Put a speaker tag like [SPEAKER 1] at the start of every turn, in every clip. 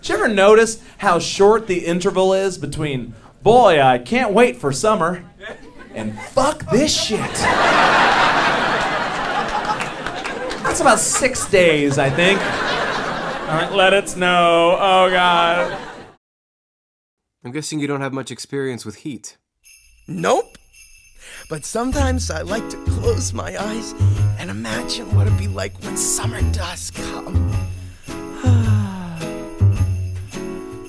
[SPEAKER 1] Did you ever notice how short the interval is between boy, I can't wait for summer and fuck this shit? That's about six days, I think. All right, let it snow. Oh, God.
[SPEAKER 2] I'm guessing you don't have much experience with heat.
[SPEAKER 3] Nope. But sometimes I like to close my eyes and imagine what it'd be like when summer does come.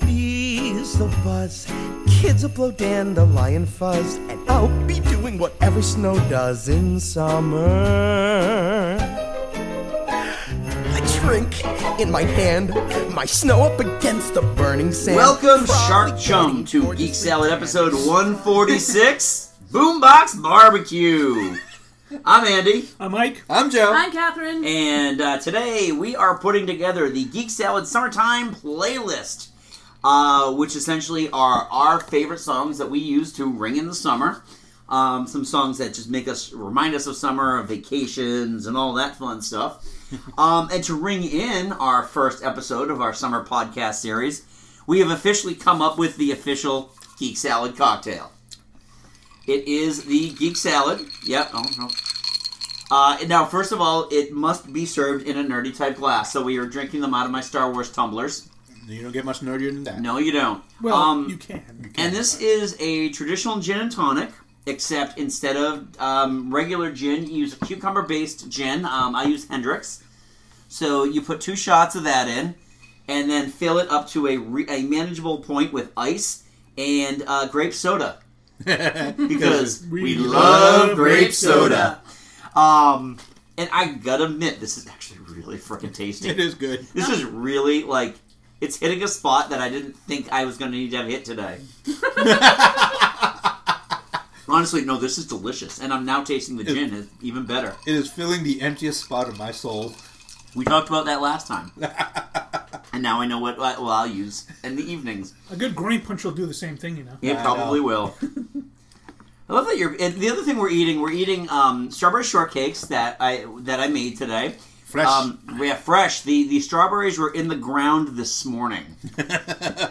[SPEAKER 3] Bees will buzz, kids will blow dandelion fuzz, and I'll be doing whatever snow does in summer. A drink in my hand, my snow up against the burning sand.
[SPEAKER 4] Welcome,
[SPEAKER 3] Frolic
[SPEAKER 4] Shark Chum,
[SPEAKER 3] down
[SPEAKER 4] to
[SPEAKER 3] towards
[SPEAKER 4] Geek
[SPEAKER 3] the
[SPEAKER 4] Salad
[SPEAKER 3] land.
[SPEAKER 4] episode 146 Boombox Barbecue. I'm Andy,
[SPEAKER 5] I'm Mike.
[SPEAKER 6] I'm Joe.
[SPEAKER 7] I'm Catherine.
[SPEAKER 4] and uh, today we are putting together the Geek Salad Summertime Playlist, uh, which essentially are our favorite songs that we use to ring in the summer. Um, some songs that just make us remind us of summer, of vacations, and all that fun stuff. Um, and to ring in our first episode of our summer podcast series, we have officially come up with the official Geek Salad cocktail. It is the Geek Salad. Yep. Oh no. Uh, now, first of all, it must be served in a nerdy type glass. So we are drinking them out of my Star Wars tumblers.
[SPEAKER 6] You don't get much nerdier than that.
[SPEAKER 4] No, you don't.
[SPEAKER 5] Well,
[SPEAKER 4] um,
[SPEAKER 5] you can.
[SPEAKER 4] and this is a traditional gin and tonic, except instead of um, regular gin, you use a cucumber based gin. Um, I use Hendrix. So you put two shots of that in, and then fill it up to a, re- a manageable point with ice and uh, grape soda. because we, love grape soda. Um, and I gotta admit, this is actually really freaking tasty.
[SPEAKER 6] It is good.
[SPEAKER 4] This is really like it's hitting a spot that I didn't think I was going to need to have hit today. Honestly, no, this is delicious, and I'm now tasting the gin. It's even better.
[SPEAKER 6] It is filling the emptiest spot of my soul.
[SPEAKER 4] We talked about that last time, and now I know what I, well, I'll use in the evenings.
[SPEAKER 5] A good grain punch will do the same thing, you know.
[SPEAKER 4] It
[SPEAKER 6] I
[SPEAKER 4] probably
[SPEAKER 6] know.
[SPEAKER 4] will. I love that you're. And the other thing we're eating, we're eating um, strawberry shortcakes that I that I made today.
[SPEAKER 6] Fresh.
[SPEAKER 4] Um, yeah, fresh. The the strawberries were in the ground this morning,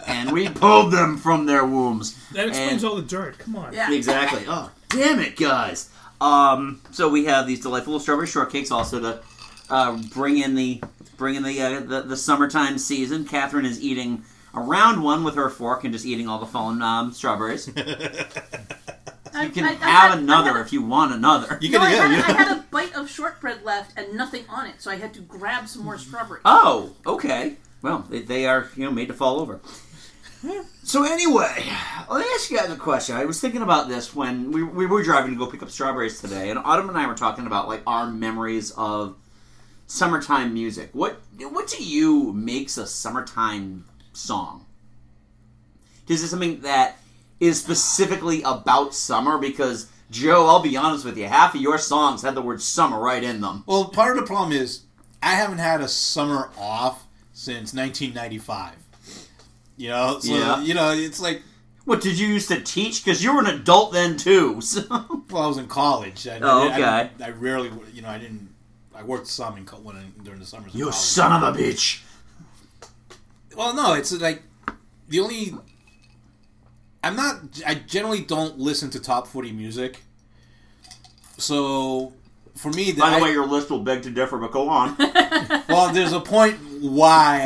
[SPEAKER 4] and we pulled them from their wombs.
[SPEAKER 5] That explains
[SPEAKER 4] And-
[SPEAKER 5] all the dirt. Come on.
[SPEAKER 7] Yeah.
[SPEAKER 4] exactly. Oh, damn it, guys. Um, so we have these delightful strawberry shortcakes also to uh, bring in the bring in the, uh, the the summertime season. Catherine is eating a round one with her fork and just eating all the fallen um, strawberries.
[SPEAKER 7] I,
[SPEAKER 4] You can
[SPEAKER 7] I- I
[SPEAKER 4] have
[SPEAKER 7] had-
[SPEAKER 4] another
[SPEAKER 7] I had,
[SPEAKER 4] if you want another.
[SPEAKER 6] You
[SPEAKER 7] no,
[SPEAKER 6] can
[SPEAKER 7] I,
[SPEAKER 6] yeah,
[SPEAKER 7] had,
[SPEAKER 6] you
[SPEAKER 7] I
[SPEAKER 6] know?
[SPEAKER 7] had a bite of shortbread left and nothing on it, so I had to grab some
[SPEAKER 6] Mm-hmm.
[SPEAKER 7] more strawberry.
[SPEAKER 4] Oh, okay. Well, they, they are you know made to fall over. So anyway, let me ask you guys a question. I was thinking about this when we, we were driving to go pick up strawberries today, and Autumn and I were talking about like our memories of summertime music. What what to you makes a summertime song? Is it something that is specifically about summer? Because Joe, I'll be honest with you, half of your songs had the word summer right in them.
[SPEAKER 6] Well, part of the problem is I haven't had a summer off since 1995. You know, so
[SPEAKER 4] Yeah.
[SPEAKER 6] you know, it's like
[SPEAKER 4] What did you used to teach? Because you were an adult then too. So
[SPEAKER 6] well, I was in college. I,
[SPEAKER 4] Oh,
[SPEAKER 6] I,
[SPEAKER 4] okay.
[SPEAKER 6] I, rarely, you know, I didn't. I worked some in co- when I- during the summers. in
[SPEAKER 4] you
[SPEAKER 6] college.
[SPEAKER 4] son of a bitch.
[SPEAKER 6] Well, no, it's like the only. I'm not. I generally don't listen to top forty music. So, for me,
[SPEAKER 4] By the
[SPEAKER 6] I-
[SPEAKER 4] way, your list will beg to differ, but go on.
[SPEAKER 6] well, there's a point why.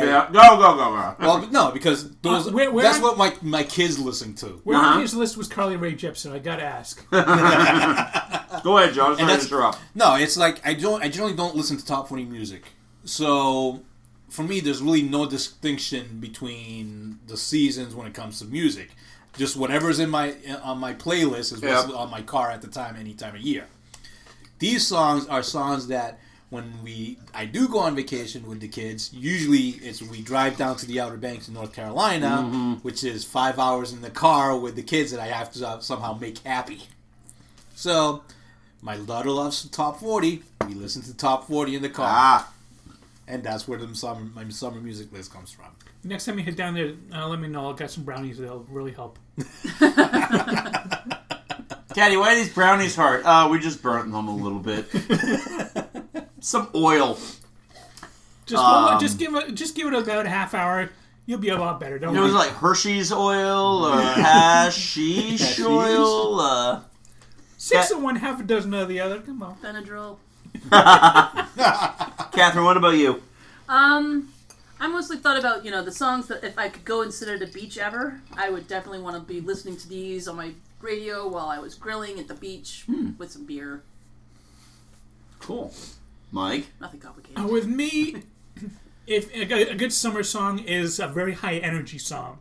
[SPEAKER 4] yeah, go go go go.
[SPEAKER 6] Well, no, because those,
[SPEAKER 5] Uh, where- where-
[SPEAKER 6] that's what my my kids listen to,
[SPEAKER 5] Where
[SPEAKER 4] Uh-huh.
[SPEAKER 5] on his list was Carly Rae Jepsen? I gotta ask.
[SPEAKER 4] Go ahead, Joe. I'm sorry to
[SPEAKER 6] that's-
[SPEAKER 4] interrupt.
[SPEAKER 6] No, it's like I don't. I generally don't listen to top forty music. So, for me, there's really no distinction between the seasons when it comes to music. Just whatever's in my on my playlist is what's
[SPEAKER 4] Yep.
[SPEAKER 6] on my car at the time, any time of year. These songs are songs that when we I do go on vacation with the kids. Usually, it's we drive down to the Outer Banks in North Carolina, which is five hours in the car with the kids that I have to somehow make happy. So my daughter loves the top 40. We listen to top 40 in the car.
[SPEAKER 4] Ah,
[SPEAKER 6] And that's where the summer, my summer music list comes from.
[SPEAKER 5] Next time you head down there, uh, let me know. I'll get some brownies. That'll really help.
[SPEAKER 4] Daddy, why are these brownies hard? Uh, we just burnt them a little bit. Some oil. Um,
[SPEAKER 5] Just, one, just give it, just give it about a half hour. You'll be a lot better. Don't
[SPEAKER 4] It was
[SPEAKER 5] worry.
[SPEAKER 4] like Hershey's oil or hashish oil. Uh,
[SPEAKER 5] Six of one, half a dozen of the other. Come on.
[SPEAKER 7] Benadryl.
[SPEAKER 4] Catherine, what about you?
[SPEAKER 7] Um, I mostly thought about you know the songs that if I could go and sit at a beach ever, I would definitely want to be listening to these on my radio while I was grilling at the beach
[SPEAKER 6] Hmm.
[SPEAKER 7] with some beer.
[SPEAKER 4] Cool. Mike?
[SPEAKER 7] Nothing complicated.
[SPEAKER 5] Uh,
[SPEAKER 6] Oh.
[SPEAKER 5] With me, if a, g- a good summer song is a very high energy song.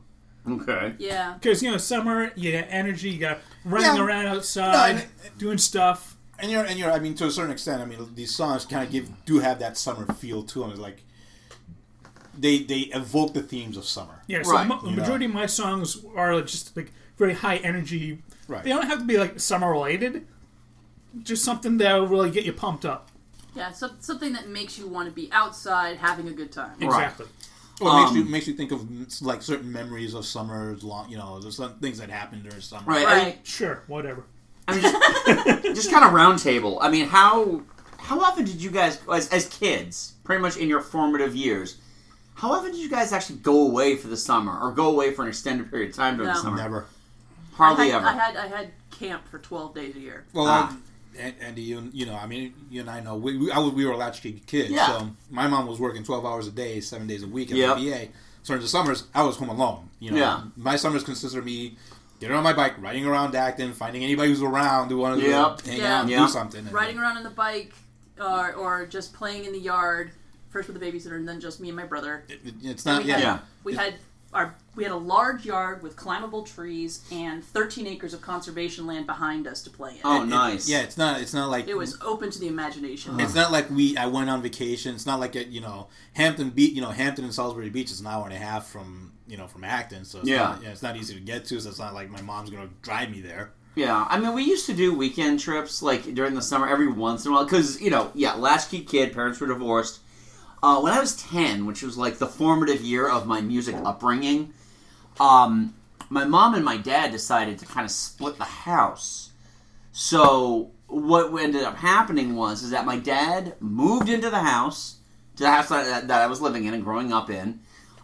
[SPEAKER 4] Okay.
[SPEAKER 7] Yeah.
[SPEAKER 5] Because, you know, summer, you got energy, you got running
[SPEAKER 6] Yeah.
[SPEAKER 5] around outside,
[SPEAKER 6] No,
[SPEAKER 5] doing stuff.
[SPEAKER 6] and you're and you're I mean to a certain extent I mean these songs kind of give do have that summer feel to them It's like they they evoke the themes of summer
[SPEAKER 5] Yeah, so
[SPEAKER 4] Right,
[SPEAKER 5] mo- the
[SPEAKER 6] you know.
[SPEAKER 5] majority of my songs are just like very high energy.
[SPEAKER 6] Right.
[SPEAKER 5] They don't have to be like summer related, just something that will really get you pumped up.
[SPEAKER 7] Yeah. So, something that makes you want to be outside having a good time.
[SPEAKER 5] Exactly.
[SPEAKER 6] well, it makes
[SPEAKER 4] Um.
[SPEAKER 6] you makes you think of mm, like certain memories of summer long you know there's some things that happened during summer
[SPEAKER 4] Right. I mean,
[SPEAKER 7] Right.
[SPEAKER 5] Sure, whatever.
[SPEAKER 4] just kind of round table. I mean, how how often did you guys, as, as kids, pretty much in your formative years, how often did you guys actually go away for the summer or go away for an extended period of time during the
[SPEAKER 7] No.
[SPEAKER 4] summer?
[SPEAKER 6] never
[SPEAKER 7] I
[SPEAKER 4] Hardly
[SPEAKER 7] had,
[SPEAKER 4] ever.
[SPEAKER 7] I had I had camp for twelve days a year.
[SPEAKER 6] well
[SPEAKER 4] Ah.
[SPEAKER 6] and, Andy you, you know I mean you and I know we we, I, was- we were latchkey kids
[SPEAKER 4] Yeah.
[SPEAKER 6] so my mom was working 12 hours a day seven days a week at
[SPEAKER 4] Yep.
[SPEAKER 6] the VA so in the summers I was home alone you know
[SPEAKER 4] Yeah.
[SPEAKER 6] my summers consisted of me getting on my bike riding around Acton finding anybody who's around who wanted
[SPEAKER 4] Yep.
[SPEAKER 6] to hang
[SPEAKER 7] Yeah.
[SPEAKER 6] out and
[SPEAKER 4] Yeah.
[SPEAKER 6] do something and-
[SPEAKER 7] Riding around on the bike, or or just playing in the yard. First with the babysitter, and then just me and my brother.
[SPEAKER 6] It- It's not.
[SPEAKER 7] We
[SPEAKER 6] Yeah.
[SPEAKER 7] had,
[SPEAKER 4] Yeah.
[SPEAKER 7] We had our we had a large yard with climbable trees and 13 acres of conservation land behind us to play in.
[SPEAKER 4] Oh, nice.
[SPEAKER 6] Yeah. It's not. It's not like.
[SPEAKER 7] It was open to the imagination.
[SPEAKER 4] Oh,
[SPEAKER 6] It's not like we. I went on vacation. It's not like at you know Hampton Beach. You know Hampton and Salisbury Beach is an hour and a half from you know from Acton. So it's
[SPEAKER 4] Yeah.
[SPEAKER 6] Not, yeah. It's not easy to get to. So it's not like my mom's gonna drive me there.
[SPEAKER 4] Yeah, I mean, we used to do weekend trips like during the summer every once in a while because you know, yeah, latchkey kid, parents were divorced. Uh, when I was ten, which was like the formative year of my music upbringing, um, my mom and my dad decided to kind of split the house. So what ended up happening was is that my dad moved into the house, to the house that, that I was living in and growing up in.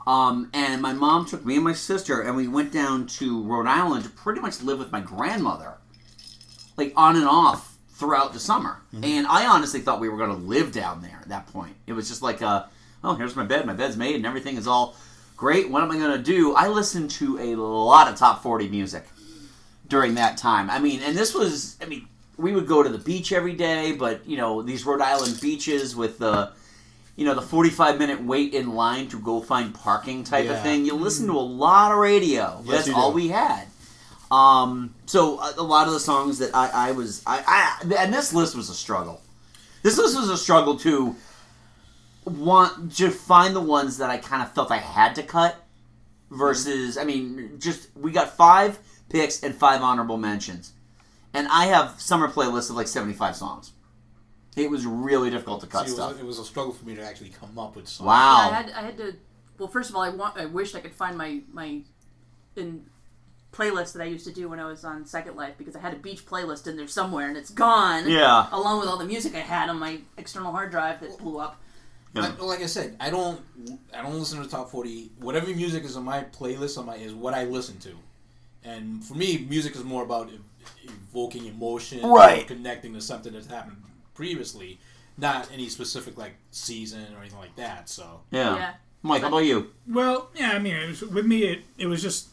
[SPEAKER 4] Um, and my mom took me and my sister, and we went down to Rhode Island to pretty much live with my grandmother, like on and off throughout the summer. And I honestly thought we were going to live down there at that point. It was just like, uh, oh, here's my bed. My bed's made, and everything is all great. What am I going to do? I listened to a lot of top 40 music during that time. I mean, and this was, I mean, we would go to the beach every day, but, you know, these Rhode Island beaches with the you know, the 45 minute wait in line to go find parking type of
[SPEAKER 6] Yeah.
[SPEAKER 4] thing. You listen to a lot of radio. That's
[SPEAKER 6] you
[SPEAKER 4] all
[SPEAKER 6] do.
[SPEAKER 4] we had. Um, so a, a lot of the songs that I, I was, I, I, and this list was a struggle. This list was a struggle to want to find the ones that I kind of felt I had to cut versus, I mean, just, we got five picks and five honorable mentions. And I have summer playlists of like 75 songs. It was really difficult to cut
[SPEAKER 6] It was,
[SPEAKER 4] stuff.
[SPEAKER 6] it was a struggle for me to actually come up with. Something.
[SPEAKER 4] Wow.
[SPEAKER 7] I had I had to. Well, first of all, I want I wished I could find my my in playlist that I used to do when I was on Second Life because I had a beach playlist in there somewhere and it's gone.
[SPEAKER 4] Yeah.
[SPEAKER 7] Along with all the music I had on my external hard drive that blew up.
[SPEAKER 6] Like, like I said, I don't. I don't listen to the top forty. Whatever music is on my playlist on my is what I listen to, and for me, music is more about ev- evoking emotion, or
[SPEAKER 4] Right.
[SPEAKER 6] connecting to something that's happened previously, not any specific like season or anything like that. So
[SPEAKER 4] Yeah.
[SPEAKER 7] Yeah.
[SPEAKER 4] Mike, how about you?
[SPEAKER 5] Well, yeah, I mean, it was, with me, it, it was just,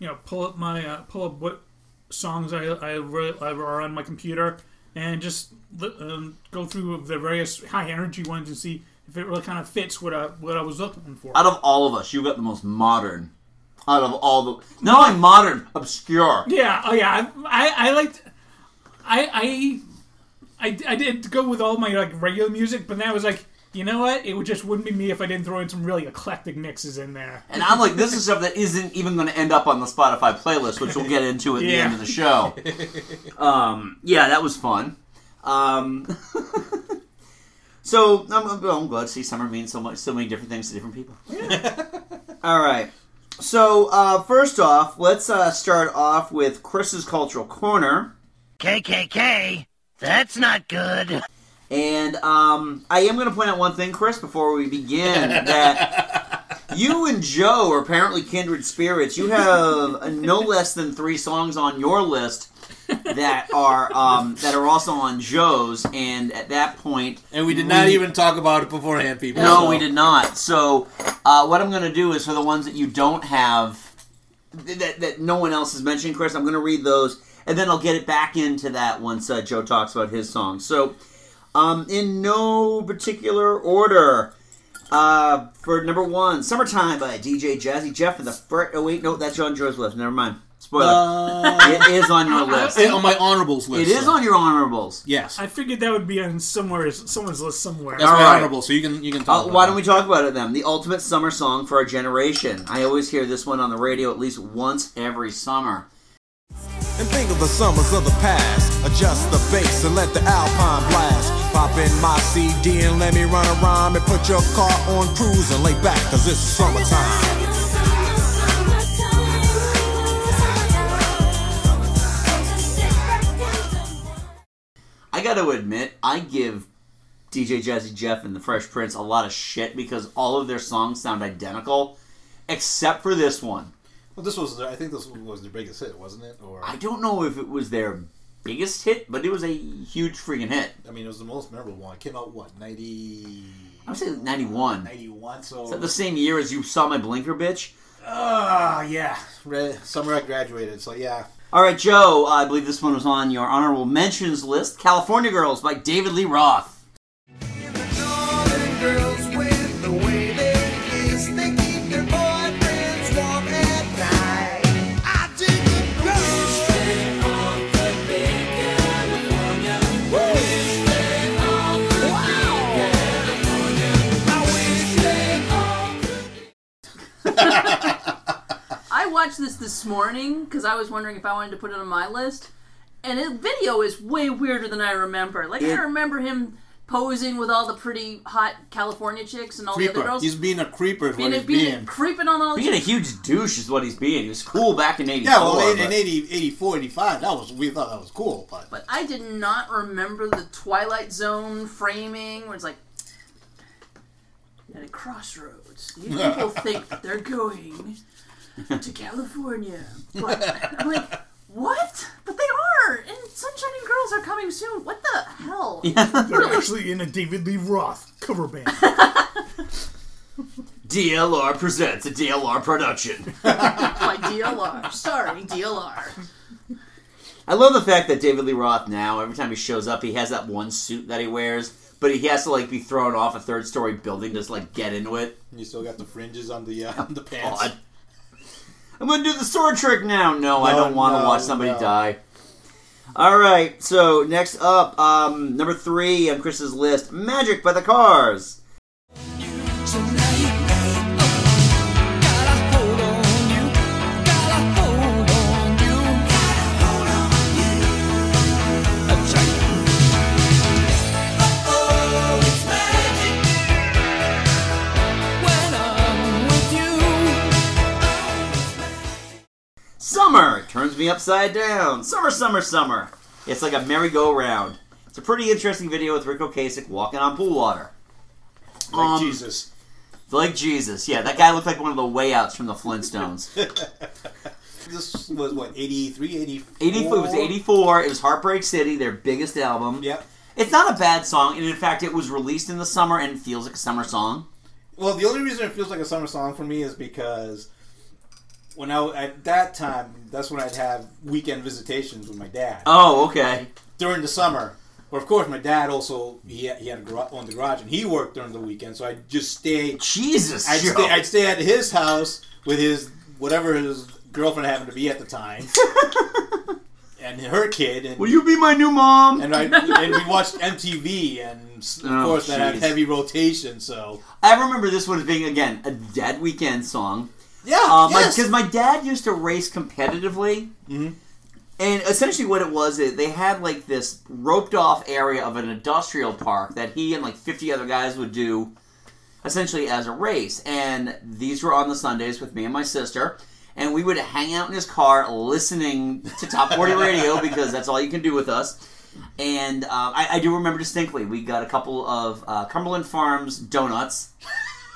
[SPEAKER 5] you know, pull up my, uh, pull up what songs I, I, re- I are on my computer and just li- um, go through the various high energy ones and see if it really kind of fits what I, what I was looking for.
[SPEAKER 4] Out of all of us, you got the most modern. Out of all the not only modern, obscure.
[SPEAKER 5] Yeah, oh yeah, I, I, I liked, I, I, I, I did go with all my, like, regular music, but then I was like, you know what? It would just wouldn't be me if I didn't throw in some really eclectic mixes in there.
[SPEAKER 4] And I'm like, this is stuff that isn't even going to end up on the Spotify playlist, which we'll get into at the
[SPEAKER 5] Yeah.
[SPEAKER 4] end of the show. Um, yeah, that was fun. Um, so I'm, I'm- I'm glad to see summer means so much, so many different things to different people. All right. So uh, first off, let's uh, start off with Chris's cultural corner.
[SPEAKER 8] KKK? That's not good.
[SPEAKER 4] And um, I am going to point out one thing, Chris, before we begin that you and Joe are apparently kindred spirits. You have uh, no less than three songs on your list that are um, that are also on Joe's, and at that point,
[SPEAKER 6] And we did not even talk about it beforehand, people.
[SPEAKER 4] no,
[SPEAKER 6] so-
[SPEAKER 4] we did not. So, uh, what I'm going to do is for the ones that you don't have, th- that that no one else has mentioned, Chris, I'm going to read those, and then I'll get it back into that once uh, Joe talks about his song. So, um, in no particular order. Uh, for number one, "Summertime" by DJ Jazzy Jeff and the Fret. Oh wait, no, that's on Joe's list. Never mind. Spoiler. it is on your list.
[SPEAKER 6] Eh, on my honorables
[SPEAKER 4] It
[SPEAKER 6] list.
[SPEAKER 4] is
[SPEAKER 6] so-
[SPEAKER 4] on your honorables.
[SPEAKER 6] Yes.
[SPEAKER 5] I figured that would be on somewhere, someone's list somewhere.
[SPEAKER 6] That's my
[SPEAKER 4] All right.
[SPEAKER 6] honorable, so you can you can
[SPEAKER 4] Uh,
[SPEAKER 6] talk.
[SPEAKER 4] why don't we talk about it then? The ultimate summer song for our generation. I always hear this one on the radio at least once every summer.
[SPEAKER 9] and think of the summers of the past. Adjust the bass and let the alpine blast. Pop in my CD and let me run a rhyme and put your car on cruise and lay back, cause it's summertime.
[SPEAKER 4] I got to admit, I give DJ Jazzy Jeff and the Fresh Prince a lot of shit because all of their songs sound identical, except for this one.
[SPEAKER 6] Well, this was I think this was the biggest hit, wasn't it? Or
[SPEAKER 4] I don't know if it was their biggest hit, but it was a huge freaking hit.
[SPEAKER 6] I mean, it was the most memorable one. It came out what 90,
[SPEAKER 4] I would say 91.
[SPEAKER 6] 91, So
[SPEAKER 4] Is that the same year as You Saw My Blinker, bitch?
[SPEAKER 6] ah yeah, Re- summer I graduated. So yeah,
[SPEAKER 4] All right, Joe, I believe this one was on your honorable mentions list California Girls by David Lee Roth.
[SPEAKER 7] I watched this this morning because I was wondering if I wanted to put it on my list, and the video is way weirder than I remember. Like I remember him posing with all the pretty hot California chicks and all the other
[SPEAKER 6] creeper.
[SPEAKER 7] girls.
[SPEAKER 6] He's being a creeper. Is
[SPEAKER 7] being,
[SPEAKER 6] what he's
[SPEAKER 7] being-
[SPEAKER 6] being.
[SPEAKER 7] creeping on all.
[SPEAKER 4] Being
[SPEAKER 7] the
[SPEAKER 4] a huge douche is what he's being. He was cool back in '84.
[SPEAKER 6] Yeah, well, in- in
[SPEAKER 4] but-
[SPEAKER 6] 80, 84, 85, that was we thought that was cool, but,
[SPEAKER 7] But I did not remember the Twilight Zone framing where it's like at a crossroads. These people think they're going to California. But I'm like, what? But they are! And Sunshine and Girls are coming soon. What the hell?
[SPEAKER 5] They're actually in a David Lee Roth cover band.
[SPEAKER 4] DLR presents a DLR production.
[SPEAKER 7] My DLR. Sorry, DLR.
[SPEAKER 4] I love the fact that David Lee Roth now, every time he shows up, he has that one suit that he wears, but he has to like be thrown off a third-story building just like get into it.
[SPEAKER 6] you still got the fringes on the uh, on the pants.
[SPEAKER 4] God. I'm gonna do the sword trick now. No, I don't want to
[SPEAKER 6] no,
[SPEAKER 4] watch somebody
[SPEAKER 6] no.
[SPEAKER 4] die. All right, so next up, um, number three on Chris's list, "Magic" by the Cars. Summer turns me upside down. Summer, summer, summer. It's like a merry-go-round. It's a pretty interesting video with Rick Ocasek walking on pool water.
[SPEAKER 6] Like
[SPEAKER 4] Um,
[SPEAKER 6] Jesus.
[SPEAKER 4] Like Jesus. Yeah, that guy looked like one of the way outs from the Flintstones.
[SPEAKER 6] This was what 83, 84?
[SPEAKER 4] 84, it was 84. It was Heartbreak City, their biggest album.
[SPEAKER 6] Yeah.
[SPEAKER 4] It's not a bad song, and in fact, it was released in the summer and feels like a summer song.
[SPEAKER 6] Well, the only reason it feels like a summer song for me is because when I at that time, that's when I'd have weekend visitations with my dad
[SPEAKER 4] Oh, okay.
[SPEAKER 6] during the summer. Or of course, my dad also he had, he had a garage, on the garage and he worked during the weekend, so I'd just stay.
[SPEAKER 4] Jesus.
[SPEAKER 6] I'd
[SPEAKER 4] Joe.
[SPEAKER 6] stay, I'd stay at his house with his whatever his girlfriend happened to be at the time, and her kid, and
[SPEAKER 4] Will you be my new mom?
[SPEAKER 6] and, I, and we watched MTV, and s- of
[SPEAKER 4] Oh,
[SPEAKER 6] course that
[SPEAKER 4] jeez.
[SPEAKER 6] had heavy rotation. So
[SPEAKER 4] I remember this one as being, again, a dead weekend song.
[SPEAKER 6] yeah, yes. Mm-hmm.
[SPEAKER 4] because Uh, Um, my, dad used to race competitively, and essentially what it was, is they had like this roped off area of an industrial park that he and like fifty other guys would do, essentially as a race. And these were on the Sundays with me and my sister, and we would hang out in his car listening to Top Forty Radio because that's all you can do with us. And uh, I, I do remember distinctly, we got a couple of uh, Cumberland Farms donuts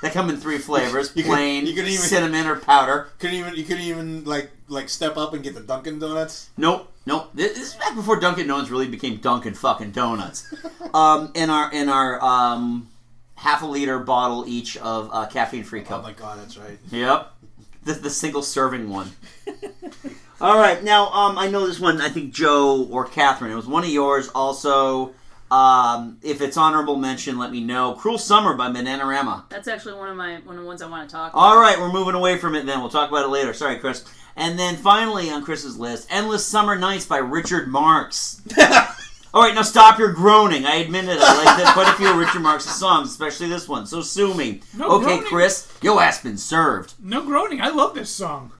[SPEAKER 4] They come in three flavors:
[SPEAKER 6] You can-
[SPEAKER 4] plain,
[SPEAKER 6] you can even-
[SPEAKER 4] cinnamon, or powder.
[SPEAKER 6] Couldn't even you couldn't even like like step up and get the Dunkin' Donuts.
[SPEAKER 4] Nope, nope. This, this is back before Dunkin' Donuts really became Dunkin' fucking Donuts. um, in our in our um, half a liter bottle each of uh, caffeine free
[SPEAKER 6] Oh
[SPEAKER 4] Coke.
[SPEAKER 6] my god, that's right.
[SPEAKER 4] Yep. The, the single serving one. All right. Now, um, I know this one, I think Joe or Catherine. It was one of yours also. Um, if it's honorable mention, let me know. Cruel Summer by Bananarama.
[SPEAKER 7] That's actually one of my one of the ones I want to talk. about.
[SPEAKER 4] All right, we're moving away from it then. We'll talk about it later. Sorry, Chris. And then finally on Chris's list, Endless Summer Nights by Richard Marx. All right, now stop your groaning. I admit it. I like that quite a few of Richard Marx's songs, especially this one. So sue me.
[SPEAKER 5] No
[SPEAKER 4] okay,
[SPEAKER 5] groaning.
[SPEAKER 4] Chris, your ass been served.
[SPEAKER 5] No groaning. I love this song.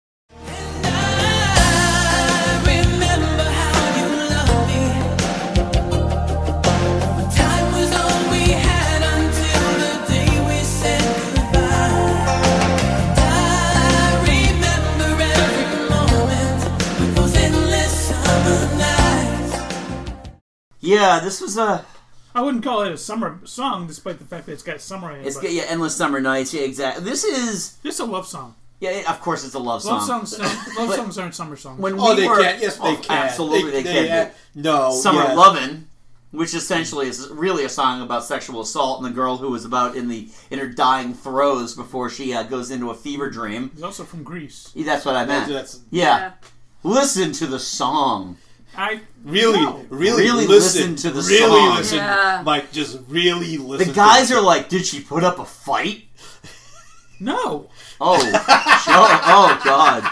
[SPEAKER 4] Yeah, this was a.
[SPEAKER 5] I wouldn't call it a summer song, despite the fact that it's got summer in it.
[SPEAKER 4] It's
[SPEAKER 5] but
[SPEAKER 4] yeah, Endless Summer Nights. Yeah, exactly. This is
[SPEAKER 5] This is a love song.
[SPEAKER 4] yeah. It, of course, it's a love song.
[SPEAKER 5] Love songs, don't- love songs aren't summer songs.
[SPEAKER 4] When
[SPEAKER 6] Oh,
[SPEAKER 4] we
[SPEAKER 6] they
[SPEAKER 4] were,
[SPEAKER 6] can't. Yes, they
[SPEAKER 4] oh,
[SPEAKER 6] can.
[SPEAKER 4] Absolutely, they, can.
[SPEAKER 6] uh, no,
[SPEAKER 4] Summer
[SPEAKER 6] yeah.
[SPEAKER 4] Lovin', which essentially is really a song about sexual assault and the girl who was about in the in her dying throes before she uh, goes into a fever dream.
[SPEAKER 5] it's also from Greece.
[SPEAKER 4] That's what I meant.
[SPEAKER 6] That's
[SPEAKER 4] yeah.
[SPEAKER 7] Yeah.
[SPEAKER 4] Listen to the song.
[SPEAKER 5] I
[SPEAKER 6] really,
[SPEAKER 5] No.
[SPEAKER 6] really,
[SPEAKER 4] Really
[SPEAKER 6] listen,
[SPEAKER 4] listen to the
[SPEAKER 6] really
[SPEAKER 4] song.
[SPEAKER 6] listen,
[SPEAKER 7] Yeah.
[SPEAKER 6] like just really
[SPEAKER 4] The
[SPEAKER 6] listen.
[SPEAKER 4] guys
[SPEAKER 6] to
[SPEAKER 4] are like, "Did she put up a fight?"
[SPEAKER 5] no.
[SPEAKER 4] Oh, Joe- oh, God.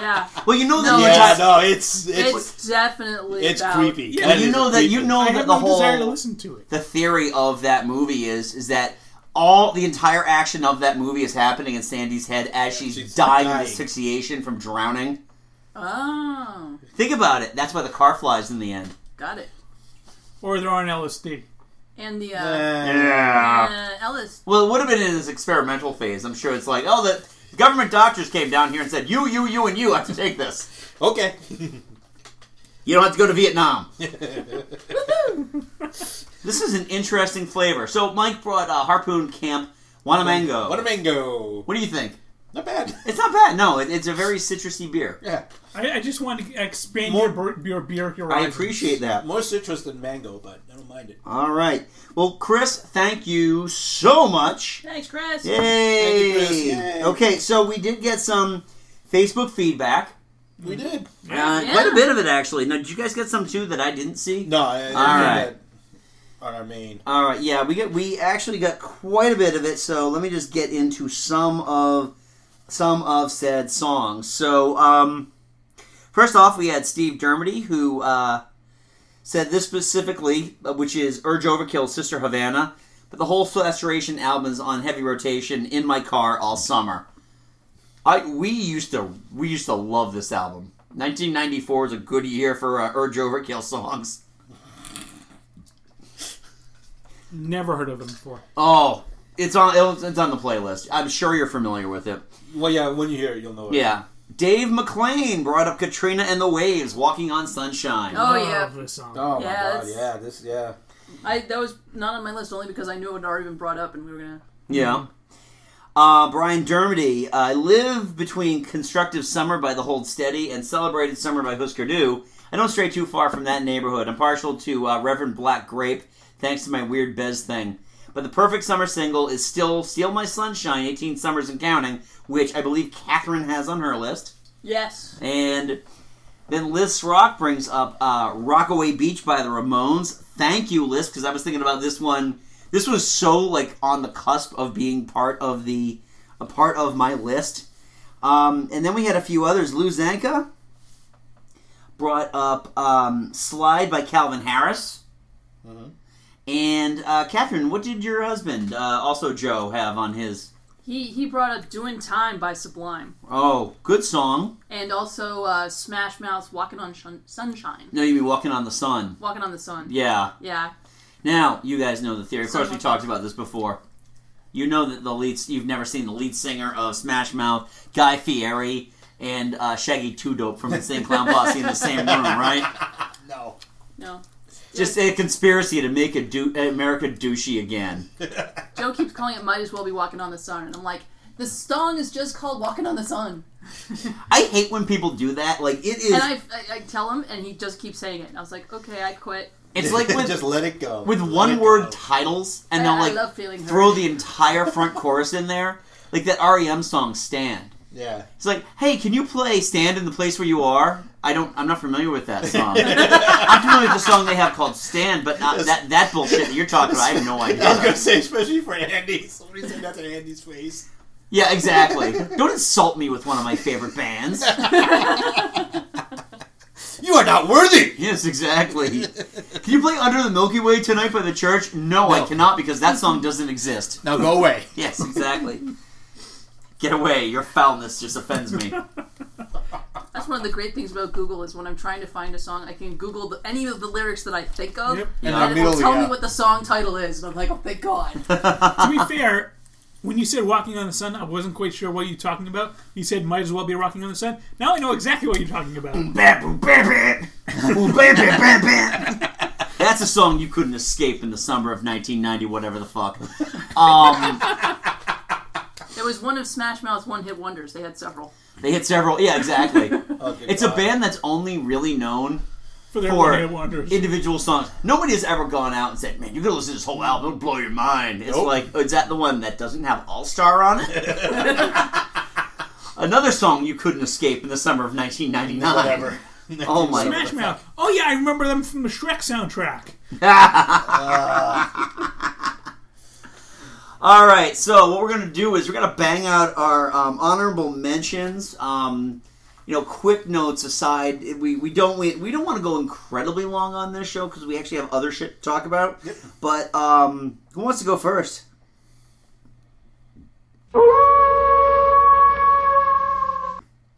[SPEAKER 7] Yeah,
[SPEAKER 4] Well, you know that
[SPEAKER 7] No,
[SPEAKER 4] the
[SPEAKER 7] it's-
[SPEAKER 6] Yeah,
[SPEAKER 4] entire-
[SPEAKER 6] no, it's it's
[SPEAKER 7] it's definitely
[SPEAKER 6] it's
[SPEAKER 7] about-
[SPEAKER 6] creepy.
[SPEAKER 5] Yeah,
[SPEAKER 6] That
[SPEAKER 4] you
[SPEAKER 6] is
[SPEAKER 4] know that you
[SPEAKER 6] creepy.
[SPEAKER 4] know
[SPEAKER 5] I
[SPEAKER 4] that
[SPEAKER 5] have
[SPEAKER 4] the
[SPEAKER 5] no
[SPEAKER 4] whole
[SPEAKER 5] desire to listen to it.
[SPEAKER 4] the theory of that movie is is that all the entire action of that movie is happening in Sandy's head as she's,
[SPEAKER 6] She's
[SPEAKER 4] dying,
[SPEAKER 6] dying.
[SPEAKER 4] of asphyxiation from drowning.
[SPEAKER 7] Oh,
[SPEAKER 4] Think about it. That's why the car flies in the end.
[SPEAKER 7] got it.
[SPEAKER 5] Or they're on LSD.
[SPEAKER 7] And the
[SPEAKER 6] Uh,
[SPEAKER 7] uh, uh, Ellis.
[SPEAKER 4] Well, it would have been in this experimental phase. I'm sure it's like, oh, the government doctors came down here and said, you, you, you, and you have to take this.
[SPEAKER 6] Okay.
[SPEAKER 4] You don't have to go to Vietnam. this is an interesting flavor. So Mike brought uh, Harpoon Camp Wanamango.
[SPEAKER 6] What a mango.
[SPEAKER 4] what do you think?
[SPEAKER 6] Not bad.
[SPEAKER 4] It's not bad. No, it, it's a very citrusy beer.
[SPEAKER 6] Yeah,
[SPEAKER 5] I, I just want to expand
[SPEAKER 6] More-
[SPEAKER 5] your, bur- your beer horizon.
[SPEAKER 4] I appreciate that.
[SPEAKER 6] more citrus than mango, but I don't mind it.
[SPEAKER 4] All right. Well, Chris, thank you so much.
[SPEAKER 7] Thanks, Chris.
[SPEAKER 4] Yay!
[SPEAKER 6] you, Chris. Yay.
[SPEAKER 4] Okay, so we did get some Facebook feedback.
[SPEAKER 6] We did.
[SPEAKER 4] Uh,
[SPEAKER 7] Yeah.
[SPEAKER 4] Quite a bit of it, actually. Now, did you guys get some too that I didn't see?
[SPEAKER 6] No, I, I didn't
[SPEAKER 4] right.
[SPEAKER 6] get that on our main.
[SPEAKER 4] All right, yeah, we get we actually got quite a bit of it. So let me just get into some of some of said songs. So um, first off, we had Steve Dermody who uh, said this specifically, uh, which is "Urge Overkill," "Sister Havana," but the whole Restoration album is on heavy rotation in my car all summer. I we used to we used to love this album. 1994 is a good year for uh, Urge Overkill songs.
[SPEAKER 5] Never heard of them before.
[SPEAKER 4] Oh, it's on it'll- it's on the playlist. I'm sure you're familiar with it.
[SPEAKER 6] Well, yeah, when you hear it, you'll know it.
[SPEAKER 4] Yeah. Dave McLean brought up Katrina and the Waves, Walking on Sunshine.
[SPEAKER 7] Oh
[SPEAKER 5] Love
[SPEAKER 7] yeah,
[SPEAKER 5] this song.
[SPEAKER 6] Oh my
[SPEAKER 7] Yeah,
[SPEAKER 6] god,
[SPEAKER 7] it's-
[SPEAKER 6] yeah, this, yeah.
[SPEAKER 7] I that was not on my list only because I knew it had already been brought up and we were gonna.
[SPEAKER 4] Yeah. Uh, Brian Dermody, uh, live between Constructive Summer by The Hold Steady and Celebrated Summer by Husker Du. I don't stray too far from that neighborhood. I'm partial to uh, Reverend Black Grape, thanks to my weird Bez thing. But the perfect summer single is still Steal My Sunshine, 18 Summers and Counting, which I believe Catherine has on her list.
[SPEAKER 7] Yes.
[SPEAKER 4] And then Liz Rock brings up uh, Rockaway Beach by the Ramones. Thank you, Liz, because I was thinking about this one. This was so like on the cusp of being part of the a part of my list. Um, and then we had a few others. Lou Zanka brought up um, Slide by Calvin Harris. And uh, Catherine, what did your husband, uh, also Joe, have on his?
[SPEAKER 7] He he brought up "Doing Time" by Sublime
[SPEAKER 4] Oh, good song.
[SPEAKER 7] and also uh, Smash Mouth's "Walking on Shun- Sunshine."
[SPEAKER 4] No, you mean Walking on the Sun.
[SPEAKER 7] Walking on the Sun.
[SPEAKER 4] Yeah,
[SPEAKER 7] Yeah.
[SPEAKER 4] Now, you guys know the theory. Of course, we
[SPEAKER 7] Somewhat.
[SPEAKER 4] talked about this before. You know that the leads, you've never seen the lead singer of Smash Mouth, Guy Fieri, and uh, Shaggy Two Dope from the same Clown Posse in the same room, right?
[SPEAKER 6] No.
[SPEAKER 7] No.
[SPEAKER 4] Just a conspiracy to make a dou- America douchey again.
[SPEAKER 7] Joe keeps calling it "Might as well be walking on the sun," and I'm like, "The song is just called "Walking on the Sun,"
[SPEAKER 4] I hate when people do that. Like it is.
[SPEAKER 7] and I, I, I tell him, and he just keeps saying it. And I was like, "Okay, I quit."
[SPEAKER 4] it's like when
[SPEAKER 6] just let it go.
[SPEAKER 4] with
[SPEAKER 6] Let
[SPEAKER 4] one
[SPEAKER 6] it
[SPEAKER 4] word
[SPEAKER 6] go.
[SPEAKER 4] titles and
[SPEAKER 7] I-
[SPEAKER 4] they'll
[SPEAKER 7] I
[SPEAKER 4] like
[SPEAKER 7] love feeling hurt.
[SPEAKER 4] throw the entire front chorus in there like that rem song stand
[SPEAKER 6] Yeah.
[SPEAKER 4] it's like hey can you play stand in the place where you are i don't i'm not familiar with that song i'm familiar with the song they have called stand but not that that bullshit that you're talking about i have no
[SPEAKER 6] I was gonna
[SPEAKER 4] idea
[SPEAKER 6] say, especially for Andy. Somebody said that to Andy's face.
[SPEAKER 4] yeah exactly don't insult me with one of my favorite bands
[SPEAKER 6] You are not worthy.
[SPEAKER 4] yes exactly can you play under the milky way tonight by the church no, i
[SPEAKER 6] No.
[SPEAKER 4] cannot because that song doesn't exist
[SPEAKER 6] Now go away.
[SPEAKER 4] yes exactly get away your foulness just offends me
[SPEAKER 7] That's one of the great things about Google is when I'm trying to find a song, I can Google the, any of the lyrics that I think of,
[SPEAKER 5] Yep.
[SPEAKER 6] And
[SPEAKER 7] and it will
[SPEAKER 6] immediately,
[SPEAKER 7] tell
[SPEAKER 6] yeah.
[SPEAKER 7] me what the song title is. And I'm like, "Oh, thank God!"
[SPEAKER 5] to be fair, when you said walking on the sun, I wasn't quite sure what you were talking about. You said might as well be walking on the sun. Now I know exactly what you're talking about.
[SPEAKER 4] Mm. That's a song you couldn't escape in the summer of 1990, whatever the fuck. Um,
[SPEAKER 7] There was one of Smash Mouth's one-hit wonders. They had several.
[SPEAKER 4] they hit several. Yeah, exactly.
[SPEAKER 6] Okay,
[SPEAKER 4] It's a
[SPEAKER 6] Oh, God.
[SPEAKER 4] band that's only really known
[SPEAKER 5] For their
[SPEAKER 4] for
[SPEAKER 5] one-hit wonders.
[SPEAKER 4] individual songs. Nobody has ever gone out and said, "Man, you're gonna listen to this whole album, it'll blow your mind." It's
[SPEAKER 6] Nope.
[SPEAKER 4] like, oh, is that the one that doesn't have All Star on it? Another song you couldn't escape in the summer of 1999.
[SPEAKER 6] Whatever.
[SPEAKER 4] Oh my
[SPEAKER 5] Smash Mouth. Oh yeah, I remember them from the Shrek soundtrack.
[SPEAKER 4] All right, so what we're gonna do is we're gonna bang out our um, honorable mentions. Um, you know, quick notes aside, we, we don't we, we don't want to go incredibly long on this show because we actually have other shit to talk about. But um, who wants to go first?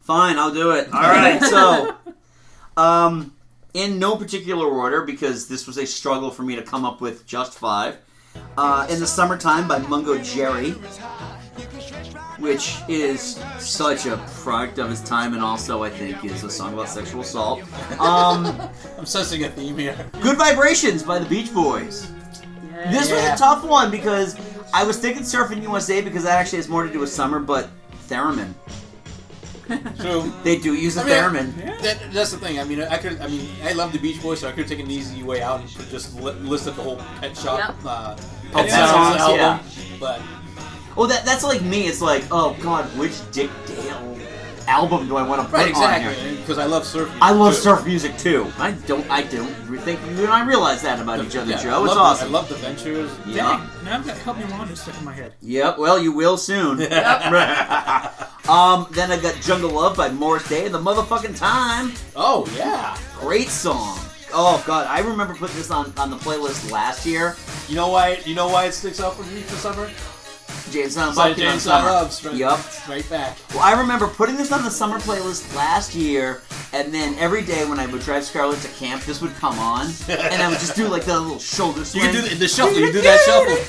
[SPEAKER 4] Fine, I'll do it. All right, so um, in no particular order because this was a struggle for me to come up with just five. Uh, in the Summertime by Mungo Jerry, which is such a product of his time and also, I think, is a song about sexual assault. Um,
[SPEAKER 6] I'm sensing a theme here.
[SPEAKER 4] Good Vibrations by the Beach Boys. This was a tough one because I was thinking Surfing USA because that actually has more to do with summer, but theremin.
[SPEAKER 6] True.
[SPEAKER 4] They do use a
[SPEAKER 6] I mean,
[SPEAKER 4] theremin.
[SPEAKER 6] That, that's the thing. I mean, I could. I mean, I love the Beach Boys, so I could have taken an easy way out and put- just li- listed the whole Pet Shop,
[SPEAKER 7] Yep.
[SPEAKER 6] uh,
[SPEAKER 4] Pet
[SPEAKER 6] Pet
[SPEAKER 4] Sounds,
[SPEAKER 6] Sounds album.
[SPEAKER 4] yeah.
[SPEAKER 6] But
[SPEAKER 4] Oh, that, that's like me. It's like, oh god, which Dick Dale album do I want to put
[SPEAKER 6] right,
[SPEAKER 4] on here?
[SPEAKER 6] exactly, because I love surf.
[SPEAKER 4] I love
[SPEAKER 6] too.
[SPEAKER 4] surf music too. I don't. I don't re- think you and I realize that about each other,
[SPEAKER 6] Yeah, I
[SPEAKER 4] Joe. It's
[SPEAKER 6] love the-
[SPEAKER 4] awesome.
[SPEAKER 6] I love the Ventures.
[SPEAKER 4] yeah.
[SPEAKER 5] Dang, now I've got Help Me Wander stuck in my head.
[SPEAKER 4] Yep. Well, you will soon. um. Then I got Jungle Love by Morris Day and the motherfucking time.
[SPEAKER 6] Oh yeah.
[SPEAKER 4] Great song. Oh god, I remember putting this on on the playlist last year.
[SPEAKER 6] You know why? You know why it sticks out for me for summer?
[SPEAKER 4] James Silent
[SPEAKER 6] Side
[SPEAKER 4] Bob came out
[SPEAKER 6] James
[SPEAKER 4] summer.
[SPEAKER 6] I love. Straight,
[SPEAKER 4] Yep.
[SPEAKER 6] Straight back.
[SPEAKER 4] Well, I remember putting this on the summer playlist last year, and then every day when I would drive Scarlett to camp, this would come on, and I would just do like the little shoulder
[SPEAKER 6] You
[SPEAKER 4] swing.
[SPEAKER 6] can do the, the shuffle. You do that shuffle.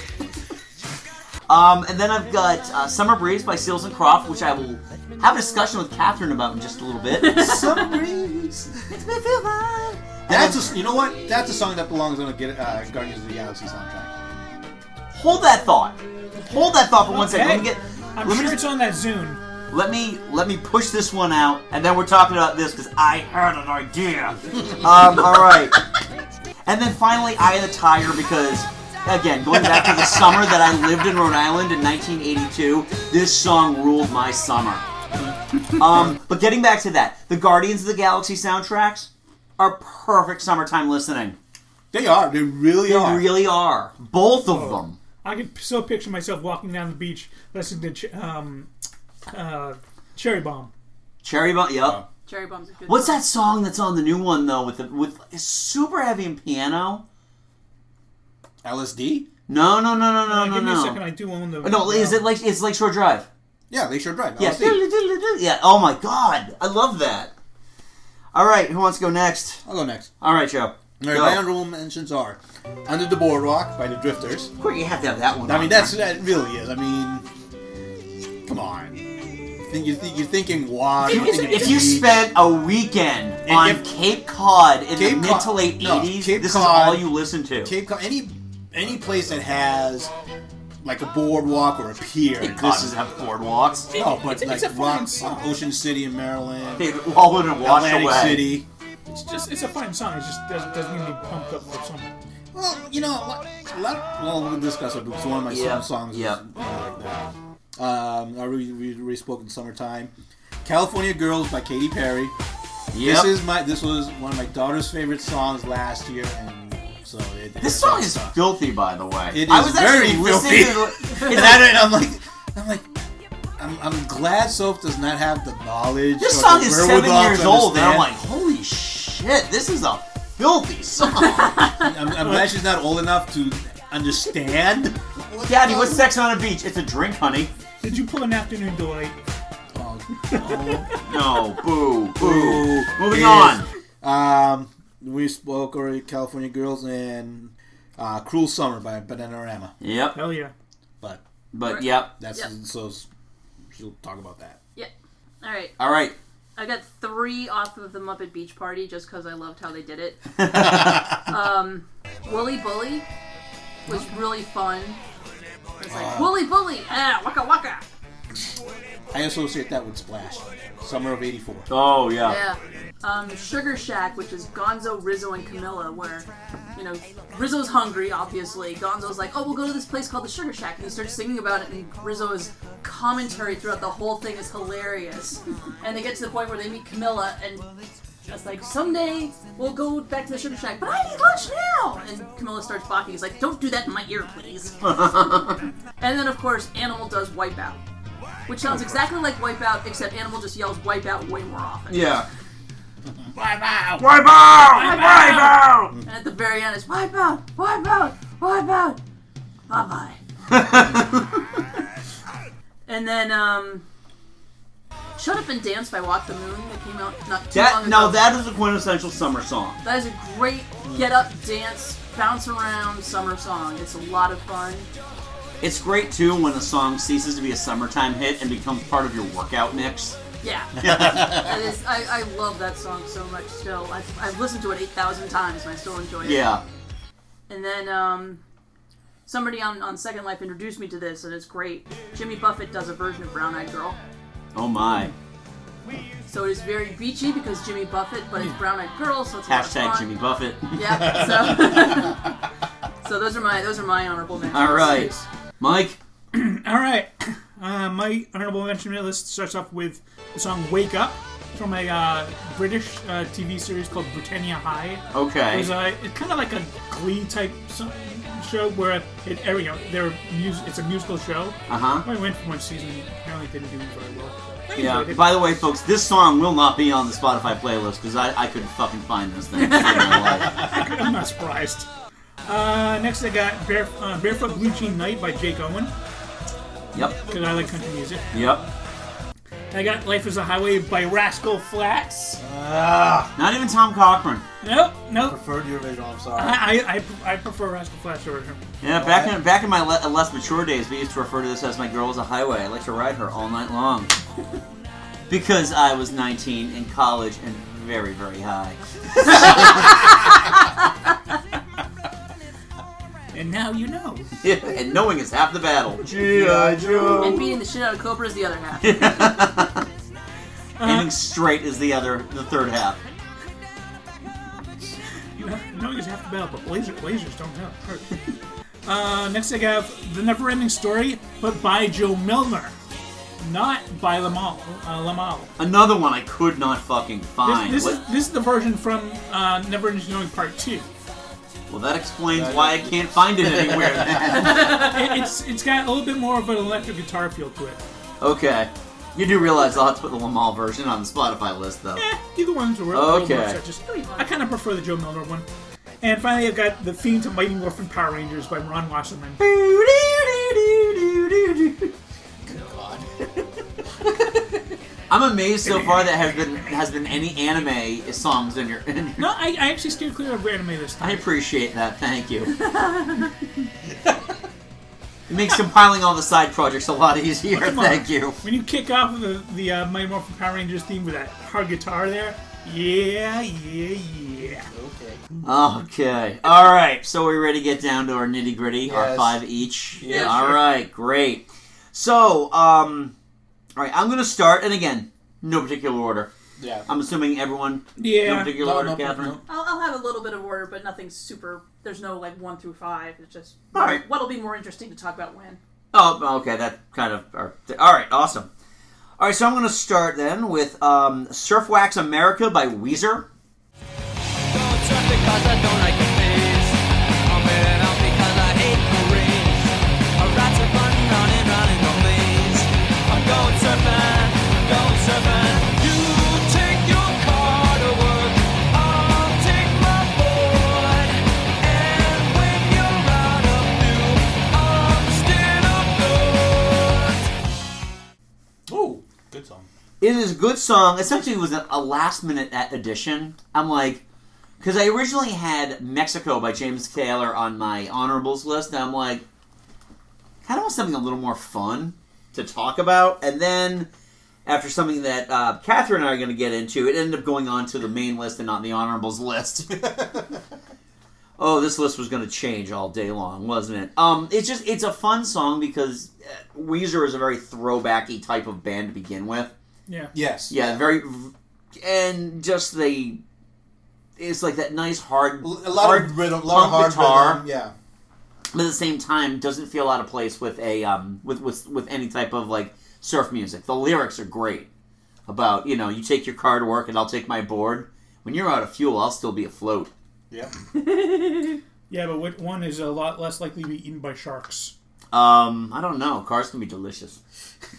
[SPEAKER 4] Um, and then I've got uh, Summer Breeze by Seals and Croft, which I will have a discussion with Catherine about in just a little bit.
[SPEAKER 6] Summer breeze.
[SPEAKER 4] Makes me feel fine.
[SPEAKER 6] That's a, s- you know what? That's a song that belongs on a get, uh, Guardians of the Galaxy soundtrack.
[SPEAKER 4] Hold that thought. Hold that thought for one second.
[SPEAKER 5] Okay.
[SPEAKER 4] Let me get.
[SPEAKER 5] I'm
[SPEAKER 4] let
[SPEAKER 5] sure
[SPEAKER 4] me
[SPEAKER 5] it's
[SPEAKER 4] just,
[SPEAKER 5] on that Zune.
[SPEAKER 4] let me let me push this one out, and then we're talking about this because I had an idea. um, all right. And then finally, Eye of the Tiger because. Again, going back to the summer that I lived in Rhode Island in 1982, this song ruled my summer. Um, but getting back to that, the Guardians of the Galaxy soundtracks are perfect summertime listening.
[SPEAKER 6] They are. They really
[SPEAKER 4] They
[SPEAKER 6] are.
[SPEAKER 4] really are. Both of them.
[SPEAKER 5] I can still picture myself walking down the beach listening to ch- um, uh, Cherry Bomb.
[SPEAKER 4] Cherry Bomb. Yep.
[SPEAKER 7] Cherry Bomb's a good.
[SPEAKER 4] What's
[SPEAKER 7] song.
[SPEAKER 4] that song that's on the new one though with the with it's super heavy and piano?
[SPEAKER 6] LSD.
[SPEAKER 4] No, no, no, no, no, no,
[SPEAKER 5] Give me a
[SPEAKER 4] no.
[SPEAKER 5] second. I do own the.
[SPEAKER 4] no, is it like it's Lakeshore Drive?
[SPEAKER 6] Yeah, Lakeshore Drive.
[SPEAKER 4] Yeah.
[SPEAKER 6] LSD.
[SPEAKER 4] Yeah. Oh my god, I love that. All right, who wants to go next?
[SPEAKER 6] I'll go next.
[SPEAKER 4] All right, Joe.
[SPEAKER 6] All right,
[SPEAKER 4] Go.
[SPEAKER 6] my honorable mentions are Under the Boardwalk by the Drifters.
[SPEAKER 4] Of course, you have to have that one.
[SPEAKER 6] I
[SPEAKER 4] on
[SPEAKER 6] mean,
[SPEAKER 4] there.
[SPEAKER 6] that's that really is. I mean, come on. Think, you're, think, you're thinking water. you're thinking
[SPEAKER 4] If you
[SPEAKER 6] beach.
[SPEAKER 4] spent a weekend
[SPEAKER 6] If-
[SPEAKER 4] on
[SPEAKER 6] if-
[SPEAKER 4] Cape Cod in
[SPEAKER 6] Cape
[SPEAKER 4] the mid
[SPEAKER 6] Cod-
[SPEAKER 4] to late
[SPEAKER 6] no,
[SPEAKER 4] 80s,
[SPEAKER 6] Cape
[SPEAKER 4] this is
[SPEAKER 6] Cod-
[SPEAKER 4] all you listen to.
[SPEAKER 6] Cape Cod, any any place that has like a boardwalk or a pier.
[SPEAKER 4] Cape Cod
[SPEAKER 6] this
[SPEAKER 4] doesn't
[SPEAKER 6] is
[SPEAKER 4] have boardwalks.
[SPEAKER 6] no, but
[SPEAKER 10] It's a-
[SPEAKER 6] like
[SPEAKER 10] it's a fucking
[SPEAKER 6] rock,
[SPEAKER 10] song.
[SPEAKER 6] like Ocean City in Maryland,
[SPEAKER 4] They all would have washed
[SPEAKER 6] Atlantic
[SPEAKER 4] away.
[SPEAKER 6] City.
[SPEAKER 5] It's just it's a fine song. It just doesn't doesn't need to be pumped up for something.
[SPEAKER 6] Well, you know, a lot, a lot- well, we'll discuss it because one of my
[SPEAKER 4] Yeah,
[SPEAKER 6] summer songs is
[SPEAKER 4] yeah.
[SPEAKER 6] you know, like that. Um, I already, already, already spoke in summertime. California Girls by Katy Perry.
[SPEAKER 4] Yep.
[SPEAKER 6] This is my this was one of my daughter's favorite songs last year, and so it,
[SPEAKER 4] This song is filthy, by the way.
[SPEAKER 6] It
[SPEAKER 4] I
[SPEAKER 6] is
[SPEAKER 4] was actually
[SPEAKER 6] very
[SPEAKER 4] listening
[SPEAKER 6] filthy.
[SPEAKER 4] to
[SPEAKER 6] And I don't- I'm like, I'm like, I'm, I'm glad Soph does not have the knowledge.
[SPEAKER 4] This
[SPEAKER 6] or
[SPEAKER 4] song
[SPEAKER 6] the
[SPEAKER 4] is
[SPEAKER 6] wherewithal
[SPEAKER 4] seven years
[SPEAKER 6] to
[SPEAKER 4] old, and I'm like,
[SPEAKER 6] understand.
[SPEAKER 4] holy shit, this is a filthy song.
[SPEAKER 6] I'm, I'm glad she's not old enough to understand.
[SPEAKER 4] Daddy, what's sex on a beach? It's a drink, honey.
[SPEAKER 5] Did you pull an afternoon delight?
[SPEAKER 6] Oh, no.
[SPEAKER 4] No, boo, boo.
[SPEAKER 6] Ooh,
[SPEAKER 4] Moving
[SPEAKER 6] is-
[SPEAKER 4] on.
[SPEAKER 6] Um, we spoke already California Girls and uh, Cruel Summer by Bananarama.
[SPEAKER 4] Yep,
[SPEAKER 5] Hell yeah.
[SPEAKER 6] But
[SPEAKER 4] but yep.
[SPEAKER 6] that's
[SPEAKER 7] Yeah.
[SPEAKER 6] so she'll talk about that.
[SPEAKER 7] Yeah. All right.
[SPEAKER 4] All right.
[SPEAKER 7] I got three off of the Muppet Beach Party just because I loved how they did it. um, Wooly Bully was really fun. It's
[SPEAKER 4] Oh.
[SPEAKER 7] like Wooly Bully, ah, waka waka.
[SPEAKER 6] I associate that with Splash, Summer of '84.
[SPEAKER 4] Oh, yeah.
[SPEAKER 7] Yeah. Um, Sugar Shack, which is Gonzo, Rizzo, and Camilla, where, you know, Rizzo's hungry, obviously. Gonzo's like, oh, we'll go to this place called the Sugar Shack. And he starts singing about it, and Rizzo's commentary throughout the whole thing is hilarious. And they get to the point where they meet Camilla, and it's like, someday we'll go back to the Sugar Shack, but I need lunch now! And Camilla starts barking. He's like, don't do that in my ear, please. and then, of course, Animal does Wipeout. Which sounds exactly like Wipeout, except Animal just yells Wipeout way more often.
[SPEAKER 4] Yeah.
[SPEAKER 7] And at the very end, it's wipe out, wipe out, wipe out. Bye bye. and then, um, Shut Up and Dance by Walk the Moon that came out not too long
[SPEAKER 4] That
[SPEAKER 7] ago.
[SPEAKER 4] now that is a quintessential summer song.
[SPEAKER 7] that is a great get up, dance, bounce around summer song. It's a lot of fun.
[SPEAKER 4] It's great too when a song ceases to be a summertime hit and becomes part of your workout mix.
[SPEAKER 7] Yeah. That is- I, I love that song so much still. I've, I've listened to it 8,000 times and I still enjoy it.
[SPEAKER 4] Yeah.
[SPEAKER 7] And then um, somebody on, on Second Life introduced me to this, and it's great. Jimmy Buffett does a version of Brown Eyed Girl.
[SPEAKER 4] Oh my.
[SPEAKER 7] So it is very beachy because Jimmy Buffett, but it's Brown Eyed Girl, so it's a lot of
[SPEAKER 4] Hashtag
[SPEAKER 7] fun.
[SPEAKER 4] Jimmy Buffett.
[SPEAKER 7] Yeah. So, so those are my those are my honorable mentions.
[SPEAKER 4] All right, Mike.
[SPEAKER 5] All right. Uh, my honorable mention list starts off with the song "Wake Up" from a uh, British uh, TV series called Britannia High. It
[SPEAKER 4] Okay.
[SPEAKER 5] was uh, it's kind of like a Glee type so- show where it, every you know, they're mus- it's a musical show.
[SPEAKER 4] Uh huh.
[SPEAKER 5] I went for one season. Apparently, didn't do very well. I
[SPEAKER 4] Yeah.
[SPEAKER 5] enjoyed it.
[SPEAKER 4] By the way, folks, this song will not be on the Spotify playlist because I, I couldn't fucking find this thing. in my life.
[SPEAKER 5] I'm not surprised. Uh, next, I got Bare, uh, Barefoot Blue Jean Night by Jake Owen
[SPEAKER 4] Yep.
[SPEAKER 5] because I like country music.
[SPEAKER 4] Yep.
[SPEAKER 5] I got Life Is a Highway by Rascal Flats.
[SPEAKER 4] Not even Tom Cochran.
[SPEAKER 5] Nope, nope.
[SPEAKER 6] Preferred the original. I'm sorry.
[SPEAKER 5] I, I- I, pre- I prefer Rascal Flats over him.
[SPEAKER 4] Yeah. Back in back in my le- uh, less mature days, we used to refer to this as my girl is a highway. I like to ride her all night long because I was 19 in college and very very high.
[SPEAKER 5] And now you know.
[SPEAKER 4] and knowing is half the battle.
[SPEAKER 7] And beating the shit out of Cobra is the other half.
[SPEAKER 5] Uh-huh.
[SPEAKER 4] Aiming straight is the other, the third half.
[SPEAKER 5] You know, knowing is half the battle, but laser, lasers don't help. uh, next, I have The Never Ending Story, but by Joe Milner. Not by Lamal. Uh, Lamal.
[SPEAKER 4] Another one I could not fucking find.
[SPEAKER 5] This, this,
[SPEAKER 4] What-
[SPEAKER 5] is, this is the version from uh, Never Ending Story Part 2.
[SPEAKER 4] well, that explains why I can't find it anywhere. then.
[SPEAKER 5] It- it's, it's got a little bit more of an electric guitar feel to it.
[SPEAKER 4] okay. You do realize I'll have to put the Lamal version on the Spotify list, though.
[SPEAKER 5] Eh, either one's a real, real
[SPEAKER 4] Okay.
[SPEAKER 5] works. I just I kind of prefer the Joe Milner one. And finally, I've got the theme to Mighty Morphin Power Rangers by Ron Wasserman.
[SPEAKER 4] I'm amazed so far that has been has been any anime songs in your. In your
[SPEAKER 5] No, I, I actually steered clear of anime this
[SPEAKER 4] I
[SPEAKER 5] time.
[SPEAKER 4] appreciate that. Thank you. makes compiling all the side projects a lot easier.
[SPEAKER 5] Come on.
[SPEAKER 4] Thank you.
[SPEAKER 5] When you kick off with the, the uh, Mighty Morphin Power Rangers theme with that hard guitar there, yeah, yeah, yeah.
[SPEAKER 4] Okay. All right. So we're ready to get down to our nitty gritty. Our
[SPEAKER 6] Yes.
[SPEAKER 4] five each.
[SPEAKER 6] Yeah,
[SPEAKER 4] All
[SPEAKER 6] sure.
[SPEAKER 4] right. Great. So, um, all right. I'm gonna start, and again, no particular order.
[SPEAKER 6] Yeah.
[SPEAKER 4] I'm assuming everyone. No
[SPEAKER 5] Yeah.
[SPEAKER 4] particular order, Catherine.
[SPEAKER 7] I'll, I'll have a little bit of order, but nothing super. There's no like one through five. It's just
[SPEAKER 4] All right.
[SPEAKER 7] what'll be more interesting to talk about when.
[SPEAKER 4] Oh, okay. That kind of. All right. Awesome. All right. So I'm gonna start then with um, "Surf Wax America" by Weezer.
[SPEAKER 6] Oh, good song.
[SPEAKER 4] It is a good song. Essentially, it was a, a last minute a- addition. I'm like, because I originally had Mexico by James Taylor on my honorables list. And I'm like, kind of want something a little more fun to talk about. And then after something that uh, Catherine and I are going to get into, it ended up going on to the main list and not the honorables list. oh, this list was going to change all day long, wasn't it? Um, it's just it's a fun song because uh, Weezer is a very throwbacky type of band to begin with.
[SPEAKER 5] Yeah.
[SPEAKER 6] Yes.
[SPEAKER 4] Yeah, very, and just the, it's like that nice hard,
[SPEAKER 6] A lot
[SPEAKER 4] hard
[SPEAKER 6] of rhythm, a lot of hard
[SPEAKER 4] punk guitar,
[SPEAKER 6] rhythm. Yeah.
[SPEAKER 4] but at the same time doesn't feel out of place with a um with with with any type of like surf music. The lyrics are great about you know you take your car to work and I'll take my board. When you're out of fuel, I'll still be afloat.
[SPEAKER 6] Yeah.
[SPEAKER 5] Yeah, but which one is a lot less likely to be eaten by sharks?
[SPEAKER 4] Um, I don't know. Cars can be delicious.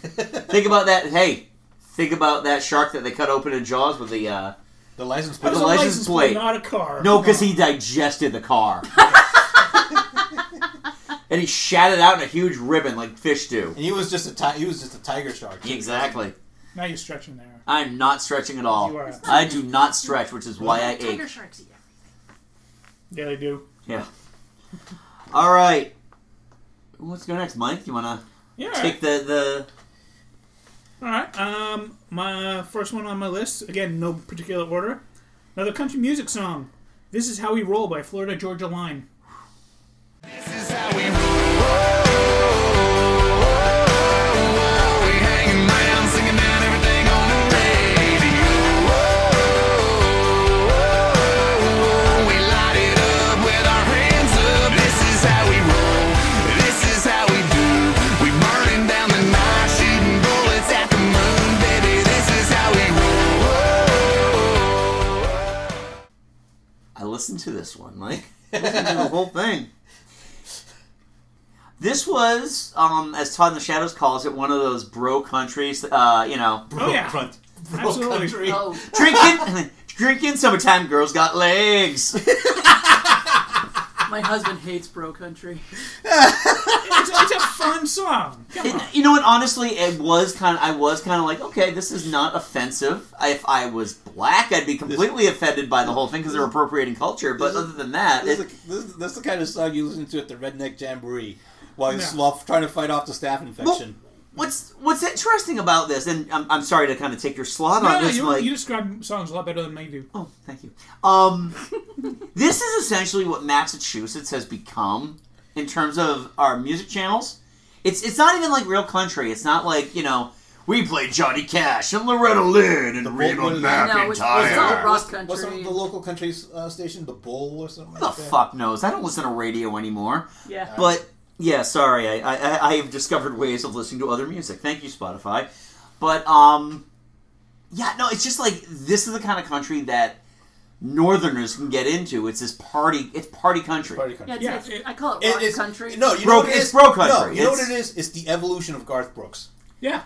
[SPEAKER 4] think about that. Hey, think about that shark that they cut open in Jaws with the. uh
[SPEAKER 6] The license plate.
[SPEAKER 4] But
[SPEAKER 5] It's
[SPEAKER 4] the
[SPEAKER 5] a
[SPEAKER 4] license plate.
[SPEAKER 5] not a car.
[SPEAKER 4] No, because he digested the car. and he shat it out in a huge ribbon like fish do.
[SPEAKER 6] And he was just a ti- he was just a tiger shark.
[SPEAKER 4] Exactly.
[SPEAKER 5] Now you're stretching there.
[SPEAKER 4] I'm not stretching at all.
[SPEAKER 5] You are.
[SPEAKER 4] I do not stretch, which is why I ache.
[SPEAKER 7] Tiger sharks eat everything.
[SPEAKER 5] Yeah, they do.
[SPEAKER 4] Yeah. All right. Let's go next, Mike. You wanna
[SPEAKER 5] Yeah.
[SPEAKER 4] take the the?
[SPEAKER 5] All right. Um, my first one on my list, again, no particular order. Another country music song. This is How We Roll by Florida Georgia Line.
[SPEAKER 4] I listened to this one, Mike. I listened to the whole thing. This was, um, as Todd in the Shadows calls it, one of those bro countries. Uh, you know,
[SPEAKER 5] Oh yeah. Absolutely.
[SPEAKER 7] Oh,
[SPEAKER 4] drinking, drinking summertime girls got legs.
[SPEAKER 7] my husband hates bro country.
[SPEAKER 5] It's, it's a fun song. Come on.
[SPEAKER 4] It- you know what? Honestly, it was kind. Of, I was kind of like, okay, this is not offensive. If I was black, I'd be completely offended by the whole thing because they're appropriating culture. But
[SPEAKER 6] this is-
[SPEAKER 4] other than that,
[SPEAKER 6] This
[SPEAKER 4] it,
[SPEAKER 6] is, the, this, is- this is the kind of song you listen to at the Redneck Jamboree while you're
[SPEAKER 5] Yeah.
[SPEAKER 6] sloth- trying to fight off the staph infection.
[SPEAKER 4] what's what's interesting about this, and I'm, I'm sorry to kind of take your slot
[SPEAKER 5] No,
[SPEAKER 4] on
[SPEAKER 5] no,
[SPEAKER 4] this,
[SPEAKER 5] you,
[SPEAKER 4] Mike.
[SPEAKER 5] you describe songs a lot better than I do.
[SPEAKER 4] Oh, thank you. Um, this is essentially what Massachusetts has become in terms of our music channels. It's it's not even like real country. It's not like you know we play Johnny Cash and Loretta Lynn and
[SPEAKER 6] Bull-
[SPEAKER 4] Reba
[SPEAKER 6] what-
[SPEAKER 7] No, it's, it's all
[SPEAKER 4] McEntire.
[SPEAKER 7] rock
[SPEAKER 6] What's the,
[SPEAKER 7] country.
[SPEAKER 6] the local country uh, station? The Bull or something?
[SPEAKER 4] Who the
[SPEAKER 6] like that?
[SPEAKER 4] fuck knows? I don't listen to radio anymore.
[SPEAKER 7] Yeah.
[SPEAKER 4] But yeah, sorry. I, I I have discovered ways of listening to other music. Thank you, Spotify. But um, yeah, no, it's just like this is the kind of country that Northerners can get into. It's this party. It's party country.
[SPEAKER 6] Party country.
[SPEAKER 7] yeah, it's,
[SPEAKER 5] Yeah,
[SPEAKER 7] it's-
[SPEAKER 5] it-
[SPEAKER 7] I call it
[SPEAKER 6] It-
[SPEAKER 7] rock
[SPEAKER 6] it's-
[SPEAKER 7] country.
[SPEAKER 6] No, you know
[SPEAKER 4] Broke-
[SPEAKER 6] what it
[SPEAKER 4] it's
[SPEAKER 6] is?
[SPEAKER 4] bro country.
[SPEAKER 6] No, you know
[SPEAKER 4] It's-
[SPEAKER 6] what it is? It's the evolution of Garth Brooks.
[SPEAKER 5] Yeah.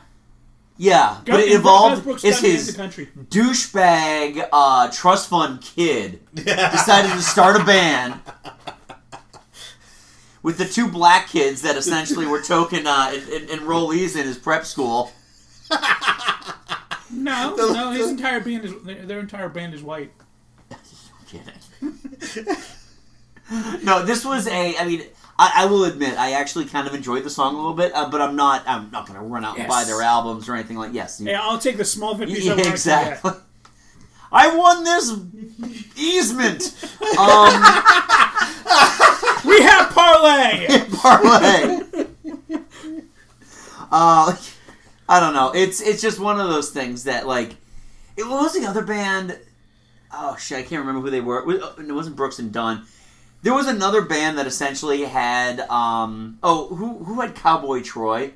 [SPEAKER 4] Yeah, but it
[SPEAKER 5] Garth-
[SPEAKER 4] evolved.
[SPEAKER 5] Garth Brooks
[SPEAKER 4] It's
[SPEAKER 5] got me into
[SPEAKER 4] his
[SPEAKER 5] country.
[SPEAKER 4] douchebag uh, trust fund kid decided to start a band with the two black kids that essentially were token uh, en- en- enrollees in his prep school.
[SPEAKER 5] No, no, his entire band is their, their entire band is white.
[SPEAKER 4] Kidding. no, this was a. I mean, I, I will admit, I actually kind of enjoyed the song a little bit, uh, but I'm not. I'm not going to run out and buy
[SPEAKER 5] Yes.
[SPEAKER 4] their albums or anything like. Yes, you-
[SPEAKER 5] Yeah, I'll take the small victories
[SPEAKER 4] yeah,
[SPEAKER 5] over large-
[SPEAKER 4] exactly. I won this easement um,
[SPEAKER 5] We have parlay.
[SPEAKER 4] parlay. Uh, I don't know. It's it's just one of those things that like. It what was the other band. Oh shit! I can't remember who they were. It was- It wasn't Brooks and Dunn. There was another band that essentially had. Um, oh, who who had Cowboy Troy?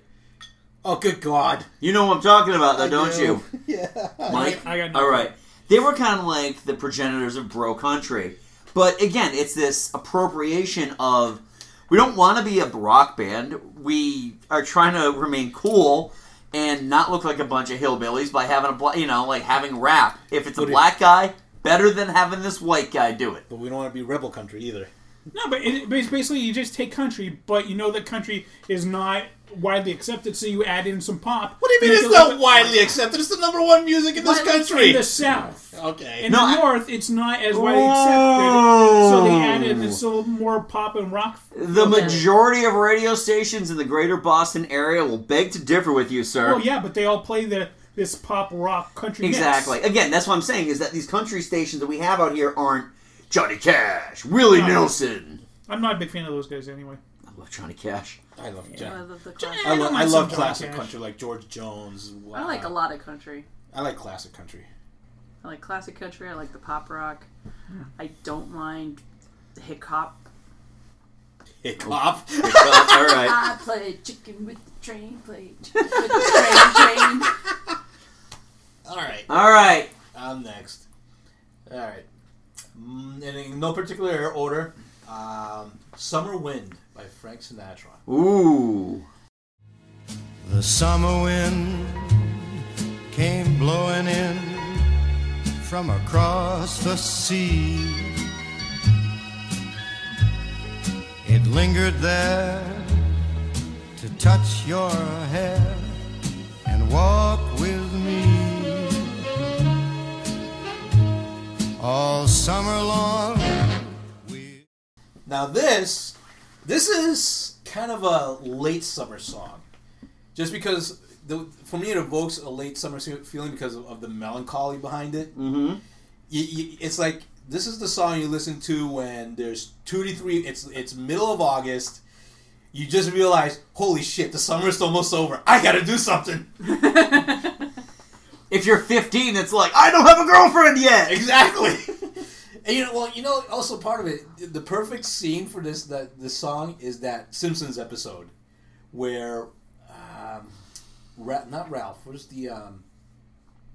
[SPEAKER 6] Oh, good God.
[SPEAKER 4] You know what I'm talking about, though, don't you?
[SPEAKER 6] Yeah.
[SPEAKER 4] Mike?
[SPEAKER 5] I got
[SPEAKER 4] All
[SPEAKER 5] nothing.
[SPEAKER 4] right. They were kind of like the progenitors of bro country. But again, it's this appropriation of we don't want to be a rock band. We are trying to remain cool and not look like a bunch of hillbillies by having a bla- you know like having rap. If it's a
[SPEAKER 6] Would it-
[SPEAKER 4] black guy, better than having this white guy do it.
[SPEAKER 6] But we don't want to be rebel country either.
[SPEAKER 5] No, but it, but it's basically you just take country, but you know that country is not widely accepted, so you add in some pop.
[SPEAKER 6] What do you mean it's not widely accepted? It's the number one music in this country.
[SPEAKER 5] In the South.
[SPEAKER 6] Okay.
[SPEAKER 5] In
[SPEAKER 4] No, I-
[SPEAKER 5] the North, it's not as widely accepted, so they added it's a little more pop and rock.
[SPEAKER 4] The majority of radio stations in the greater Boston area will beg to differ with you, sir.
[SPEAKER 5] Well, yeah, but they all play the this pop rock country. mix.
[SPEAKER 4] Exactly. Again, that's what I'm saying is that these country stations that we have out here aren't Johnny Cash, Willie
[SPEAKER 5] No.
[SPEAKER 4] Nelson.
[SPEAKER 5] I'm not a big fan of those guys anyway.
[SPEAKER 4] I love Johnny Cash.
[SPEAKER 6] I love
[SPEAKER 7] I love
[SPEAKER 6] John.
[SPEAKER 7] the classic.
[SPEAKER 6] I,
[SPEAKER 5] I
[SPEAKER 6] lo-
[SPEAKER 5] don't
[SPEAKER 6] I
[SPEAKER 5] mind
[SPEAKER 6] love
[SPEAKER 5] some John
[SPEAKER 6] classic
[SPEAKER 5] Cash.
[SPEAKER 6] country like George Jones.
[SPEAKER 7] I like a lot of country.
[SPEAKER 6] I like classic country.
[SPEAKER 7] I like classic country. I like the pop rock. I don't mind hip hop.
[SPEAKER 6] Hip hop.
[SPEAKER 4] Well, all right.
[SPEAKER 7] I play chicken with the train. Play chicken with the train. train.
[SPEAKER 6] All right.
[SPEAKER 4] All right.
[SPEAKER 6] I'm next. All right. Mm, and in no particular order, um, Summer Wind by Frank Sinatra.
[SPEAKER 4] Ooh.
[SPEAKER 9] The summer wind came blowing in from across the sea. It lingered there to touch your hair and walk with me. All summer long. we-
[SPEAKER 6] Now this, this is kind of a late summer song, just because the, for me it evokes a late summer se- feeling because of, of the melancholy behind it. Mm-hmm. You, you, it's like this is the song you listen to when there's two to three. It's it's middle of August. You just realize, holy shit, the summer's almost over. I gotta do something.
[SPEAKER 4] If you're 15, it's like I don't have a girlfriend yet.
[SPEAKER 6] Exactly. and you know, well, you know, also part of it, the perfect scene for this that this song is that Simpsons episode where, um, Ra- not Ralph. What is the um,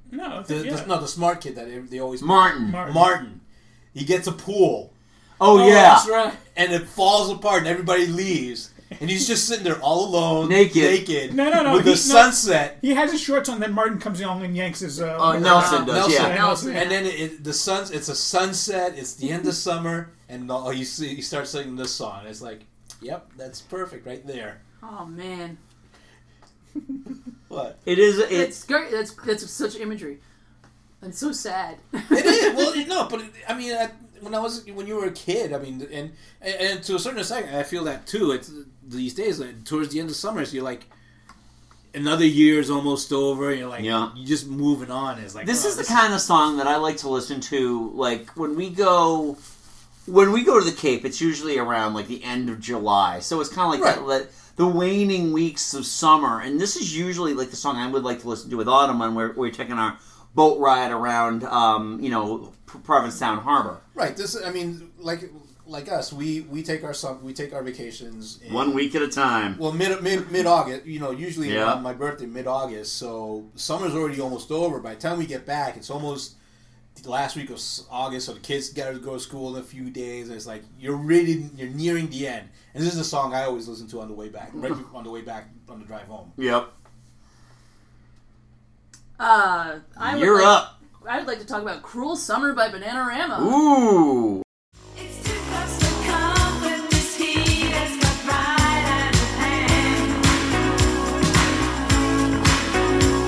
[SPEAKER 5] No, I
[SPEAKER 6] the,
[SPEAKER 5] think- yeah.
[SPEAKER 6] the, no the smart kid that they- they always
[SPEAKER 4] Martin.
[SPEAKER 5] Martin.
[SPEAKER 6] Martin. He gets a pool
[SPEAKER 4] Oh, yeah.
[SPEAKER 5] that's right.
[SPEAKER 6] and it falls apart and everybody leaves and he's just sitting there all alone,
[SPEAKER 4] Naked.
[SPEAKER 6] naked,
[SPEAKER 5] No, no, no,
[SPEAKER 6] with the
[SPEAKER 5] he's not-
[SPEAKER 6] sunset.
[SPEAKER 5] He has his shorts on, then Martin comes along and yanks his. Uh,
[SPEAKER 4] Oh, Nelson does.
[SPEAKER 6] Nelson.
[SPEAKER 4] Yeah.
[SPEAKER 7] Nelson.
[SPEAKER 6] And then it, it, the sun's it's a sunset. It's the end of summer, and all, you see, you start singing this song. It's like, yep, that's perfect right there.
[SPEAKER 7] Oh man,
[SPEAKER 6] What?
[SPEAKER 4] It is. It's
[SPEAKER 7] it's great. That's that's such imagery. And so sad.
[SPEAKER 6] It is. Well, you know, but it, I mean, I, when I was when you were a kid, I mean, and and, and to a certain extent, I feel that too. It's these days, like, towards the end of summers, you're like. Another year is almost over. You're like,
[SPEAKER 4] Yeah.
[SPEAKER 6] you're just moving on. It's like
[SPEAKER 4] this
[SPEAKER 6] oh,
[SPEAKER 4] is the kind of song that I like to listen to. Like when we go, when we go to the Cape, it's usually around like the end of July. So it's kind of like that, that- the waning weeks of summer. And this is usually like the song I would like to listen to with Autumn when we're, we're taking our boat ride around, um, you know, P- Provincetown Harbor.
[SPEAKER 6] right. This, I mean, like like us, we we take our sum, we take our vacations in,
[SPEAKER 4] One week at a time.
[SPEAKER 6] Well, mid mid mid August, you know, usually
[SPEAKER 4] Yeah.
[SPEAKER 6] around my birthday, mid August. So summer's already almost over. By the time we get back, it's almost the last week of s- August. So the kids got to go to school in a few days. And it's like you're really you're nearing the end. And this is a song I always listen to on the way back, right bef- on the way back on the drive home.
[SPEAKER 4] Yep.
[SPEAKER 7] Uh, I would
[SPEAKER 4] You're
[SPEAKER 7] like,
[SPEAKER 4] up.
[SPEAKER 7] I would like to talk about "Cruel Summer" by Bananarama.
[SPEAKER 4] Ooh.
[SPEAKER 10] It's too close to come with this heat that's got right out of hand.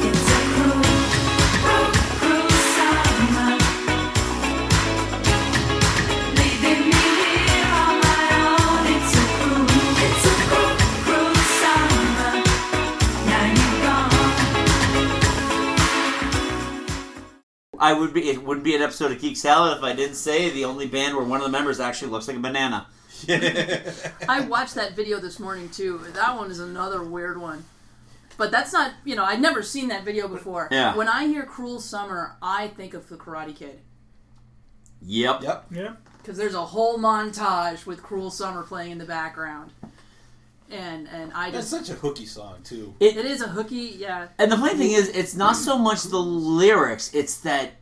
[SPEAKER 10] It's a cruel, cruel, cruel summer, leaving me here on my own. It's a cruel,
[SPEAKER 4] I would be. It wouldn't be an episode of Geek Salad if I didn't say the only band where one of the members actually looks like a banana.
[SPEAKER 7] I watched that video this morning too. That one is another weird one. But that's not, you know, I'd never seen that video before.
[SPEAKER 4] Yeah.
[SPEAKER 7] When I hear Cruel Summer, I think of The Karate Kid.
[SPEAKER 4] Yep.
[SPEAKER 6] Yep.
[SPEAKER 5] Yeah.
[SPEAKER 7] Because there's a whole montage with Cruel Summer playing in the background. And and I
[SPEAKER 6] That's
[SPEAKER 7] just.
[SPEAKER 6] such a hooky song too.
[SPEAKER 7] it is a hooky, yeah.
[SPEAKER 4] And the funny thing is, it's not so much the lyrics; it's that.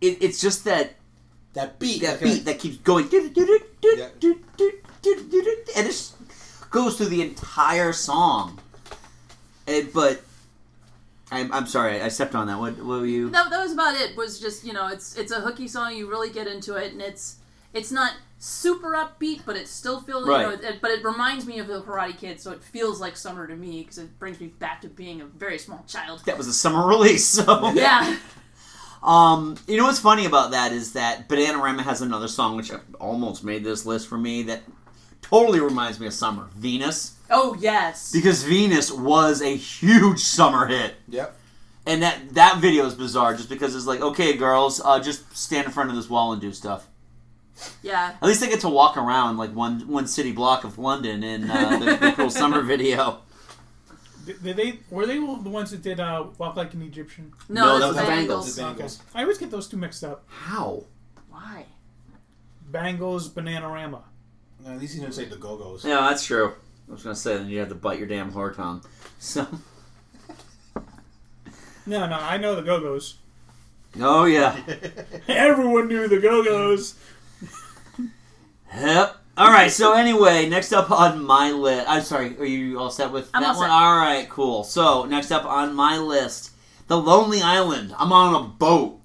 [SPEAKER 4] It, it's just that
[SPEAKER 6] That beat.
[SPEAKER 4] that
[SPEAKER 6] like,
[SPEAKER 4] beat that keeps going, "Do, do, do, do,
[SPEAKER 6] Yeah.
[SPEAKER 4] do, do, do, do, do," and it just goes through the entire song. And, but I'm, I'm sorry, I stepped on that. What, what were you?
[SPEAKER 7] that, that was about it was just you know it's it's a hooky song you really get into it and it's it's not super upbeat but it's still feels you
[SPEAKER 4] Right.
[SPEAKER 7] know it, but it reminds me of the karate kid so it feels like summer to me because it brings me back to being a very small child
[SPEAKER 4] That was a summer release, so
[SPEAKER 7] yeah
[SPEAKER 4] Um, you know what's funny about that is that Bananarama has another song which almost made this list for me that totally reminds me of summer. Venus,
[SPEAKER 7] oh yes
[SPEAKER 4] because Venus was a huge summer hit.
[SPEAKER 6] Yep.
[SPEAKER 4] And that that video is bizarre just because it's like, okay, girls, uh, just stand in front of this wall and do stuff.
[SPEAKER 7] yeah
[SPEAKER 4] At least they get to walk around like one one city block of London in uh, the, the Cruel Summer video.
[SPEAKER 5] Did did they were they the ones that did uh, walk like an Egyptian?
[SPEAKER 7] no,
[SPEAKER 4] No, that was
[SPEAKER 7] that's
[SPEAKER 4] the
[SPEAKER 7] bangles,
[SPEAKER 6] The Bangles.
[SPEAKER 5] I always get those two mixed up.
[SPEAKER 4] How?
[SPEAKER 7] why
[SPEAKER 5] Bangles, Bananarama.
[SPEAKER 6] No, at least he didn't say the Go Go's.
[SPEAKER 4] Yeah, that's true. I was gonna say then you have to bite your damn whore tongue. So,
[SPEAKER 5] No, no, I know the Go Go's.
[SPEAKER 4] oh yeah.
[SPEAKER 5] Everyone knew the Go Go's.
[SPEAKER 4] Yep. All right. So anyway, next up on my list. I'm sorry. Are you all set with
[SPEAKER 7] I'm
[SPEAKER 4] that
[SPEAKER 7] all
[SPEAKER 4] one?
[SPEAKER 7] set.
[SPEAKER 4] All right. Cool. So next up on my list, The Lonely Island. I'm on a boat.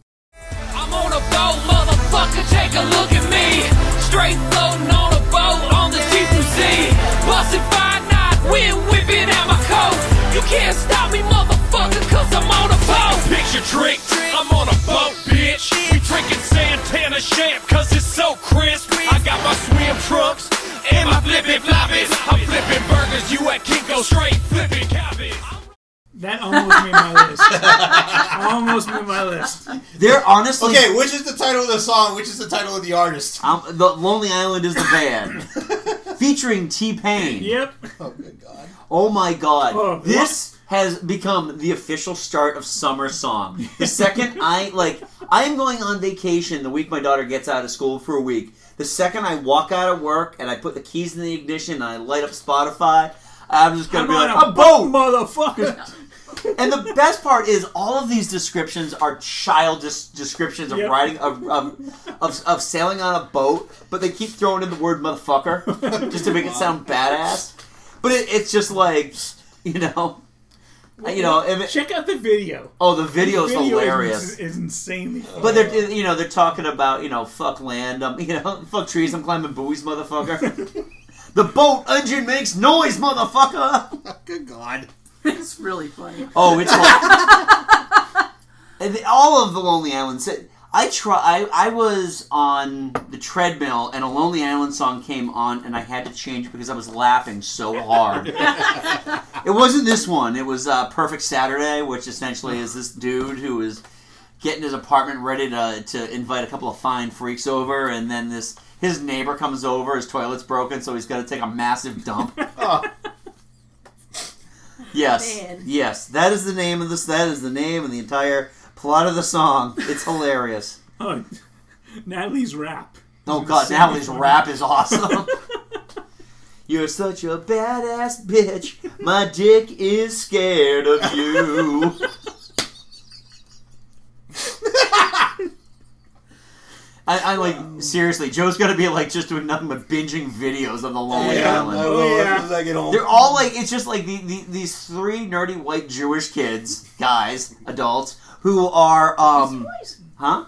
[SPEAKER 11] I'm on a boat, motherfucker, take a look at me. Straight floating on a boat on the deep blue sea. Busted by night, wind whipping at my coat. You can't stop me, motherfucker, cause I'm on a boat. Picture trick, I'm on a boat, bitch. We drinking Santana champ, cause it's so crisp. I got my swim trunks and my flippin' floppies. I'm flipping burgers, you at Kinko, straight flipping cabbage.
[SPEAKER 5] That almost made my list. almost made my list.
[SPEAKER 4] They're honestly.
[SPEAKER 6] Okay, which is the title of the song? Which is the title of the artist?
[SPEAKER 4] I'm, the Lonely Island is the band, featuring T Pain.
[SPEAKER 5] Yep.
[SPEAKER 6] Oh, good God.
[SPEAKER 4] Oh my God!
[SPEAKER 5] Oh, what?
[SPEAKER 4] this has become the official start of summer song. The second I like, I am going on vacation the week my daughter gets out of school for a week. The second I walk out of work and I put the keys in the ignition and I light up Spotify, I'm just gonna
[SPEAKER 5] I'm
[SPEAKER 4] be
[SPEAKER 5] on
[SPEAKER 4] like,
[SPEAKER 5] a
[SPEAKER 4] a boat.
[SPEAKER 5] motherfucker.
[SPEAKER 4] And the best part is, all of these descriptions are childish descriptions of
[SPEAKER 5] Yep.
[SPEAKER 4] riding of, of, of of sailing on a boat, but they keep throwing in the word motherfucker just to make it sound badass. But it, it's just like you know, you know. if it-
[SPEAKER 5] Check out the video.
[SPEAKER 4] oh, the video's
[SPEAKER 5] the video
[SPEAKER 4] hilarious.
[SPEAKER 5] Is, is insanely funny.
[SPEAKER 4] But they're you know they're talking about you know fuck land, um, you know fuck trees. I'm climbing buoys, motherfucker. the boat engine makes noise, motherfucker.
[SPEAKER 6] Good God.
[SPEAKER 7] it's really funny
[SPEAKER 4] Oh, it's all, And the- all of the Lonely Island. si- I try. I, I was on the treadmill, and a Lonely Island song came on, and I had to change because I was laughing so hard. it wasn't this one. It was uh, Perfect Saturday, which essentially is this dude who is getting his apartment ready to to invite a couple of fine freaks over, and then this his neighbor comes over. His toilet's broken, so he's got to take a massive dump. Yes.
[SPEAKER 7] Man.
[SPEAKER 4] Yes. That is the name of this. That is the name and the entire plot of the song. It's hilarious.
[SPEAKER 5] Oh, Natalie's rap.
[SPEAKER 4] Oh god, Natalie's rap is awesome. You're such a badass bitch. My dick is scared of you. I, I like seriously. Joe's gonna be like just doing nothing but binging videos of the Lonely Island.
[SPEAKER 6] I will
[SPEAKER 5] yeah.
[SPEAKER 6] as soon as I get home.
[SPEAKER 4] They're all like it's just like the, the these three nerdy white Jewish kids, guys, adults who are um huh?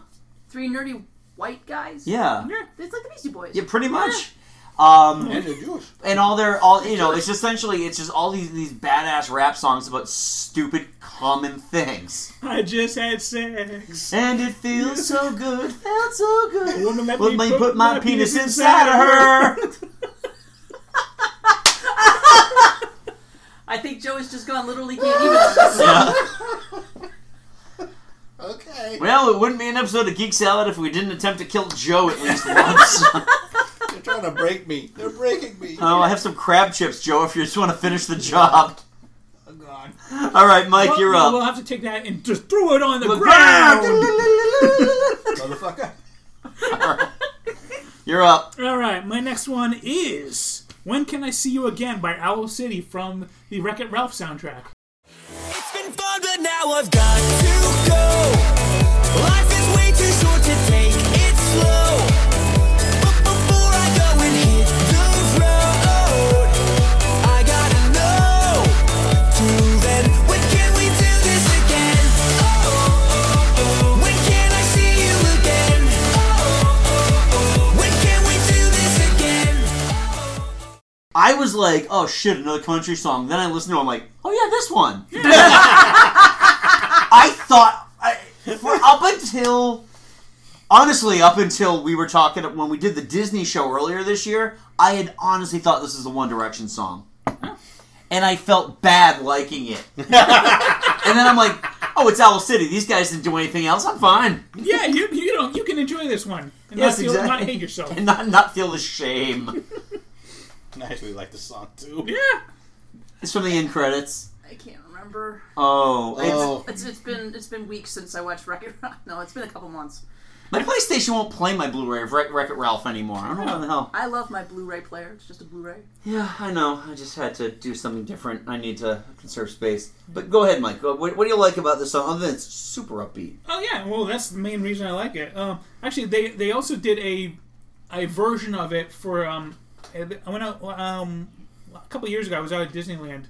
[SPEAKER 7] three nerdy white guys
[SPEAKER 4] Yeah.
[SPEAKER 7] Yeah, it's like the Beastie Boys
[SPEAKER 4] Yeah, pretty much. Um
[SPEAKER 6] And they're Jewish.
[SPEAKER 4] and all their all you know, it's essentially it's just all these these badass rap songs about stupid common things.
[SPEAKER 5] I just had sex.
[SPEAKER 4] And it feels so good, felt so good.
[SPEAKER 5] Wouldn't let
[SPEAKER 4] Let
[SPEAKER 5] me
[SPEAKER 4] me put my penis inside of her.
[SPEAKER 7] I
[SPEAKER 4] E
[SPEAKER 7] think Joe has just gone literally can't even
[SPEAKER 6] Okay.
[SPEAKER 4] Well, it wouldn't be an episode of Geek Salad if we didn't attempt to kill Joe at least once.
[SPEAKER 6] They're trying to break me. They're breaking me.
[SPEAKER 4] oh, I have some crab chips, Joe, if you just want to finish the job.
[SPEAKER 6] Oh, God.
[SPEAKER 4] All right, Mike,
[SPEAKER 5] Well,
[SPEAKER 4] you're
[SPEAKER 5] we'll,
[SPEAKER 4] up.
[SPEAKER 5] We'll have to take that and just throw it on the,
[SPEAKER 4] The
[SPEAKER 5] ground.
[SPEAKER 6] Motherfucker.
[SPEAKER 4] You're up.
[SPEAKER 5] All right, my next one is "When Can I See You Again" by Owl City from the Wreck It Ralph soundtrack.
[SPEAKER 10] It's been fun, but now I've got to go. Life is way too short to take it slow. But before I go and hit the road, I gotta know. Till then, when can we do this again? Oh, oh, oh. when can I see you again? Oh, oh, oh. when can we do this again?
[SPEAKER 4] I was like, oh shit, another country song. Then I listened to it, I'm like, oh yeah, this one. I thought, I, for up until, honestly, up until we were talking, when we did the Disney show earlier this year, I had honestly thought this is the One Direction song. And I felt bad liking it. and then I'm like, oh, it's Owl City. These guys didn't do anything else. I'm fine.
[SPEAKER 5] Yeah, you you know you can enjoy this one and
[SPEAKER 4] Yes,
[SPEAKER 5] not, feel,
[SPEAKER 4] exactly.
[SPEAKER 5] not hate yourself.
[SPEAKER 4] And not, not feel the shame.
[SPEAKER 6] I actually like the song, too.
[SPEAKER 5] Yeah,
[SPEAKER 4] It's from the end credits.
[SPEAKER 7] I can't remember.
[SPEAKER 4] Oh, it's,
[SPEAKER 6] Oh.
[SPEAKER 7] It's, it's been it's been weeks since I watched Wreck It Ralph. No, it's been a couple months.
[SPEAKER 4] My PlayStation won't play my Blu-ray of Wreck Wreck-It Ralph anymore. I don't know what the hell.
[SPEAKER 7] I love my Blu-ray player. It's just a Blu-ray.
[SPEAKER 4] Yeah, I know. I just had to do something different. I need to conserve space. But go ahead, Mike. What, what do you like about this song? Other than it's super upbeat.
[SPEAKER 5] Oh yeah, well that's the main reason I like it. Um, actually, they they also did a a version of it for um, I went out um, a couple years ago. I was out at Disneyland,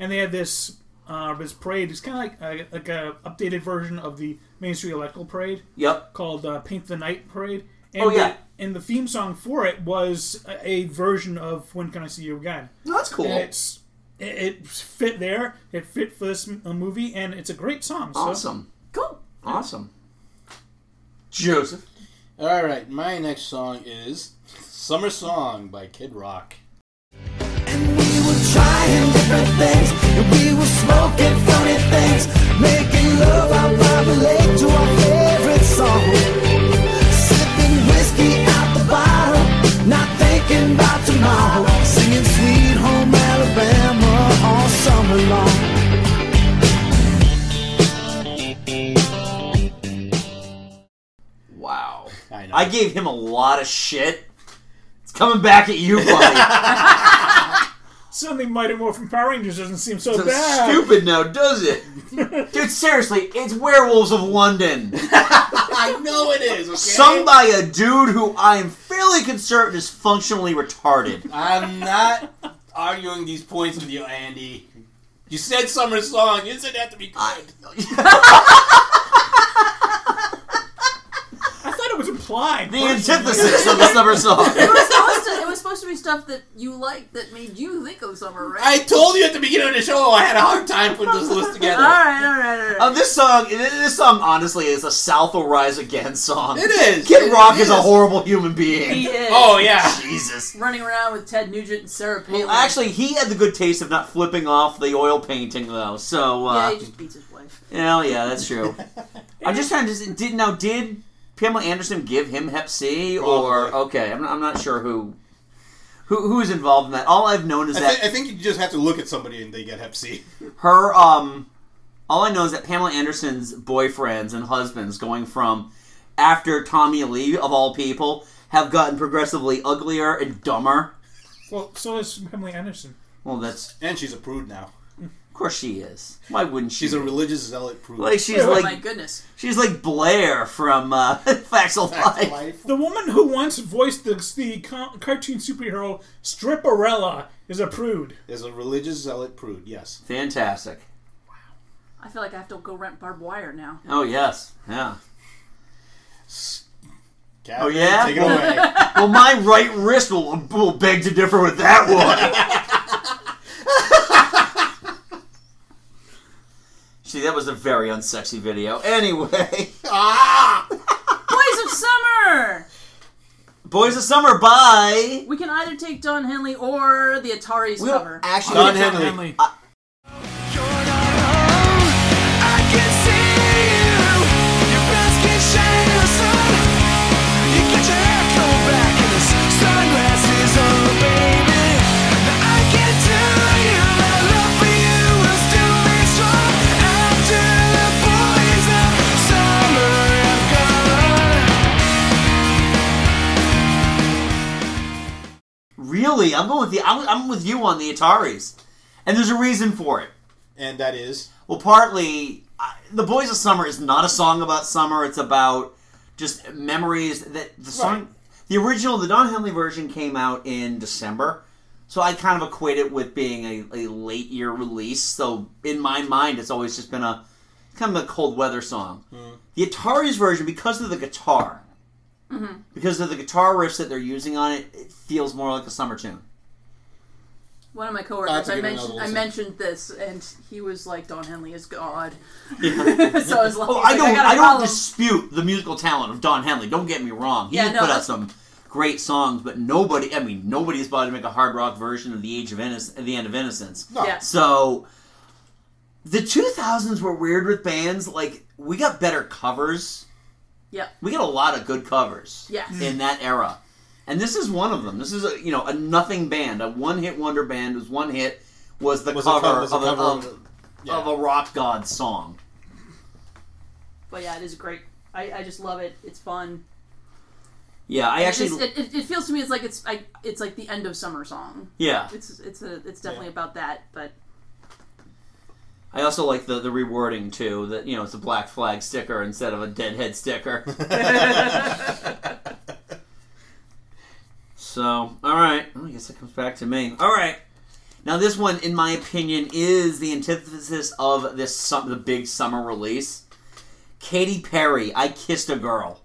[SPEAKER 5] and they had this uh, this parade. It's kind of like a, like a updated version of the Main Street Electrical Parade
[SPEAKER 4] Yep.
[SPEAKER 5] called uh, Paint the Night Parade. And
[SPEAKER 4] Oh, yeah.
[SPEAKER 5] The, and the theme song for it was a, a version of When Can I See You Again?
[SPEAKER 4] No, that's cool.
[SPEAKER 5] And it's it, it fit there. It fit for this m- movie, and it's a great song. so-
[SPEAKER 4] awesome.
[SPEAKER 7] Cool.
[SPEAKER 4] Awesome. Joseph.
[SPEAKER 6] All right, my next song is Summer Song by Kid Rock.
[SPEAKER 10] We were trying different things, and we were smoking funny things, making love out by the lake to our favorite song, sipping whiskey out the bottle, not thinking about tomorrow, singing "Sweet Home Alabama" all summer long.
[SPEAKER 4] Wow.
[SPEAKER 6] I know.
[SPEAKER 4] I gave him a lot of shit. It's coming back at you, buddy.
[SPEAKER 5] Suddenly, Mighty Morphin Power Rangers doesn't seem so
[SPEAKER 4] That's
[SPEAKER 5] bad.
[SPEAKER 4] stupid now, does it? Dude, seriously, it's Werewolves of London.
[SPEAKER 6] I know it is. Okay?
[SPEAKER 4] Sung by a dude who I'm fairly concerned is functionally retarded.
[SPEAKER 6] I'm not arguing these points with you, Andy. You said Summer Song. You said that to be good.
[SPEAKER 5] I thought it was implied.
[SPEAKER 4] The
[SPEAKER 5] personally.
[SPEAKER 4] antithesis of the summer
[SPEAKER 7] It
[SPEAKER 4] song.
[SPEAKER 7] was, supposed to, it was supposed to be stuff that you liked that made you think of summer, right?
[SPEAKER 6] I told you at the beginning of the show I had a hard time putting this list
[SPEAKER 7] all
[SPEAKER 6] together.
[SPEAKER 7] right, all right, all right.
[SPEAKER 4] Uh, this song, this song, honestly, is a South will rise again song.
[SPEAKER 6] It is.
[SPEAKER 4] Kid
[SPEAKER 6] It
[SPEAKER 4] Rock is a
[SPEAKER 6] is.
[SPEAKER 4] horrible human being.
[SPEAKER 7] he is
[SPEAKER 6] Oh yeah.
[SPEAKER 4] Jesus.
[SPEAKER 7] running around with Ted Nugent and Sarah Palin.
[SPEAKER 4] Well, actually, he had the good taste of not flipping off the oil painting, though. So,
[SPEAKER 7] yeah,
[SPEAKER 4] uh,
[SPEAKER 7] he just beats his wife.
[SPEAKER 4] hell yeah, that's true. I'm just trying to did now did Pamela Anderson give him Hep C or
[SPEAKER 6] Probably.
[SPEAKER 4] okay? I'm not, I'm not sure who who who is involved in that. All I've known is
[SPEAKER 6] I,
[SPEAKER 4] that
[SPEAKER 6] thi- I think you just have to look at somebody and they get Hep C.
[SPEAKER 4] her um all I know is that Pamela Anderson's boyfriends and husbands going from after Tommy Lee of all people have gotten progressively uglier and dumber.
[SPEAKER 5] Well, so is Pamela Anderson.
[SPEAKER 4] Well, that's
[SPEAKER 6] And she's a prude now.
[SPEAKER 4] of course she is. Why wouldn't she?
[SPEAKER 6] She's a
[SPEAKER 4] be?
[SPEAKER 6] religious zealot prude.
[SPEAKER 4] like she's
[SPEAKER 7] Oh my
[SPEAKER 4] like
[SPEAKER 7] goodness.
[SPEAKER 4] she's like Blair from uh, Facts of Life.
[SPEAKER 5] The woman who once voiced the, the co- cartoon superhero Stripperella is a prude.
[SPEAKER 6] Is a religious zealot prude. Yes.
[SPEAKER 4] Fantastic.
[SPEAKER 7] I feel like I have to go rent barbed wire now.
[SPEAKER 4] Oh yes, yeah.
[SPEAKER 6] Catherine,
[SPEAKER 4] Oh, yeah?
[SPEAKER 6] Take it away.
[SPEAKER 4] Well, my right wrist will, will beg to differ with that one. See, that was a very unsexy video. Anyway,
[SPEAKER 7] Boys of Summer!
[SPEAKER 4] Boys of Summer, bye.
[SPEAKER 7] We can either take Don Henley or the Atari's
[SPEAKER 4] We don't
[SPEAKER 7] cover.
[SPEAKER 4] actually.
[SPEAKER 6] Don
[SPEAKER 5] John
[SPEAKER 6] Henley.
[SPEAKER 10] You're not alone. I can see you. Your best
[SPEAKER 4] really, I'm going with the I'm, I'm with you on the Ataris, and there's a reason for it.
[SPEAKER 6] And that is
[SPEAKER 4] well, partly I, the Boys of Summer is not a song about summer. It's about just memories that the song.
[SPEAKER 6] Right.
[SPEAKER 4] The original, the Don Henley version, came out in December, so I kind of equate it with being a, a late year release. So in my mind, it's always just been a kind of a cold weather song. The Atari's version, because of the guitar,
[SPEAKER 7] Mm-hmm.
[SPEAKER 4] because of the guitar riffs that they're using on it, it feels more like a summer tune.
[SPEAKER 7] One of my
[SPEAKER 4] I'll have
[SPEAKER 7] coworkers,
[SPEAKER 4] to
[SPEAKER 7] I
[SPEAKER 4] give it another
[SPEAKER 7] mentioned, I
[SPEAKER 4] listen.
[SPEAKER 7] mentioned this, and he was like, "Don Henley is God."
[SPEAKER 4] Yeah.
[SPEAKER 7] so I was like,
[SPEAKER 4] Oh, I
[SPEAKER 7] he's like,
[SPEAKER 4] don't,
[SPEAKER 7] gotta
[SPEAKER 4] I, don't
[SPEAKER 7] follow-
[SPEAKER 4] dispute the musical talent of Don Henley. Don't get me wrong. He
[SPEAKER 7] Yeah,
[SPEAKER 4] did
[SPEAKER 7] no,
[SPEAKER 4] put out
[SPEAKER 7] that's-
[SPEAKER 4] some great songs, but nobody, I mean, nobody is about to make a hard rock version of the Age of Innocence, the End of Innocence.
[SPEAKER 7] No. Yeah.
[SPEAKER 4] So the 2000s were weird with bands. Like we got better covers.
[SPEAKER 7] Yep.
[SPEAKER 4] We got a lot of good covers.
[SPEAKER 7] Yes.
[SPEAKER 4] In that era, and this is one of them. This is a you know a nothing band, a one hit wonder band whose one hit was the
[SPEAKER 6] Was a
[SPEAKER 4] cover
[SPEAKER 6] cover- was
[SPEAKER 4] of
[SPEAKER 6] a
[SPEAKER 4] a,
[SPEAKER 6] cover
[SPEAKER 4] of,
[SPEAKER 6] of-
[SPEAKER 4] of a rock god song.
[SPEAKER 7] But yeah, it is great. I, I just love it. It's fun.
[SPEAKER 4] Yeah, I
[SPEAKER 7] It
[SPEAKER 4] actually-
[SPEAKER 7] just- it, it, it feels to me it's like it's I, it's like the end of summer song.
[SPEAKER 4] Yeah.
[SPEAKER 7] It's it's a it's definitely about that. But
[SPEAKER 4] I also like the the rewording too. That you know, it's a black flag sticker instead of a deadhead sticker. so, all right. Well, I guess it comes back to me. All right. Now, this one, in my opinion, is the antithesis of this sum- the big summer release. Katy Perry, "I Kissed a Girl."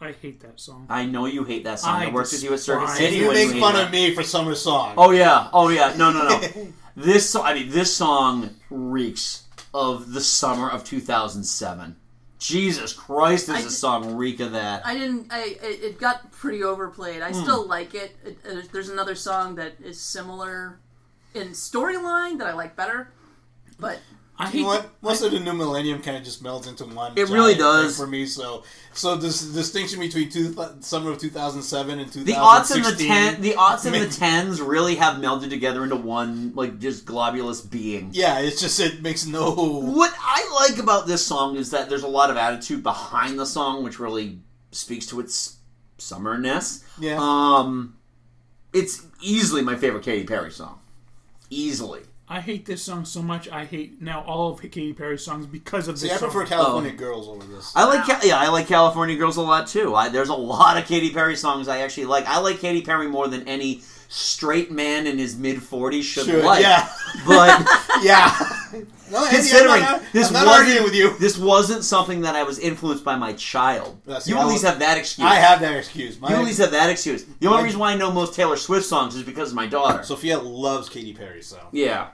[SPEAKER 5] I hate that song.
[SPEAKER 4] I know you hate that song. I,
[SPEAKER 5] I
[SPEAKER 4] worked with you at Circuit
[SPEAKER 5] despise
[SPEAKER 4] City.
[SPEAKER 5] it. You
[SPEAKER 4] when
[SPEAKER 5] make
[SPEAKER 4] made
[SPEAKER 6] fun
[SPEAKER 4] that.
[SPEAKER 6] of me for summer song.
[SPEAKER 4] Oh yeah, oh yeah. No, no, no. this song, I mean, this song reeks of the summer of 2007. Jesus Christ, does
[SPEAKER 7] I
[SPEAKER 4] this
[SPEAKER 7] ju-
[SPEAKER 4] song reek of that?
[SPEAKER 7] I didn't. I it, it got pretty overplayed. I
[SPEAKER 4] Hmm.
[SPEAKER 7] still like it. It- it- There's another song that is similar in storyline that I like better. But
[SPEAKER 6] you know what? Most of the new millennium kind of just melds into one.
[SPEAKER 4] It
[SPEAKER 6] giant
[SPEAKER 4] really
[SPEAKER 6] thing
[SPEAKER 4] does.
[SPEAKER 6] for me. So, so this distinction between two, summer of 2007 and 2016.
[SPEAKER 4] The odds and the ten, the odds and the tens really have melded together into one like just globulous being.
[SPEAKER 6] Yeah, it's just it makes no.
[SPEAKER 4] What I like about this song is that there's a lot of attitude behind the song, which really speaks to its summerness.
[SPEAKER 6] Yeah.
[SPEAKER 4] Um, it's easily my favorite Katy Perry song. Easily.
[SPEAKER 5] I hate this song so much. I hate now all of Katy Perry songs because of
[SPEAKER 6] See,
[SPEAKER 5] this.
[SPEAKER 6] I
[SPEAKER 5] song.
[SPEAKER 6] prefer California Girls over this.
[SPEAKER 4] I like Ca- yeah, I like California Girls a lot too. I, there's a lot of Katy Perry songs I actually like. I like Katy Perry more than any straight man in his mid 40s should
[SPEAKER 6] Should,
[SPEAKER 4] like.
[SPEAKER 6] yeah.
[SPEAKER 4] But
[SPEAKER 6] yeah. No, Andy,
[SPEAKER 4] considering
[SPEAKER 6] I'm not,
[SPEAKER 4] this
[SPEAKER 6] I'm not
[SPEAKER 4] wasn't
[SPEAKER 6] arguing with you.
[SPEAKER 4] this wasn't something that I was influenced by my child.
[SPEAKER 6] Yeah, see,
[SPEAKER 4] you
[SPEAKER 6] I
[SPEAKER 4] at least
[SPEAKER 6] was-
[SPEAKER 4] have that excuse.
[SPEAKER 6] I have that excuse. My-
[SPEAKER 4] you at least have that excuse. The only
[SPEAKER 6] My-
[SPEAKER 4] reason why I know most Taylor Swift songs is because of my daughter.
[SPEAKER 6] Sophia loves Katy Perry, so
[SPEAKER 4] Yeah.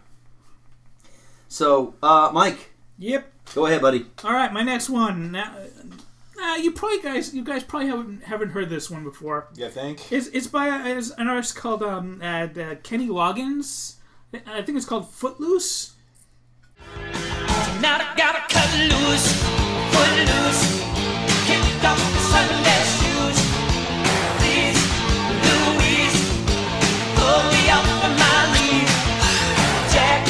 [SPEAKER 4] So, uh, Mike.
[SPEAKER 5] Yep.
[SPEAKER 4] Go ahead, buddy.
[SPEAKER 5] All right, my next one. Now, uh, you probably guys, you guys probably haven't haven't heard this one before.
[SPEAKER 6] You think?
[SPEAKER 5] It's, it's by uh, is an artist called um, uh, the Kenny Loggins. I think it's called Footloose.
[SPEAKER 10] Tonight I gotta cut loose, foot loose. Kicked off the Sunday shoes. Please, Louise, pull me up from my knees. Jack,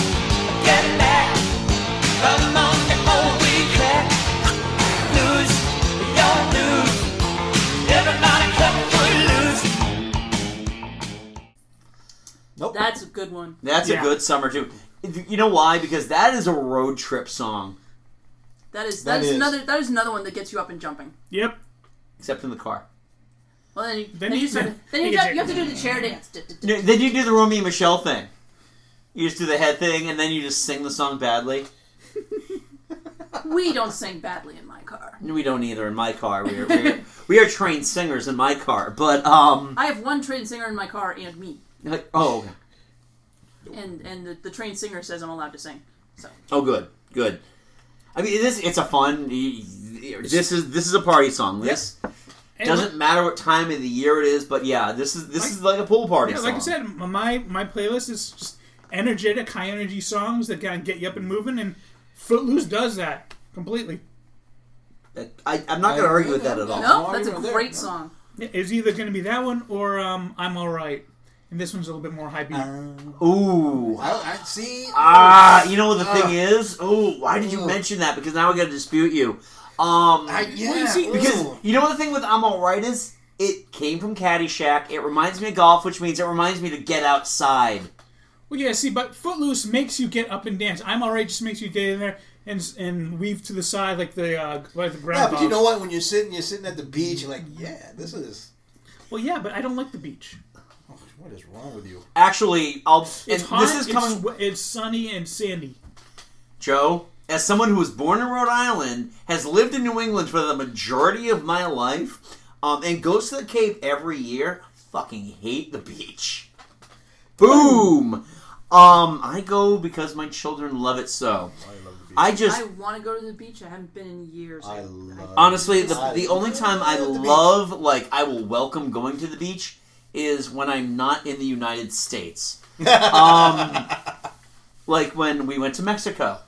[SPEAKER 10] get back. Come on before we crack. Lose, don't lose. Everybody cut foot loose.
[SPEAKER 7] that's a good one.
[SPEAKER 4] That's a good summer tune. You know why? Because that is a road trip song.
[SPEAKER 7] That is
[SPEAKER 4] That
[SPEAKER 7] that is
[SPEAKER 4] is.
[SPEAKER 7] another that is another one that gets you up and jumping.
[SPEAKER 5] Yep.
[SPEAKER 4] Except in the car.
[SPEAKER 7] Well, then you
[SPEAKER 5] Then
[SPEAKER 7] then,
[SPEAKER 5] you-
[SPEAKER 7] you, sort of, then you,
[SPEAKER 5] you
[SPEAKER 7] jump-
[SPEAKER 5] get-
[SPEAKER 7] you have to do the chair dance.
[SPEAKER 4] No, then you do the Romy and Michelle thing. You just do the head thing, and then you just sing the song badly.
[SPEAKER 7] We don't sing badly in my car.
[SPEAKER 4] No, We don't either in my car. We are, we are, we are trained singers in my car, but um,
[SPEAKER 7] I have one trained singer in my car and me,
[SPEAKER 4] like, oh,
[SPEAKER 7] and and the, the trained singer says I'm allowed to sing. So
[SPEAKER 4] oh, good, good. I mean, this it's a fun. This is this is a party song. This
[SPEAKER 5] And
[SPEAKER 4] doesn't matter what time of the year it is, but yeah, this is this is like a pool party
[SPEAKER 6] uh-huh.
[SPEAKER 5] Yeah,
[SPEAKER 4] song.
[SPEAKER 5] like I said, my my playlist is just energetic, high energy songs that kind of get you up and moving, and Footloose does that completely.
[SPEAKER 4] I, I'm not going to argue with that at all.
[SPEAKER 7] No, that's a great song.
[SPEAKER 5] It's either going to be that one or um, I'm All Right. And this one's a little bit more high beat.
[SPEAKER 6] Uh-huh.
[SPEAKER 4] Ooh.
[SPEAKER 6] I, I see.
[SPEAKER 4] Ah, you know what the thing
[SPEAKER 6] Ah.
[SPEAKER 4] is? Oh, why did you mention that? Because now I got to dispute you. Um,
[SPEAKER 6] yeah,
[SPEAKER 4] well, you see,
[SPEAKER 6] ooh.
[SPEAKER 4] because you know what the thing with I'm alright is it came from Caddyshack. It reminds me of golf, which means it reminds me to get outside.
[SPEAKER 5] Well, yeah, see, but Footloose makes you get up and dance. I'm All Right just makes you get in there and and weave to the side like the uh, like the
[SPEAKER 6] Yeah,
[SPEAKER 5] ground.
[SPEAKER 6] but you know what? When you're sitting, you're sitting at the beach. You're like, yeah, this is. oh,
[SPEAKER 5] Well, yeah, but I don't like the beach.
[SPEAKER 6] What is wrong with you?
[SPEAKER 4] Actually, I'll. and
[SPEAKER 5] It's hot.
[SPEAKER 4] This is coming.
[SPEAKER 5] It's, swe- it's sunny and sandy.
[SPEAKER 4] Joe, as someone who was born in Rhode Island, has lived in New England for the majority of my life, um, and goes to the Cape every year, fucking hate the beach. Boom! Um, I go because my children love it so. I just
[SPEAKER 7] I want to go to the beach. I haven't been in years. I love
[SPEAKER 4] honestly the, the only time I love like I will welcome going to the beach is when I'm not in the United States. um, like when we went to Mexico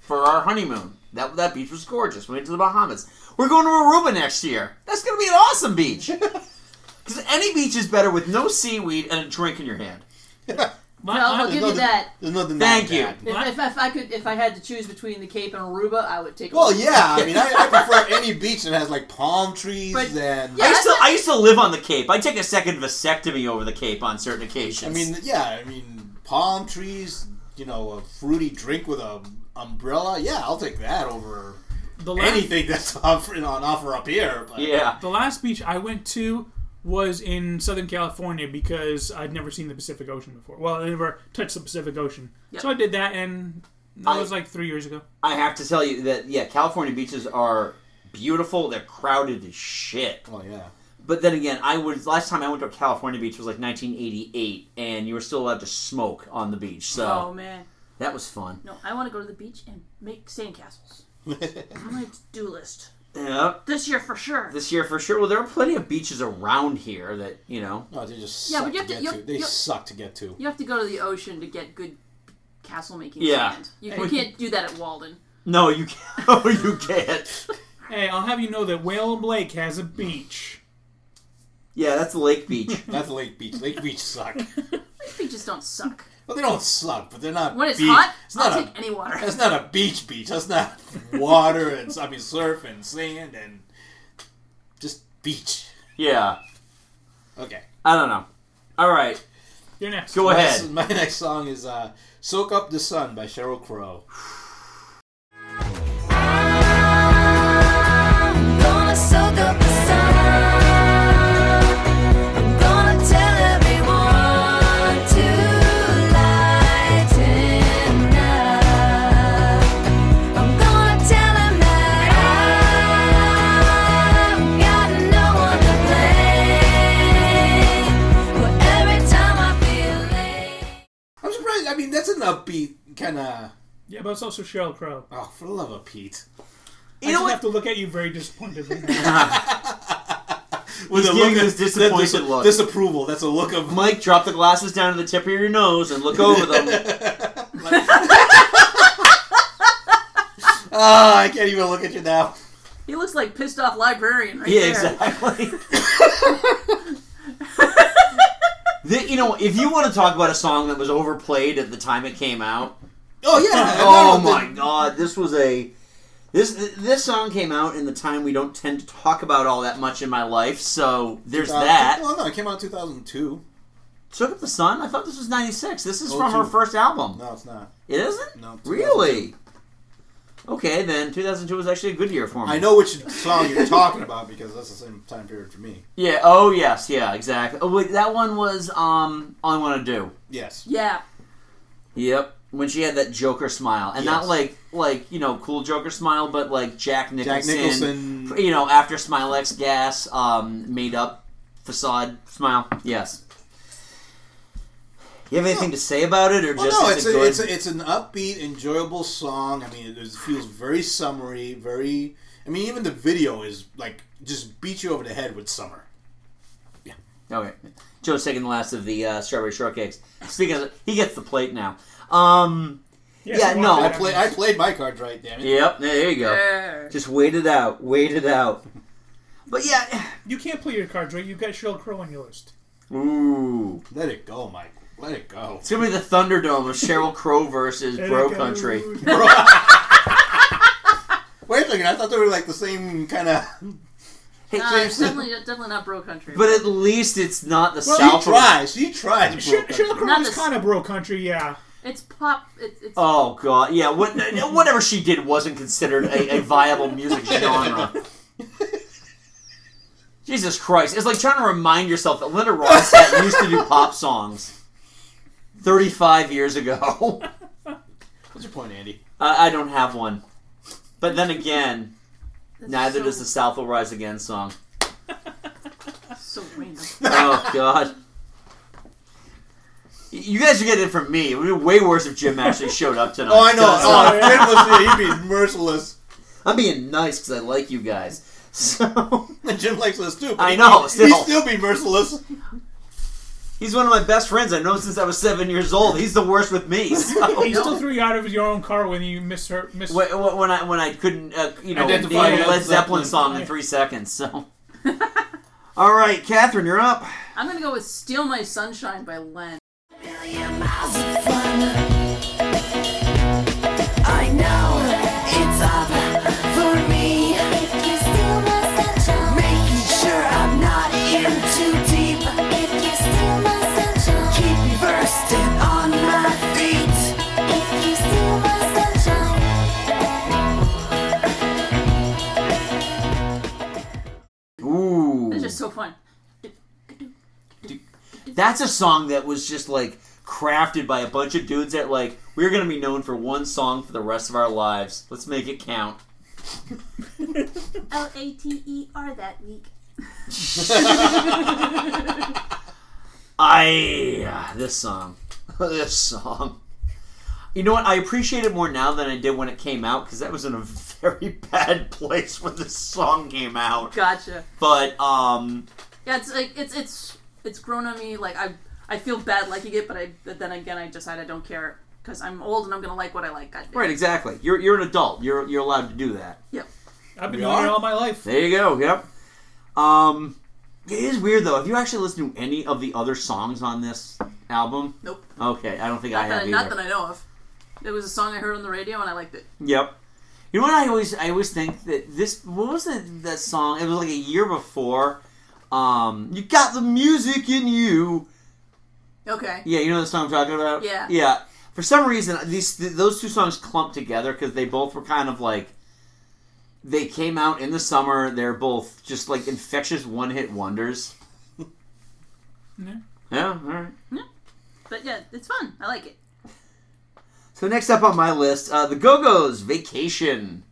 [SPEAKER 4] for our honeymoon. That that beach was gorgeous. We went to the Bahamas. We're going to Aruba next year. That's going to be an awesome beach. Because any beach is better with no seaweed and a drink in your hand.
[SPEAKER 7] Well, I'll give you that.
[SPEAKER 6] There's nothing.
[SPEAKER 4] Thank
[SPEAKER 6] wrong with
[SPEAKER 4] you.
[SPEAKER 6] that.
[SPEAKER 7] If, if, if I could, if I had to choose between the Cape and Aruba, I would take.
[SPEAKER 6] Well, yeah. I mean, I, I prefer any beach that has like palm trees
[SPEAKER 7] But-
[SPEAKER 6] and.
[SPEAKER 4] I used to I used to live on the Cape. I take a second vasectomy over the Cape on certain occasions.
[SPEAKER 6] I mean, yeah. I mean, palm trees. You know, a fruity drink with a umbrella. Yeah, I'll take that over
[SPEAKER 5] The last,
[SPEAKER 6] anything that's offered on offer up here. But
[SPEAKER 4] yeah.
[SPEAKER 5] the last beach I went to was in Southern California because I'd never seen the Pacific Ocean before. Well, I never touched the Pacific Ocean, so I did that, and that
[SPEAKER 4] I-
[SPEAKER 5] was like three years ago.
[SPEAKER 4] I have to tell you that yeah, California beaches are beautiful. They're crowded as shit.
[SPEAKER 6] Well, yeah.
[SPEAKER 4] But then again, I was last time I went to a California beach was like 1988, and you were still allowed to smoke on the beach. So
[SPEAKER 7] Oh man,
[SPEAKER 4] that was fun.
[SPEAKER 7] no, I want to go to the beach and make sandcastles. I'm my do list
[SPEAKER 4] Yeah,
[SPEAKER 7] this year for sure.
[SPEAKER 4] this year for sure. Well, there are plenty of beaches around here that you know.
[SPEAKER 6] No, they just
[SPEAKER 7] Yeah,
[SPEAKER 6] suck
[SPEAKER 7] but you
[SPEAKER 6] to
[SPEAKER 7] have to-
[SPEAKER 6] get
[SPEAKER 7] you-
[SPEAKER 6] to. They
[SPEAKER 7] you-
[SPEAKER 6] suck to get to.
[SPEAKER 7] You have to go to the ocean to get good castle making
[SPEAKER 4] Yeah.
[SPEAKER 7] sand. You, you can't do that at Walden.
[SPEAKER 4] No, you can't. Oh, you can't.
[SPEAKER 5] Hey, I'll have you know that Whale Lake has a beach.
[SPEAKER 4] Yeah, that's Lake Beach.
[SPEAKER 6] That's Lake Beach. Lake Beach suck.
[SPEAKER 7] Beaches don't suck.
[SPEAKER 6] But they don't suck. But they're not.
[SPEAKER 7] When it's
[SPEAKER 6] beach-
[SPEAKER 7] hot,
[SPEAKER 6] it's not
[SPEAKER 7] I'll
[SPEAKER 6] a
[SPEAKER 7] take any water.
[SPEAKER 6] That's not a beach beach. That's not water and I mean surf and sand and just beach.
[SPEAKER 4] yeah,
[SPEAKER 6] Okay.
[SPEAKER 4] I don't know. All right,
[SPEAKER 5] You're next.
[SPEAKER 4] go
[SPEAKER 6] My-
[SPEAKER 4] ahead.
[SPEAKER 6] My next song is uh, "Soak Up the Sun" by Cheryl Crow.
[SPEAKER 10] I'm gonna soak up the sun. I'm gonna tell everyone to lighten up. I'm gonna tell 'em that I've got no one to blame. For every time I feel late.
[SPEAKER 6] I'm surprised. I mean, that's an upbeat kind of.
[SPEAKER 5] Yeah, but it's also Sheryl Crow.
[SPEAKER 6] Oh, for the love of Pete!
[SPEAKER 5] I
[SPEAKER 4] You know
[SPEAKER 5] just
[SPEAKER 4] what?
[SPEAKER 5] have to look at you very disappointed.
[SPEAKER 6] With
[SPEAKER 4] He's giving this disappointed look.
[SPEAKER 6] disapproval. That's a look of
[SPEAKER 4] Mike, drop the glasses down to the tip of your nose and look over them.
[SPEAKER 6] ah. I can't even look at you now.
[SPEAKER 7] He looks like pissed off librarian right
[SPEAKER 4] yeah,
[SPEAKER 7] there.
[SPEAKER 4] exactly. The- you know, if you want to talk about a song that was overplayed at the time it came out,
[SPEAKER 6] Oh yeah.
[SPEAKER 4] oh
[SPEAKER 6] no,
[SPEAKER 4] my
[SPEAKER 6] the-
[SPEAKER 4] god, this was a this this song came out in the time we don't tend to talk about all that much in my life, so there's
[SPEAKER 6] Uh,
[SPEAKER 4] that.
[SPEAKER 6] Well, no, it came out in 2002.
[SPEAKER 4] Took up the sun. I thought this was '96. This is
[SPEAKER 6] Oh,
[SPEAKER 4] from her
[SPEAKER 6] two.
[SPEAKER 4] first album.
[SPEAKER 6] No, it's not.
[SPEAKER 4] It isn't.
[SPEAKER 6] No,
[SPEAKER 4] really. Okay, then 2002 was actually a good year for me.
[SPEAKER 6] I know which song you're talking about because that's the same time period for me.
[SPEAKER 4] Yeah. Oh yes. Yeah. Exactly. Oh wait, that one was um. All I want to do.
[SPEAKER 6] Yes.
[SPEAKER 7] Yeah.
[SPEAKER 4] Yep. When she had that Joker smile, and not
[SPEAKER 6] Yes.
[SPEAKER 4] like like you know cool Joker smile, but like Jack Nicholson,
[SPEAKER 6] Nicholson.
[SPEAKER 4] you know after Smilex gas, um, made up facade smile. Yes. You have anything to say about it, or
[SPEAKER 6] Well,
[SPEAKER 4] just
[SPEAKER 6] no,
[SPEAKER 4] is
[SPEAKER 6] it's
[SPEAKER 4] it
[SPEAKER 6] a,
[SPEAKER 4] good?
[SPEAKER 6] it's a, it's an upbeat, enjoyable song. I mean, it, is- feels very summery. Very. I mean, even the video is like just beat you over the head with summer.
[SPEAKER 4] okay. Joe's taking the last of the uh, strawberry shortcakes. Speaking of, he gets the plate now. Um,
[SPEAKER 6] Yes,
[SPEAKER 4] yeah,
[SPEAKER 6] you
[SPEAKER 4] no,
[SPEAKER 6] want that. I play- I played my cards right, damn it.
[SPEAKER 4] Yep, there you go.
[SPEAKER 6] Yeah.
[SPEAKER 4] Just wait it out, wait it out. But yeah,
[SPEAKER 5] you can't play your cards right. You've got Sheryl Crow on your list.
[SPEAKER 4] Ooh,
[SPEAKER 6] let it go, Mike. Let it go.
[SPEAKER 4] it's gonna be the Thunderdome of Cheryl Crow versus
[SPEAKER 6] Let it
[SPEAKER 4] Bro
[SPEAKER 6] go.
[SPEAKER 4] Country.
[SPEAKER 6] Bro- Wait a second, I thought they were like the same kind of.
[SPEAKER 7] Nah, it's definitely, definitely not bro country.
[SPEAKER 4] But at least it's not the
[SPEAKER 6] Well, she
[SPEAKER 4] South.
[SPEAKER 6] tries, she tries,
[SPEAKER 5] Sheryl
[SPEAKER 6] Bro
[SPEAKER 5] Sheryl Crow
[SPEAKER 7] Not
[SPEAKER 5] is
[SPEAKER 7] the-
[SPEAKER 5] kind of bro country, yeah.
[SPEAKER 7] it's pop. It, it's
[SPEAKER 4] Oh god, yeah. What, whatever she did wasn't considered a, a viable music genre. Jesus Christ! It's like trying to remind yourself that Linda Ronstadt used to do pop songs thirty-five years ago.
[SPEAKER 6] What's your point, Andy?
[SPEAKER 4] I, I don't have one. But then again,
[SPEAKER 7] That's
[SPEAKER 4] neither
[SPEAKER 7] so-
[SPEAKER 4] does the South Will Rise Again song.
[SPEAKER 7] so random.
[SPEAKER 4] Oh God. You guys are getting it from me. It would be way worse if Jim actually showed up tonight. uh,
[SPEAKER 6] Oh, I know. Oh, if Jim was here,
[SPEAKER 4] he'd be merciless. I'm being nice because I like you guys. So
[SPEAKER 6] Jim likes us too. but
[SPEAKER 4] I
[SPEAKER 6] he'd
[SPEAKER 4] know.
[SPEAKER 6] be-
[SPEAKER 4] Still.
[SPEAKER 6] he'd still be merciless.
[SPEAKER 4] He's one of my best friends. I've known since I was seven years old. He's the worst with me. So.
[SPEAKER 5] he still threw you out of your own car when you miss her. Miss
[SPEAKER 4] When, when I when I couldn't uh, you know name a
[SPEAKER 5] Identify
[SPEAKER 4] Led
[SPEAKER 5] Led
[SPEAKER 4] Zeppelin,
[SPEAKER 5] Zeppelin.
[SPEAKER 4] song in three seconds. So. All right, Catherine, you're up.
[SPEAKER 7] I'm gonna go with "Steal My Sunshine" by Len.
[SPEAKER 10] I know it's up for me. If you steal my sunshine, making sure I'm not in too deep. If you steal my sunshine, keep me bursting on my feet. If you steal my sunshine.
[SPEAKER 4] Ooh.
[SPEAKER 7] It's just so fun.
[SPEAKER 4] That's a song that was just like crafted by a bunch of dudes that like we're gonna be known for one song for the rest of our lives. Let's make it count.
[SPEAKER 12] L A T E R that week.
[SPEAKER 4] I this song, this song. You know what? I appreciate it more now than I did when it came out because that was in a very bad place when this song came out.
[SPEAKER 7] Gotcha.
[SPEAKER 4] But um,
[SPEAKER 7] Yeah, it's like it's it's it's grown on me. Like I I feel bad liking it, but I but then again I decide I don't care because I'm old and I'm gonna like what I like. God damn.
[SPEAKER 4] right, exactly. You're you're an adult. You're you're allowed to do that.
[SPEAKER 7] Yep.
[SPEAKER 5] I've been
[SPEAKER 4] We
[SPEAKER 5] doing
[SPEAKER 4] are?
[SPEAKER 5] it all my life.
[SPEAKER 4] There you go. Yep. Um, it is weird though. Have you actually listened to any of the other songs on this album?
[SPEAKER 7] Nope.
[SPEAKER 4] Okay, I don't think I have
[SPEAKER 7] Not that I,
[SPEAKER 4] either.
[SPEAKER 7] not that I know of. It was a song I heard on the radio and I liked it.
[SPEAKER 4] Yep. You know what I always I always think that this what was that that song? It was like a year before. Um, you got the music in you.
[SPEAKER 7] Okay.
[SPEAKER 4] Yeah, you know the song I'm talking about.
[SPEAKER 7] Yeah.
[SPEAKER 4] Yeah. For some reason, these th- those two songs clumped together because they both were kind of like they came out in the summer. They're both just like infectious one hit wonders.
[SPEAKER 5] Yeah.
[SPEAKER 4] Yeah. All right.
[SPEAKER 7] But yeah, it's fun. I like it.
[SPEAKER 4] So next up on my list, uh, the Go Go's "Vacation."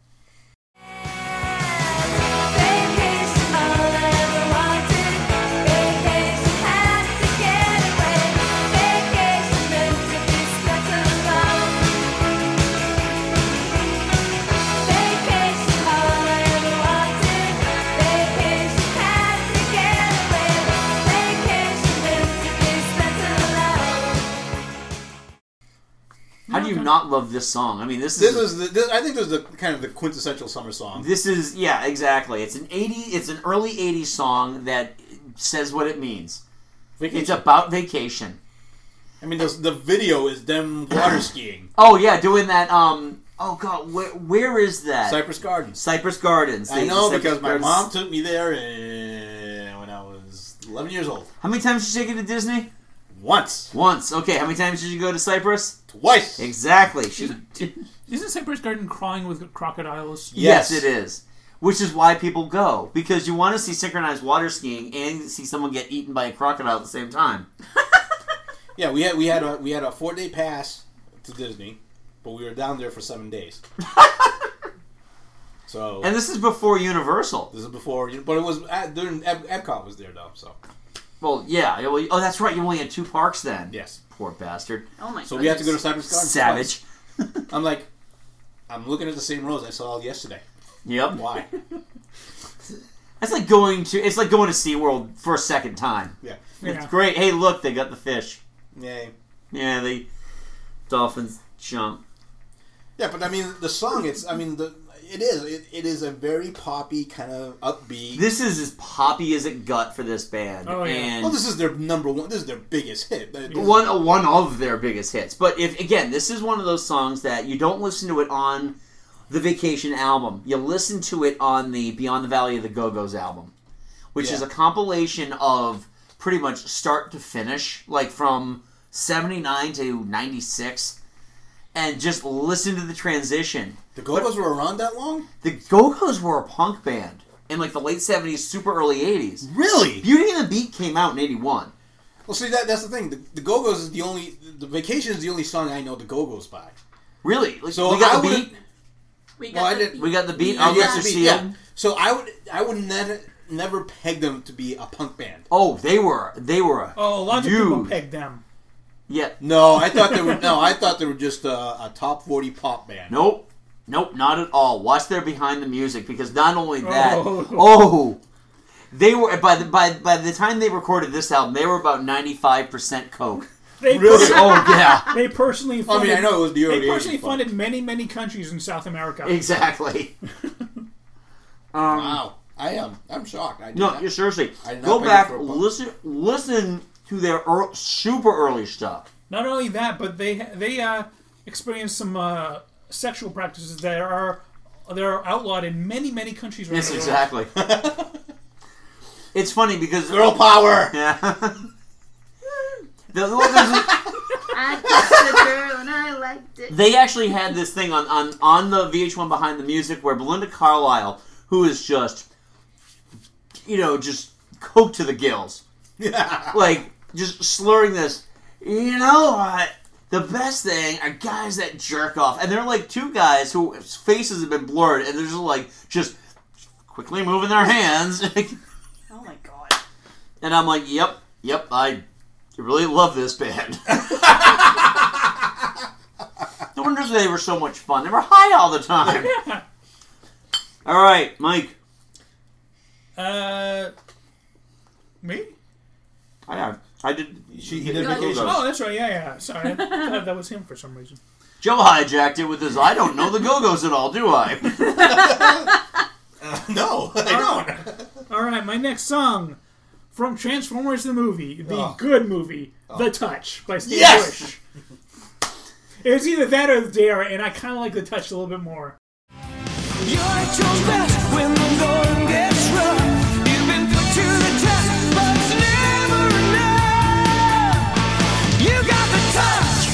[SPEAKER 4] How do you not love this song? I mean, this is
[SPEAKER 6] This is the. This, I think this is the kind of the quintessential summer song.
[SPEAKER 4] This is yeah, exactly. It's an eighty. It's an early '80s song that says what it means. It's about vacation.
[SPEAKER 6] I mean, this, the video is them water skiing.
[SPEAKER 4] Oh yeah, doing that. Um. Oh god, where where is that?
[SPEAKER 6] Cypress Gardens.
[SPEAKER 4] Cypress Gardens.
[SPEAKER 6] I
[SPEAKER 4] The-
[SPEAKER 6] know
[SPEAKER 4] the
[SPEAKER 6] because my
[SPEAKER 4] Cypress
[SPEAKER 6] mom
[SPEAKER 4] Gardens.
[SPEAKER 6] took me there eh, when I was 11 years old.
[SPEAKER 4] How many times did you take you to Disney?
[SPEAKER 6] Once.
[SPEAKER 4] Once. Okay. How many times did you go to Cyprus?
[SPEAKER 6] Twice.
[SPEAKER 4] Exactly. She,
[SPEAKER 5] Isn't Cypress Garden crawling with crocodiles?
[SPEAKER 4] Yes. it is. Which is why people go because you want to see synchronized water skiing and see someone get eaten by a crocodile at the same time.
[SPEAKER 6] Yeah, we had we had a we had a four day pass to Disney, but we were down there for seven days. so
[SPEAKER 4] And this is before Universal.
[SPEAKER 6] this is before, but it was at, during Ep- Epcot was there though. So
[SPEAKER 4] Well, yeah. well, oh, that's right. You only had two parks then.
[SPEAKER 6] Yes.
[SPEAKER 4] Poor bastard.
[SPEAKER 7] Oh my
[SPEAKER 6] so we had to go to Cypress Garden.
[SPEAKER 4] Savage.
[SPEAKER 6] twice. I'm like, I'm looking at the same rose I saw yesterday.
[SPEAKER 4] Yep.
[SPEAKER 6] Why?
[SPEAKER 4] That's like going to it's like going to SeaWorld for a second time.
[SPEAKER 6] Yeah.
[SPEAKER 4] It's
[SPEAKER 6] Yeah.
[SPEAKER 4] great. Hey, look, they got the fish.
[SPEAKER 6] Yay.
[SPEAKER 4] Yeah, the dolphins jump.
[SPEAKER 6] Yeah, but I mean the song. It's I mean the it is it, it is a very poppy kind of upbeat.
[SPEAKER 4] This is as poppy as it got for this band.
[SPEAKER 6] Oh,
[SPEAKER 4] And
[SPEAKER 6] well, this is their number one. This is their biggest hit. That-
[SPEAKER 4] one uh, one of their biggest hits. But if again, this is one of those songs that you don't listen to it on the Vacation album. You listen to it on the Beyond the Valley of the Go Go's album, which is
[SPEAKER 13] Yeah.
[SPEAKER 4] a compilation of pretty much start to finish, like from seventy nine to ninety six, and just listen to the transition.
[SPEAKER 6] The Go Go's were around that long.
[SPEAKER 4] The Go Go's were a punk band in like the late seventies, super early eighties.
[SPEAKER 6] Really?
[SPEAKER 4] Beauty and the Beat came out in eighty one.
[SPEAKER 6] Well, see that that's the thing. The, the Go Go's is the only the Vacation is the only song I know the Go Go's by.
[SPEAKER 4] Really? Like,
[SPEAKER 6] So
[SPEAKER 4] we got
[SPEAKER 6] I
[SPEAKER 4] the
[SPEAKER 6] would've-
[SPEAKER 4] beat?
[SPEAKER 7] We
[SPEAKER 6] well, I didn't.
[SPEAKER 4] We got the beat.
[SPEAKER 6] Yeah,
[SPEAKER 4] I'll
[SPEAKER 6] yeah,
[SPEAKER 4] let you
[SPEAKER 6] the beat,
[SPEAKER 4] see
[SPEAKER 6] yeah.
[SPEAKER 4] it.
[SPEAKER 6] So I would I would never never peg them to be a punk band.
[SPEAKER 4] Oh, they were they were a
[SPEAKER 5] Oh, a lot of
[SPEAKER 4] huge.
[SPEAKER 5] people pegged them.
[SPEAKER 4] Yeah.
[SPEAKER 6] No, I thought they were no, I thought they were just a, a top forty pop band.
[SPEAKER 4] Nope. Nope, not at all. Watch their behind the music because not only that,
[SPEAKER 6] Oh.
[SPEAKER 4] oh, they were by the by by the time they recorded this album, they were about ninety five percent coke.
[SPEAKER 5] They
[SPEAKER 4] Oh yeah.
[SPEAKER 5] They personally.
[SPEAKER 4] I mean,
[SPEAKER 5] Funded,
[SPEAKER 4] I know it was the early
[SPEAKER 5] They
[SPEAKER 4] 80s,
[SPEAKER 5] personally
[SPEAKER 4] but-
[SPEAKER 5] funded many, many countries in South America.
[SPEAKER 4] Exactly.
[SPEAKER 6] wow, I am. I'm shocked. I did
[SPEAKER 4] No,
[SPEAKER 6] not-
[SPEAKER 4] yeah, seriously.
[SPEAKER 6] I did not
[SPEAKER 4] Go
[SPEAKER 6] peg
[SPEAKER 4] back,
[SPEAKER 6] them for a punk.
[SPEAKER 4] listen, listen to their ear super early stuff.
[SPEAKER 5] Not only that, but they they uh, experienced some uh, sexual practices that are that are outlawed in many, many countries. around
[SPEAKER 4] Yes,
[SPEAKER 5] the world.
[SPEAKER 4] exactly. it's funny because
[SPEAKER 6] girl power.
[SPEAKER 4] Yeah. The- well, there's a-
[SPEAKER 12] I kissed a girl and I liked it.
[SPEAKER 4] They actually had this thing on, on, on the VH1 Behind the Music where Belinda Carlisle, who is just, you know, just coked to the gills. Like, just slurring this, you know what? The best thing are guys that jerk off. And they're like two guys whose faces have been blurred and they're just like, just quickly moving their hands.
[SPEAKER 7] Oh my god.
[SPEAKER 4] and I'm like, yep, yep, I really love this band. no wonder they were so much fun. They were high all the time. All right, Mike.
[SPEAKER 5] Uh, me?
[SPEAKER 4] I have. I did. She, he did
[SPEAKER 5] Oh, that's right. Yeah, yeah. Sorry, I thought that was him for some reason.
[SPEAKER 4] Joe hijacked it with his. I don't know the Go Go's at all, do I?
[SPEAKER 6] no, I
[SPEAKER 5] don't. All right, my next song from Transformers the movie, the
[SPEAKER 6] Oh.
[SPEAKER 5] good movie, The Touch by Steve
[SPEAKER 6] Yes!
[SPEAKER 5] Bush. It was either that or Dare, and I kind of like The Touch a little bit more.
[SPEAKER 10] You're at your best when the going gets rough. You've been put to the test, but it's never enough. You got the touch.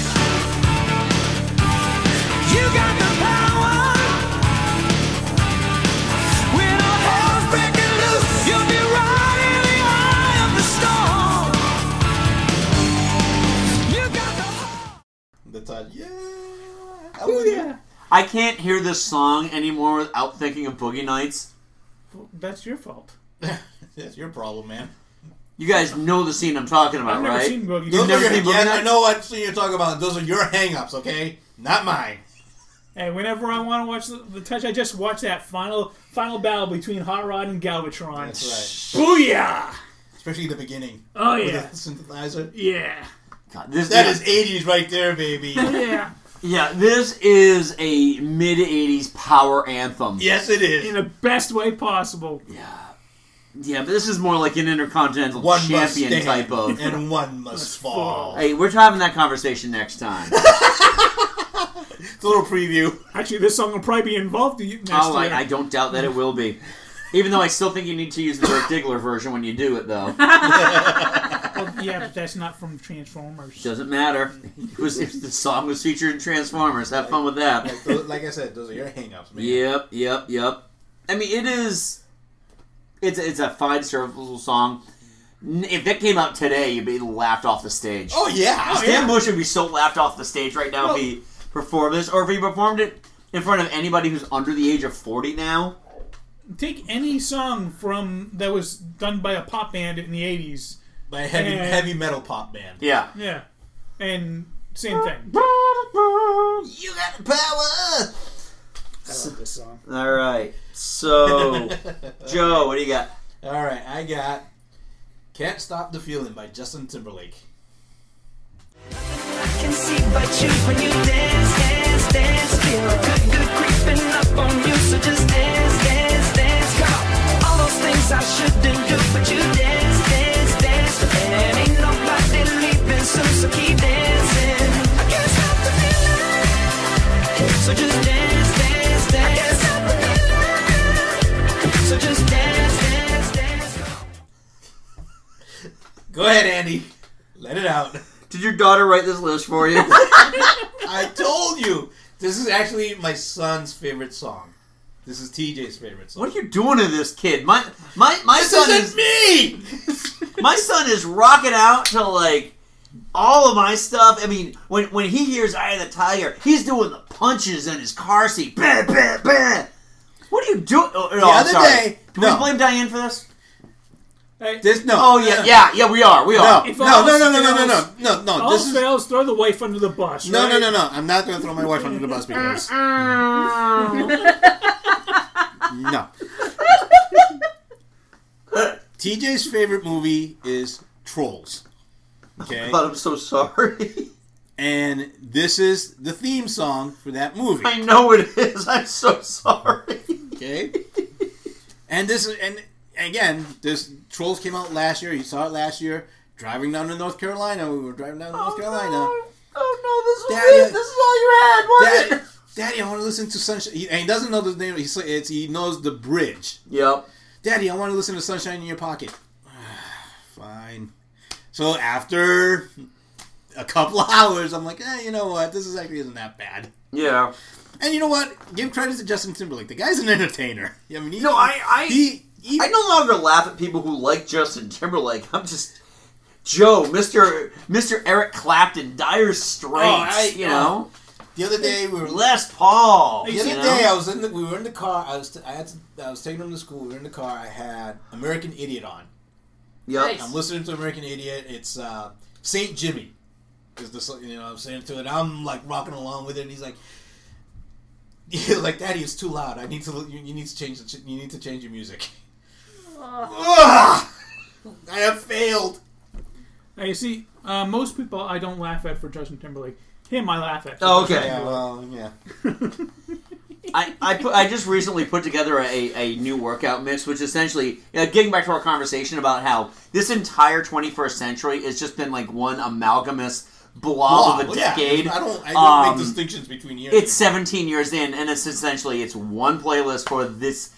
[SPEAKER 10] You got the power. When all hell's breaking loose, you'll be right in the eye of the storm. You got the
[SPEAKER 6] The touch. Yeah. I
[SPEAKER 5] yeah.
[SPEAKER 4] I can't hear this song anymore without thinking of Boogie Nights.
[SPEAKER 5] That's your fault.
[SPEAKER 6] That's your problem, man.
[SPEAKER 4] You guys know the scene I'm talking about,
[SPEAKER 6] I've never
[SPEAKER 4] right?
[SPEAKER 6] seen Boogie
[SPEAKER 4] You've never
[SPEAKER 6] Nights. Those are-
[SPEAKER 4] seen Boogie
[SPEAKER 6] yeah, I
[SPEAKER 4] Nights?
[SPEAKER 6] know what scene you're talking about. Those are your hang-ups, okay? Not mine.
[SPEAKER 5] Hey, whenever I want to watch the, the touch, I just watch that final final battle between Hot Rod and Galvatron.
[SPEAKER 6] That's
[SPEAKER 5] right. Booyah!
[SPEAKER 6] Especially the beginning.
[SPEAKER 5] Oh,
[SPEAKER 6] With
[SPEAKER 5] yeah.
[SPEAKER 6] the synthesizer.
[SPEAKER 5] Yeah.
[SPEAKER 4] God, this-
[SPEAKER 6] That
[SPEAKER 4] yeah.
[SPEAKER 6] is 80s right there, baby.
[SPEAKER 5] Yeah.
[SPEAKER 4] Yeah, this is a mid '80s power anthem.
[SPEAKER 6] Yes, it is.
[SPEAKER 5] In the best way possible.
[SPEAKER 4] Yeah. Yeah, but this is more like an intercontinental
[SPEAKER 6] One must
[SPEAKER 4] champion
[SPEAKER 6] stand
[SPEAKER 4] type of.
[SPEAKER 6] and one must fall.
[SPEAKER 4] Hey, we're having that conversation next time.
[SPEAKER 6] It's a little preview.
[SPEAKER 5] Actually, this song will probably be involved in- next
[SPEAKER 4] oh,
[SPEAKER 5] year.
[SPEAKER 4] I, I don't doubt that it will be. Even though I still think you need to use the Dirk Diggler version when you do it, though.
[SPEAKER 5] Well, Oh, yeah, but that's not from Transformers.
[SPEAKER 4] Doesn't matter. It was, if the song was featured in Transformers. Have fun with that.
[SPEAKER 6] Like, those, like I said, those are your hang-ups, man.
[SPEAKER 4] Yep, yep, yep. I mean, it is. It's it's a fine serviceable song. N- If that came out today, you'd be laughed off the stage.
[SPEAKER 6] Oh, yeah. Oh,
[SPEAKER 4] Stan
[SPEAKER 6] yeah.
[SPEAKER 4] Bush would be so laughed off the stage right now if he performed this, or if he performed it in front of anybody who's under the age of forty now.
[SPEAKER 5] Take any song from that was done by a pop band in the '80s,
[SPEAKER 6] by a heavy- heavy metal pop band.
[SPEAKER 4] Yeah.
[SPEAKER 5] yeah, and same thing.
[SPEAKER 4] You got the power.
[SPEAKER 5] I love this song.
[SPEAKER 4] All right, so Joe, what do you got?
[SPEAKER 6] All right, I got "Can't Stop the Feeling" by Justin Timberlake.
[SPEAKER 10] can see but you when you dance, dance, dance. Feel a good, good creeping up on you. So just dance, dance, dance. Come on. All those things I shouldn't do, but you dance, dance, dance. And ain't nobody leaving soon, so keep dancing. I can't stop the feeling. So just dance, dance, dance. I can't stop the feeling. So just dance, dance, dance.
[SPEAKER 6] Go ahead, Andy. Let it out.
[SPEAKER 4] Did your daughter write this list for you?
[SPEAKER 6] I told you. This is actually my son's favorite song. This is TJ's favorite song.
[SPEAKER 4] What are you doing to this kid? My my my
[SPEAKER 6] This
[SPEAKER 4] son
[SPEAKER 6] isn't
[SPEAKER 4] is me. my son is rocking out to like all of my stuff. I mean, when when he hears "Eye of the Tiger," he's doing the punches in his car seat. Bah, bah, bah. What are you doing? Oh, no,
[SPEAKER 6] The
[SPEAKER 4] I'm
[SPEAKER 6] other
[SPEAKER 4] sorry.
[SPEAKER 6] day-
[SPEAKER 4] can
[SPEAKER 6] no.
[SPEAKER 4] we blame Diane for this?
[SPEAKER 6] This no.
[SPEAKER 4] Oh yeah, yeah, yeah. We are, we are.
[SPEAKER 6] No,
[SPEAKER 5] If
[SPEAKER 6] no,
[SPEAKER 5] all
[SPEAKER 6] no, no, no, no, no,
[SPEAKER 5] fails-
[SPEAKER 6] no, no,
[SPEAKER 5] All
[SPEAKER 6] This is
[SPEAKER 5] fails, throw the wife under the bus.
[SPEAKER 6] no,
[SPEAKER 5] right?
[SPEAKER 6] no, no, no. I'm not going to throw my wife under the bus because no. TJ's favorite movie is Trolls. Okay.
[SPEAKER 4] God, I'm so sorry.
[SPEAKER 6] And this is the theme song for that movie.
[SPEAKER 4] I know it is. I'm so sorry.
[SPEAKER 6] Okay. And this is and again, this Trolls came out last year. You saw it last year. Driving down to North Carolina, we were driving down to North Carolina. uh,
[SPEAKER 4] Oh no, this
[SPEAKER 6] Daddy.
[SPEAKER 4] was it. This is all you had, wasn't
[SPEAKER 6] Daddy, Daddy, I want to listen to Sunshine. He, and he doesn't know the name. He's like, it's, he knows the bridge.
[SPEAKER 4] it? Yep.
[SPEAKER 6] Daddy, I want to listen to Sunshine in Your Pocket. Fine. So after a couple of hours, I'm like, eh, you know what? This is actually isn't that bad.
[SPEAKER 4] Yeah.
[SPEAKER 6] And you know what? Give credit to Justin Timberlake. The guy's an entertainer. I mean, he,
[SPEAKER 4] No, I, I,
[SPEAKER 6] he, he
[SPEAKER 4] I no longer laugh at people who like Justin Timberlake. I'm just Joe, Mister, Mister Eric Clapton, Dire Straits.
[SPEAKER 6] Oh, I-
[SPEAKER 4] you know,
[SPEAKER 6] the other day we were
[SPEAKER 4] Les Paul.
[SPEAKER 6] The other
[SPEAKER 4] you know?
[SPEAKER 6] day, I was in the, we were in the car. I was, t- I had, to, I was taking him to school. We were in the car. I had American Idiot on.
[SPEAKER 4] Yep.
[SPEAKER 6] I'm listening to American Idiot. It's uh, Saint Jimmy. Is the song- you know I'm saying to it? I'm like rocking along with it, and he's like, he's like Daddy, it's too loud. I need to. You, you need to change. The, ch- you need to change your music. Ugh! I have failed.
[SPEAKER 5] Hey, you see, uh, most people I don't laugh at for Justin Timberlake. Him I laugh at.
[SPEAKER 4] Oh, okay.
[SPEAKER 6] Yeah, well, yeah.
[SPEAKER 4] I, I, put, I just recently put together a, a new workout mix, which essentially, you know, getting back to our conversation about how this entire 21st century has just been like one amalgamous blob of a
[SPEAKER 6] Well, yeah,
[SPEAKER 4] decade.
[SPEAKER 6] I don't. I don't
[SPEAKER 4] Um,
[SPEAKER 6] make distinctions between years.
[SPEAKER 4] It's 17 years in, and it's essentially it's one playlist for this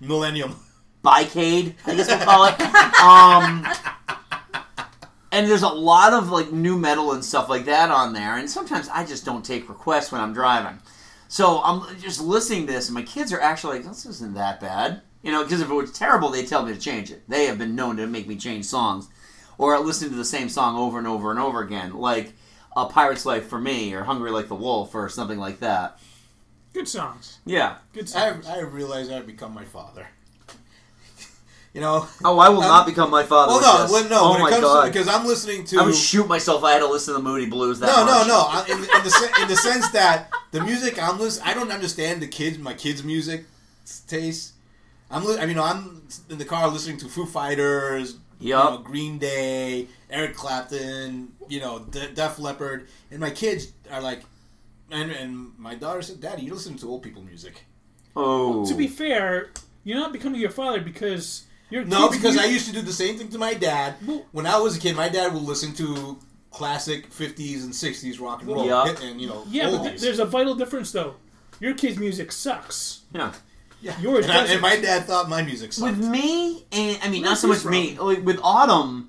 [SPEAKER 6] millennium.
[SPEAKER 4] bicade, I guess we'll call it. um, and there's a lot of like new metal and stuff like that on there. And sometimes I just don't take requests when I'm driving. So I'm just listening to this, and my kids are actually like, "This isn't that bad," you know, because if it was terrible, they tell me to change it. They have been known to make me change songs, or I listen to the same song over and over and over again, like "A Pirate's Life" for me, or "Hungry Like the Wolf," or something like that.
[SPEAKER 5] Good songs.
[SPEAKER 4] Yeah.
[SPEAKER 5] Good songs.
[SPEAKER 6] I, I realize I've become my father. you know.
[SPEAKER 4] Oh, I will
[SPEAKER 6] Um,
[SPEAKER 4] not become my father.
[SPEAKER 6] Well,
[SPEAKER 4] with
[SPEAKER 6] no,
[SPEAKER 4] this.
[SPEAKER 6] well, no.
[SPEAKER 4] Oh
[SPEAKER 6] when
[SPEAKER 4] my
[SPEAKER 6] it comes
[SPEAKER 4] god!
[SPEAKER 6] to because I'm listening to
[SPEAKER 4] I would shoot myself if I had to listen to the Moody Blues that
[SPEAKER 6] no, no,
[SPEAKER 4] much.
[SPEAKER 6] no. I- In, in the sen- in the sense that the music I'm listening, I don't understand the kids, my kids' music taste. I'm, li- I mean, I'm in the car listening to Foo Fighters, you
[SPEAKER 4] Yup.
[SPEAKER 6] know, Green Day, Eric Clapton, you know, De- Def Leppard, and my kids are like, and, and my daughter said, "Daddy, you listen to old people music."
[SPEAKER 4] Oh.
[SPEAKER 5] To be fair, you're not becoming your father because you're
[SPEAKER 6] No, because I used to do the same thing to my dad.
[SPEAKER 5] Well-
[SPEAKER 6] When I was a kid, my dad would listen to classic 50s and 60s rock and roll.
[SPEAKER 4] Yeah.
[SPEAKER 6] hit- And, you know,
[SPEAKER 5] Yeah, but th-
[SPEAKER 6] oldies.
[SPEAKER 5] there's a vital difference though. Your kid's music sucks.
[SPEAKER 4] Oh, yeah.
[SPEAKER 5] Yours
[SPEAKER 6] and, I-
[SPEAKER 5] doesn't.
[SPEAKER 6] and my dad thought my music sucked.
[SPEAKER 4] With me, and I mean, not so much me, like, with Autumn,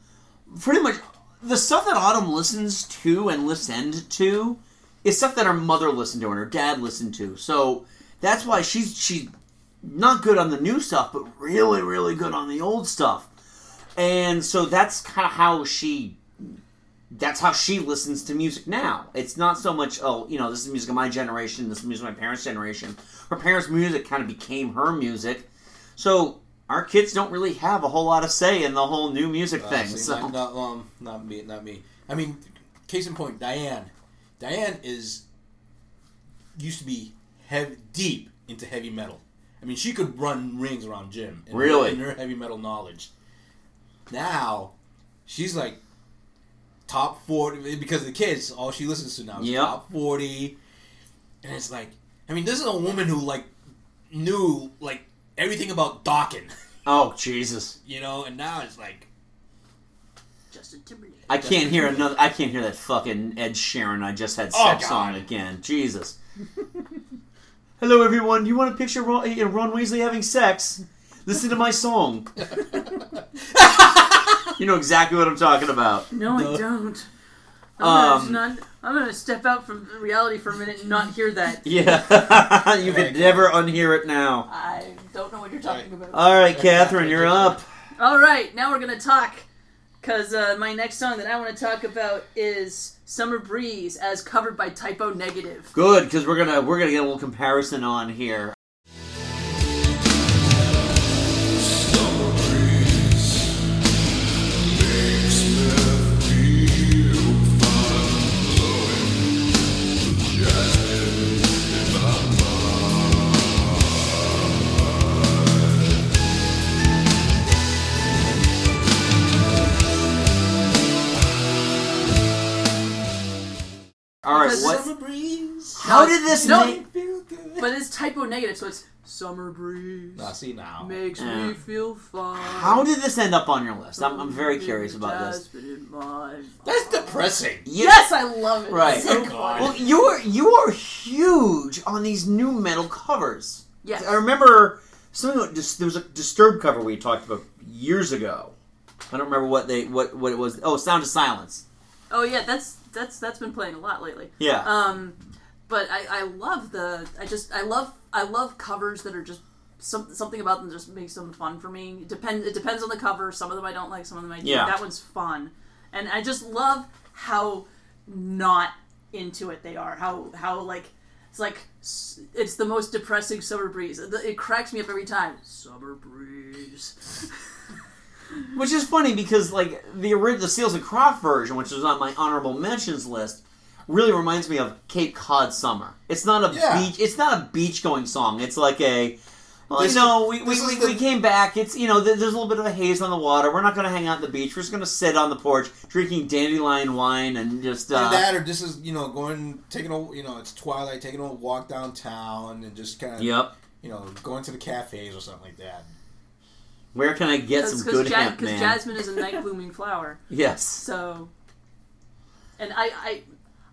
[SPEAKER 4] pretty much the stuff that Autumn listens to and listened to is stuff that her mother listened to and her dad listened to. So that's why she's she's not good on the new stuff, but really, really good on the old stuff. And so that's kind of how she. That's how she listens to music now. It's not so much, oh, you know, this is music of my generation, this is music of my parents' generation. Her parents' music kind of became her music. So our kids don't really have a whole lot of say in the whole new music
[SPEAKER 6] Uh,
[SPEAKER 4] thing.
[SPEAKER 6] see,
[SPEAKER 4] So
[SPEAKER 6] not, not, um, not me, not me. I mean, case in point, Diane. Diane is used to be heavy, deep into heavy metal. I I mean, she could run rings around Jim. in her-
[SPEAKER 4] Really?
[SPEAKER 6] in her heavy metal knowledge. Now, she's like top forty because of the kids. All she listens to now is
[SPEAKER 4] Yep.
[SPEAKER 6] top forty, and it's like, I mean, this is a woman who like knew like everything about docking,
[SPEAKER 4] Oh Jesus!
[SPEAKER 6] you know, and now it's like
[SPEAKER 7] Justin Timberlake.
[SPEAKER 4] I can't hear another. I can't hear that fucking Ed Sheeran. I just had
[SPEAKER 6] Oh,
[SPEAKER 4] sex on
[SPEAKER 6] God.
[SPEAKER 4] again. Jesus. Hello everyone. You want to picture Ron, eh, Ron Weasley having sex? Listen to my song. you know exactly what I'm talking about.
[SPEAKER 7] No, I don't. I'm, gonna,
[SPEAKER 4] Um,
[SPEAKER 7] not, I'm gonna step out from reality for a minute and not hear that.
[SPEAKER 4] Yeah, you can never unhear it now.
[SPEAKER 7] I don't know what you're talking about.
[SPEAKER 4] All right, Catherine, you're up.
[SPEAKER 7] All right, now we're gonna talk, cause uh, my next song that I want to talk about is "Summer Breeze" as covered by Typo Negative.
[SPEAKER 4] Good, because we're gonna we're gonna get a little comparison on here. All right,
[SPEAKER 7] Because-
[SPEAKER 4] what?
[SPEAKER 6] breeze.
[SPEAKER 4] How did this
[SPEAKER 7] No,
[SPEAKER 4] make-
[SPEAKER 7] But it's typo negative, so it's "Summer Breeze"
[SPEAKER 6] Nah, see now.
[SPEAKER 7] makes
[SPEAKER 4] Yeah.
[SPEAKER 7] me feel fine.
[SPEAKER 4] How did this end up on your list? I'm, I'm very curious about this.
[SPEAKER 6] That's depressing.
[SPEAKER 4] You- Oh
[SPEAKER 7] Yes, I love it.
[SPEAKER 4] Right.
[SPEAKER 7] It's so
[SPEAKER 6] God.
[SPEAKER 7] fun.
[SPEAKER 4] Well, you are you are huge on these new metal covers.
[SPEAKER 7] Yes.
[SPEAKER 4] I remember something. Like, dis- there was a Disturbed cover we talked about years ago. I don't remember what they what what it was. Oh, Sound of Silence.
[SPEAKER 7] Oh yeah, that's that's that's been playing a lot lately.
[SPEAKER 4] Yeah.
[SPEAKER 7] Um, but I, I love the I just I love I love covers that are just some, something about them just makes them fun for me. It depends it depends on the cover. Some of them I don't like. Some of them I do.
[SPEAKER 4] Yeah.
[SPEAKER 7] That one's fun, and I just love how not into it they are. How how like it's like s- it's the most depressing summer breeze. It, it cracks me up every time. Summer breeze.
[SPEAKER 4] Which is funny because like the original the Seals and Croft version, which was on my honorable mentions list, really reminds me of Cape Cod summer. It's not a
[SPEAKER 6] Yeah.
[SPEAKER 4] beach. It's not a beach going song. It's like a well,
[SPEAKER 6] This-
[SPEAKER 4] you know, we, we,
[SPEAKER 6] this is
[SPEAKER 4] we,
[SPEAKER 6] the-
[SPEAKER 4] we came back. It's you know, th- there's a little bit of a haze on the water. We're not going to hang out at the beach. We're just going to sit on the porch, drinking dandelion wine, and just uh,
[SPEAKER 6] Either that or this is you know going taking a you know it's twilight taking a walk downtown and just kind of
[SPEAKER 4] Yep.
[SPEAKER 6] you know going to the cafes or something like that.
[SPEAKER 4] Where can I get some good hemp, man?
[SPEAKER 7] Because Jasmine is a night blooming flower.
[SPEAKER 4] yes.
[SPEAKER 7] So, and I, I,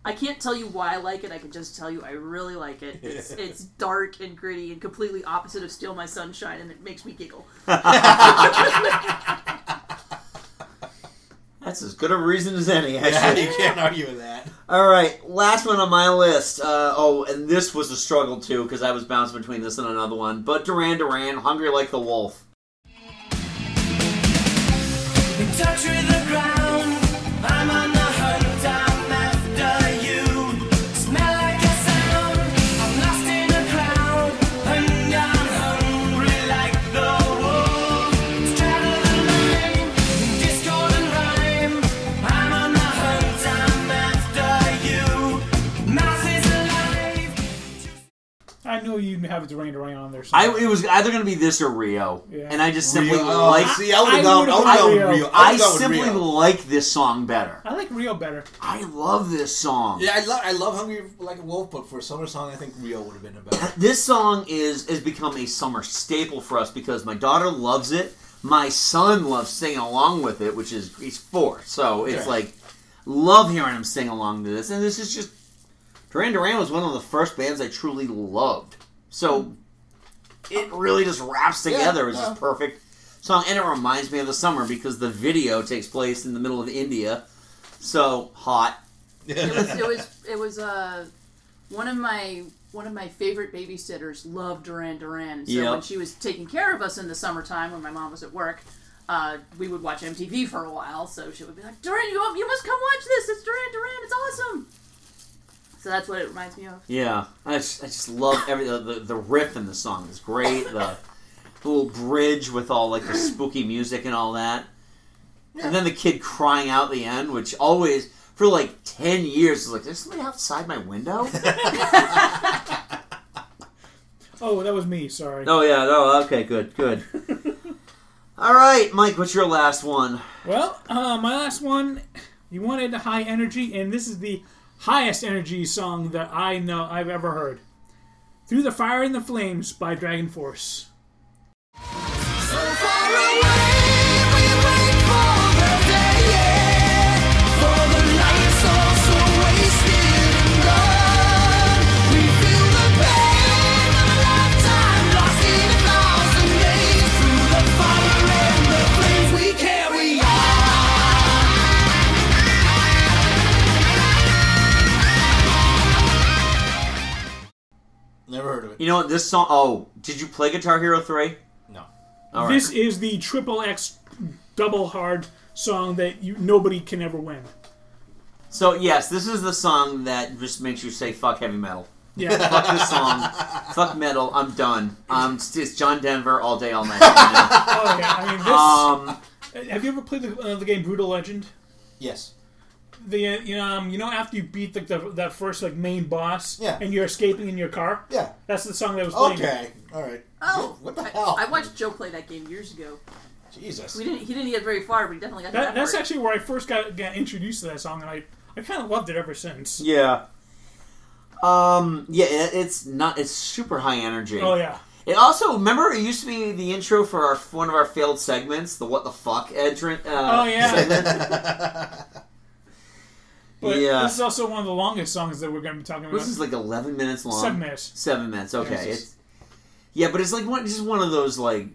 [SPEAKER 7] I can't tell you why I like it. I can just tell you I really like it. It's, it's dark and gritty and completely opposite of "Steal My Sunshine," and it makes me giggle.
[SPEAKER 4] That's as good a reason as any,
[SPEAKER 6] Yeah,
[SPEAKER 4] actually.
[SPEAKER 6] you can't argue with that.
[SPEAKER 4] All right, last one on my list. Uh, oh, and this was a struggle too because I was bouncing between this and another one. But Duran Duran, "Hungry Like the Wolf."
[SPEAKER 10] In touch with the ground, I'm on the hunt, I'm after you. Smell like a sound, I'm lost in a crowd, and I'm hungry like the wolf. Straddle the line, discord and rhyme, I'm on the hunt, I'm after you. Mouse is alive.
[SPEAKER 5] I knew you'd have Duran Duran on there.
[SPEAKER 4] I
[SPEAKER 5] somewhere.
[SPEAKER 4] it was either going to be this or Rio,
[SPEAKER 5] Yeah.
[SPEAKER 4] and I just simply
[SPEAKER 6] Rio, oh,
[SPEAKER 4] like.
[SPEAKER 6] see, I would have
[SPEAKER 5] I
[SPEAKER 6] gone.
[SPEAKER 5] would've
[SPEAKER 6] I would
[SPEAKER 5] gone
[SPEAKER 6] have gone
[SPEAKER 5] Rio.
[SPEAKER 6] with Rio.
[SPEAKER 4] I
[SPEAKER 6] would've gone with
[SPEAKER 4] simply
[SPEAKER 6] Rio.
[SPEAKER 4] like this song better.
[SPEAKER 5] I like Rio better.
[SPEAKER 4] I love this song.
[SPEAKER 6] Yeah, I love. I love Hungry Like a Wolf, but for a summer song, I think Rio would have been a better.
[SPEAKER 4] This song is has become a summer staple for us because my daughter loves it. My son loves singing along with it, which is he's four, so it's
[SPEAKER 6] Yeah.
[SPEAKER 4] like love hearing him sing along to this. And this is just Duran Duran was one of the first bands I truly loved. So it really just wraps
[SPEAKER 6] Yeah,
[SPEAKER 4] together as
[SPEAKER 6] yeah.
[SPEAKER 4] this perfect song, and it reminds me of the summer because the video takes place in the middle of India, so hot.
[SPEAKER 7] It was, it was, it was uh, one of my one of my favorite babysitters loved Duran Duran. So
[SPEAKER 4] Yeah.
[SPEAKER 7] when she was taking care of us in the summertime when my mom was at work. Uh, we would watch MTV for a while, so she would be like, "Duran, you, you must come watch this. It's Duran Duran. It's awesome." So that's what it reminds me of.
[SPEAKER 4] Yeah, I just, I just love every the, the the riff in the song is great. The little bridge with all like the spooky music and all that, and then the kid crying out at the end, which always for like ten years is like, "There's somebody outside my window."
[SPEAKER 5] Oh, that was me. Sorry.
[SPEAKER 4] Oh yeah. Oh, okay. Good. Good. All right, Mike. What's your last one?
[SPEAKER 5] Well, uh, my last one, you wanted high energy, and this is the highest energy song that I know I've ever heard. Through the Fire and the Flames by Dragon Force.
[SPEAKER 6] Never heard of it.
[SPEAKER 4] You know what? This song. Oh, did you play Guitar Hero three?
[SPEAKER 6] No.
[SPEAKER 4] All right.
[SPEAKER 5] This is the triple X double hard song that you nobody can ever win.
[SPEAKER 4] So yes, this is the song that just makes you say "fuck heavy metal."
[SPEAKER 5] Yeah.
[SPEAKER 4] fuck this song. fuck metal. I'm done. Um, it's, it's John Denver all day, all night. You know?
[SPEAKER 5] Oh yeah, I
[SPEAKER 6] Um,
[SPEAKER 5] mean this. have you ever played the, uh, the game Brutal Legend?
[SPEAKER 6] Yes.
[SPEAKER 5] The uh, you know, um, you know after you beat like the, that first like main boss,
[SPEAKER 6] Yeah.
[SPEAKER 5] and you're escaping in your car.
[SPEAKER 6] Yeah.
[SPEAKER 5] That's the song that was playing.
[SPEAKER 6] Okay. All right.
[SPEAKER 7] Oh,
[SPEAKER 6] What the
[SPEAKER 7] I-
[SPEAKER 6] hell?
[SPEAKER 7] I, watched Joe play that game years ago.
[SPEAKER 6] Jesus.
[SPEAKER 7] We didn't. He didn't get very far, but he definitely got
[SPEAKER 5] That,
[SPEAKER 7] that.
[SPEAKER 5] that's
[SPEAKER 7] far.
[SPEAKER 5] actually where I first got, got introduced to that song, and I I kind of loved it ever since.
[SPEAKER 4] Yeah. Um. Yeah. It, it's not. It's super high energy.
[SPEAKER 5] Oh yeah.
[SPEAKER 4] It also remember it used to be the intro for our one of our failed segments, the "What the fuck" entrant. Uh,
[SPEAKER 5] Oh, yeah.
[SPEAKER 4] segment.
[SPEAKER 5] But
[SPEAKER 4] yeah.
[SPEAKER 5] this is also one of the longest songs that we're going to be talking about.
[SPEAKER 4] This is like eleven minutes long.
[SPEAKER 5] Seven minutes.
[SPEAKER 4] Seven minutes. Okay.
[SPEAKER 5] Yeah, it's
[SPEAKER 4] it's
[SPEAKER 5] just-
[SPEAKER 4] yeah, but it's like one, just one of those like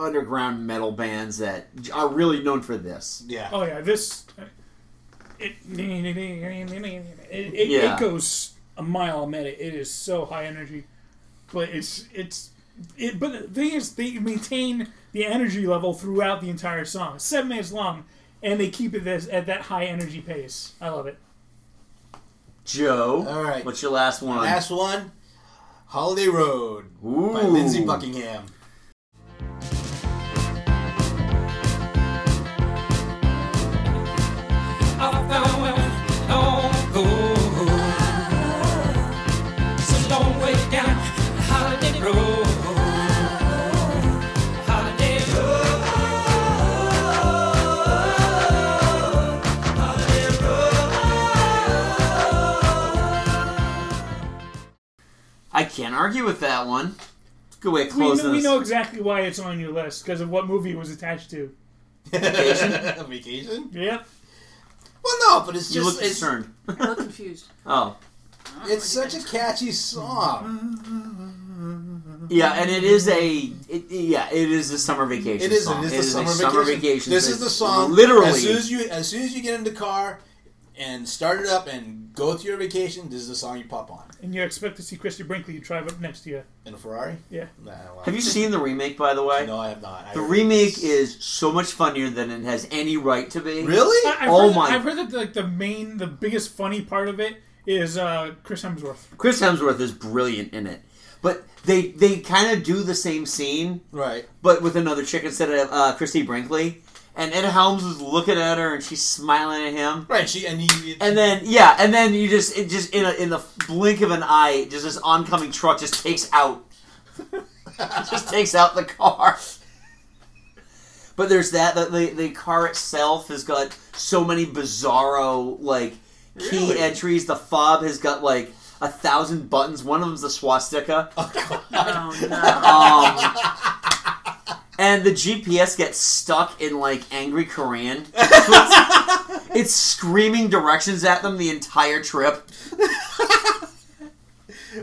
[SPEAKER 4] underground metal bands that are really known for this.
[SPEAKER 6] Yeah.
[SPEAKER 5] Oh yeah, this it it, it
[SPEAKER 4] Yeah.
[SPEAKER 5] goes a mile a minute. It is so high energy, but it's it's it. But the thing is, they maintain the energy level throughout the entire song. It's seven minutes long, and they keep it this at that high energy pace. I love it.
[SPEAKER 4] Joe.
[SPEAKER 6] All right.
[SPEAKER 4] What's your last one?
[SPEAKER 6] Last one. Holiday Road by
[SPEAKER 4] Ooh.
[SPEAKER 6] Lindsey Buckingham.
[SPEAKER 4] I can't argue with that one. It's a good way of
[SPEAKER 5] We
[SPEAKER 4] closing
[SPEAKER 5] know, we
[SPEAKER 4] this.
[SPEAKER 5] know exactly why it's on your list because of what movie it was attached to.
[SPEAKER 6] Vacation?
[SPEAKER 5] Yeah.
[SPEAKER 6] Well, no, but it's
[SPEAKER 4] you look
[SPEAKER 6] just it's,
[SPEAKER 4] concerned.
[SPEAKER 7] I'm a little confused.
[SPEAKER 4] Oh.
[SPEAKER 6] it's such a catchy
[SPEAKER 4] Mm-hmm.
[SPEAKER 6] song.
[SPEAKER 4] Yeah, and it is a it, yeah, it is a summer vacation.
[SPEAKER 6] It is.
[SPEAKER 4] Song.
[SPEAKER 6] It is
[SPEAKER 4] It
[SPEAKER 6] the
[SPEAKER 4] is
[SPEAKER 6] summer,
[SPEAKER 4] a summer
[SPEAKER 6] vacation.
[SPEAKER 4] vacation.
[SPEAKER 6] This
[SPEAKER 4] that
[SPEAKER 6] is the song.
[SPEAKER 4] Literally,
[SPEAKER 6] as soon as you as soon as you get in the car and start it up and go through your vacation, this is the song you pop on
[SPEAKER 5] And you expect to see Christy Brinkley drive up next year.
[SPEAKER 6] in a Ferrari.
[SPEAKER 5] Yeah.
[SPEAKER 6] Nah, well,
[SPEAKER 4] have you seen the remake? By the way,
[SPEAKER 6] No, I have not. I-
[SPEAKER 4] the remake is so much funnier than it has any right to be.
[SPEAKER 6] really?
[SPEAKER 5] I, I've
[SPEAKER 4] Oh
[SPEAKER 5] heard
[SPEAKER 4] my-
[SPEAKER 5] That, I've heard that like the main, the biggest funny part of it is uh, Chris Hemsworth.
[SPEAKER 4] Chris Hemsworth is brilliant in it, but they they kind of do the same scene,
[SPEAKER 6] Right.
[SPEAKER 4] but with another chick instead of uh, Christy Brinkley. And Ed Helms is looking at her, and she's smiling at him.
[SPEAKER 6] Right. She and he.
[SPEAKER 4] And then yeah, and then you just it just in a, in the blink of an eye, just this oncoming truck just takes out, just takes out the car. But there's that the, the the car itself has got so many bizarro like key
[SPEAKER 6] Really?
[SPEAKER 4] entries. The fob has got like a thousand buttons. One of them's the swastika.
[SPEAKER 7] Oh no.
[SPEAKER 4] Um, and the GPS gets stuck in like angry Korean. So it's, it's screaming directions at them the entire trip.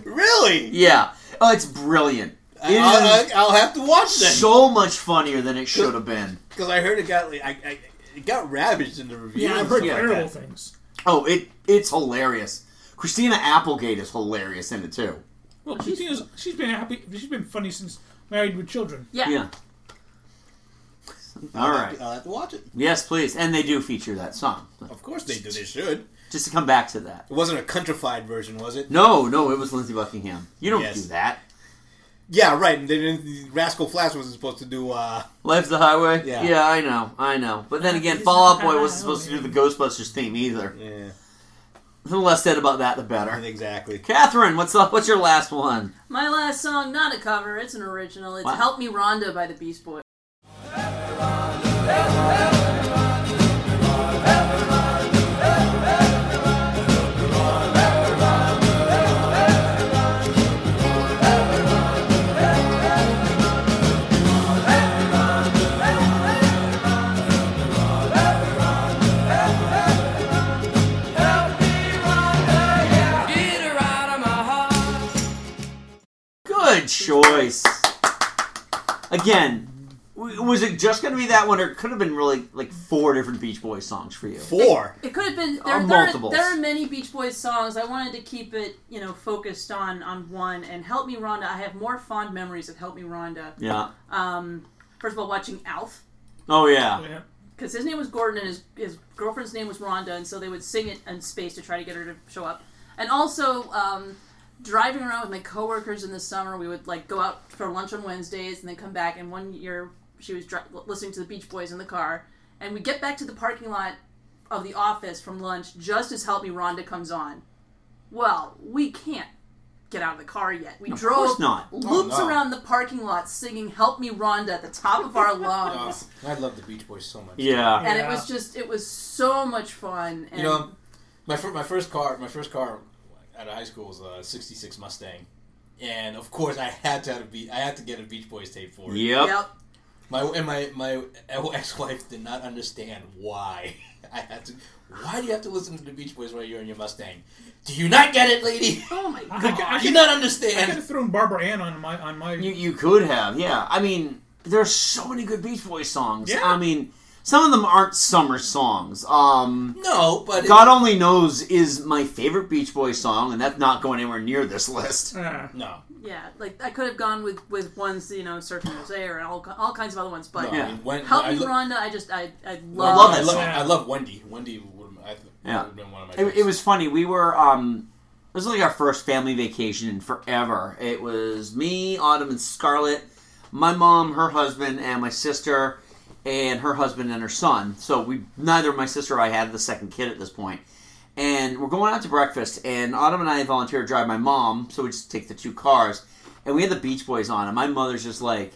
[SPEAKER 6] really?
[SPEAKER 4] Yeah. Oh, it's brilliant. It
[SPEAKER 6] I'll,
[SPEAKER 4] is
[SPEAKER 6] I'll have to watch that.
[SPEAKER 4] so much funnier than it should have been.
[SPEAKER 6] Because I heard it got like I, I it got ravaged in the reviews.
[SPEAKER 5] Yeah, I've
[SPEAKER 6] and
[SPEAKER 5] heard
[SPEAKER 6] stuff like
[SPEAKER 5] terrible
[SPEAKER 6] that.
[SPEAKER 5] things.
[SPEAKER 4] Oh, it it's hilarious. Christina Applegate is hilarious in it too.
[SPEAKER 5] Well, Christina's she's been happy. She's been funny since Married with Children.
[SPEAKER 7] Yeah.
[SPEAKER 4] Yeah. All
[SPEAKER 6] I'll have
[SPEAKER 4] right.
[SPEAKER 6] to- I'll
[SPEAKER 5] uh,
[SPEAKER 6] have to watch it.
[SPEAKER 4] Yes, please. And they do feature that song.
[SPEAKER 6] Of course they do. They should.
[SPEAKER 4] Just to come back to that.
[SPEAKER 6] It wasn't a countrified version, was it?
[SPEAKER 4] No, no, it was Lindsey Buckingham. You don't
[SPEAKER 6] Yes.
[SPEAKER 4] do that.
[SPEAKER 6] Yeah, right. And they didn't. Rascal Flatts wasn't supposed to do. uh
[SPEAKER 4] Life's the highway.
[SPEAKER 6] Yeah.
[SPEAKER 4] I know, I know. But then again, Fall Out Boy wasn't supposed to do the Ghostbusters theme either.
[SPEAKER 6] Yeah.
[SPEAKER 4] The less said about that, the better.
[SPEAKER 6] Exactly.
[SPEAKER 4] Catherine, what's up? What's your last one?
[SPEAKER 7] My last song, not a cover, it's an original. It's
[SPEAKER 4] Wow.
[SPEAKER 7] Help Me Rhonda by the Beast Boys.
[SPEAKER 11] Get her out of my heart.
[SPEAKER 4] Good choice. Again, w- was it just going to be that one, or it could have been really like four different Beach Boys songs for you?
[SPEAKER 6] Four.
[SPEAKER 7] It could have been
[SPEAKER 4] Or
[SPEAKER 7] there, there, are,
[SPEAKER 4] multiples.
[SPEAKER 7] there are many Beach Boys songs. I wanted to keep it, you know, focused on on one. And Help Me Rhonda, I have more fond memories of Help Me Rhonda.
[SPEAKER 4] Yeah.
[SPEAKER 7] Um, first of all, watching Alf
[SPEAKER 4] Oh yeah.
[SPEAKER 7] because his name was Gordon and his his girlfriend's name was Rhonda, and so they would sing it in space to try to get her to show up. And also, um, driving around with my coworkers in the summer, we would like go out for lunch on Wednesdays and then come back. And one year, she was dri- listening to the Beach Boys in the car, and we get back to the parking lot of the office from lunch just as "Help Me, Rhonda" comes on. Well, we can't get out of the car yet. We
[SPEAKER 4] Of
[SPEAKER 7] drove
[SPEAKER 4] course not. Oh,
[SPEAKER 7] loops
[SPEAKER 6] no.
[SPEAKER 7] around the parking lot singing "Help Me, Rhonda" at the top of our lungs.
[SPEAKER 6] I love the Beach Boys so much.
[SPEAKER 4] Yeah.
[SPEAKER 7] and it was just it was so much fun and
[SPEAKER 6] You know, my fir- my first car, my first car out of high school was a '66 Mustang, and of course I had to have a be- I had to get a Beach Boys tape for it.
[SPEAKER 4] Yep. Yep.
[SPEAKER 6] My and my my ex-wife did not understand why I had to. Why do you have to listen to the Beach Boys while you're in your Mustang? Do you not get it, lady?
[SPEAKER 7] Oh my
[SPEAKER 5] I,
[SPEAKER 6] God.
[SPEAKER 5] I,
[SPEAKER 6] You not understand.
[SPEAKER 5] I could have thrown Barbara Ann on my on my.
[SPEAKER 4] You you could have, yeah. I mean, there's so many good Beach Boys songs.
[SPEAKER 5] Yeah.
[SPEAKER 4] I mean, some of them aren't summer songs. Um,
[SPEAKER 6] No, but it-
[SPEAKER 4] God only knows is my favorite Beach Boys song, and that's not going anywhere near this list.
[SPEAKER 5] uh,
[SPEAKER 6] No.
[SPEAKER 7] yeah like i could have gone with with ones you know surfing Jose or all, all kinds of other ones but
[SPEAKER 6] No, I Yeah. mean, when-
[SPEAKER 7] help
[SPEAKER 6] I
[SPEAKER 7] me
[SPEAKER 6] lo-
[SPEAKER 7] rhonda i just i i love,
[SPEAKER 6] I love, I love Wendy. Wendy would I th-
[SPEAKER 4] Yeah.
[SPEAKER 6] would have been one of my.
[SPEAKER 4] It, it was funny. We were um, this was like our first family vacation in forever. It was me, Autumn, and Scarlett, my mom, her husband, and my sister, and her husband and her son. So we neither my sister or I had the second kid at this point. And we're going out to breakfast, and Autumn and I volunteer to drive my mom, so we just take the two cars. And we had the Beach Boys on, and my mother's just like,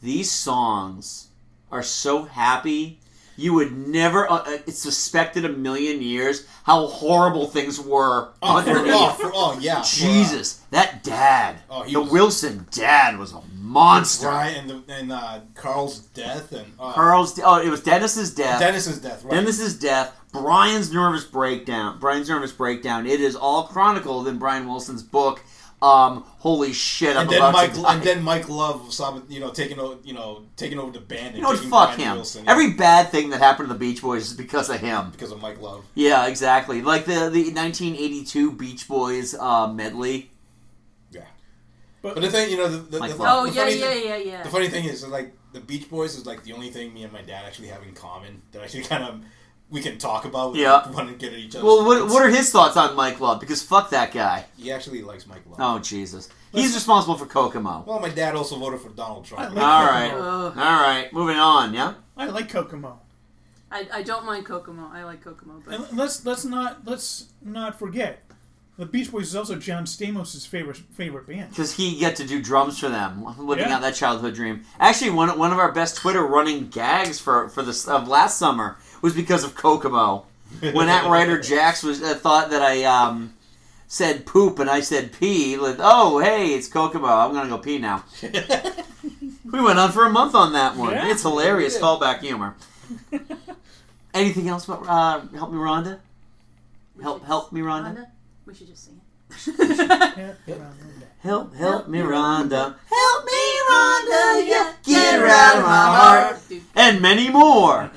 [SPEAKER 4] these songs are so happy. You would never uh, uh, suspected a million years how horrible things were.
[SPEAKER 6] Oh, for-
[SPEAKER 4] underneath.
[SPEAKER 6] oh, for- oh, yeah, for, uh,
[SPEAKER 4] Jesus, that dad,
[SPEAKER 6] Oh, he
[SPEAKER 4] the
[SPEAKER 6] was-
[SPEAKER 4] Wilson dad, was a monster.
[SPEAKER 6] Right, and the, and uh, Carl's death and uh,
[SPEAKER 4] Carl's. Oh, it was Dennis's death.
[SPEAKER 6] Dennis's death, right.
[SPEAKER 4] Dennis's death. Brian's nervous breakdown. Brian's nervous breakdown. It is all chronicled in Brian Wilson's book. Um, holy shit! I'm
[SPEAKER 6] and then
[SPEAKER 4] about
[SPEAKER 6] Mike
[SPEAKER 4] to die.
[SPEAKER 6] and then Mike Love, saw- you know, taking over, you know, taking over the band. And
[SPEAKER 4] you know what?
[SPEAKER 6] taking
[SPEAKER 4] Fuck
[SPEAKER 6] Brian
[SPEAKER 4] him.
[SPEAKER 6] Wilson,
[SPEAKER 4] Every bad thing that happened to the Beach Boys is because of him.
[SPEAKER 6] because of Mike Love.
[SPEAKER 4] Yeah, exactly. Like the the 1982 Beach Boys uh, medley.
[SPEAKER 6] But, the thing, you know, the, the,
[SPEAKER 4] Mike
[SPEAKER 6] the,
[SPEAKER 4] Love.
[SPEAKER 7] Oh,
[SPEAKER 6] the
[SPEAKER 7] yeah,
[SPEAKER 6] funny
[SPEAKER 7] yeah,
[SPEAKER 6] thing-
[SPEAKER 7] yeah, yeah.
[SPEAKER 6] The funny thing is, like, the Beach Boys is like the only thing me and my dad actually have in common that actually kind of we can talk about.
[SPEAKER 4] Yeah.
[SPEAKER 6] want to get at each other.
[SPEAKER 4] Well, what, what are his thoughts on Mike Love? Because fuck that guy.
[SPEAKER 6] He actually likes Mike Love.
[SPEAKER 4] Oh Jesus, he's responsible for Kokomo.
[SPEAKER 6] Well, my dad also voted for Donald Trump.
[SPEAKER 7] Uh,
[SPEAKER 4] All right, all right, moving on. Yeah.
[SPEAKER 5] I like Kokomo.
[SPEAKER 7] I, I don't mind kokomo i like kokomo but
[SPEAKER 5] And let's let's not let's not forget, the Beach Boys is also John Stamos's favorite favorite band.
[SPEAKER 4] Because he got to do drums for them, living
[SPEAKER 5] Yeah.
[SPEAKER 4] out that childhood dream. Actually, one one of our best Twitter running gags for for this of last summer was because of Kokomo. When that writer Jax was uh, thought that I um, said poop and I said pee, like, oh hey, it's Kokomo. I'm gonna go pee now. we went on for a month on that one.
[SPEAKER 5] Yeah.
[SPEAKER 4] it's hilarious
[SPEAKER 5] Yeah.
[SPEAKER 4] callback humor. Anything else about uh, help me, Rhonda? Help help me, Rhonda.
[SPEAKER 7] rhonda we should just sing
[SPEAKER 4] Help help me, Rhonda.
[SPEAKER 7] it help me rhonda yeah
[SPEAKER 4] Get her out of my heart. And many more.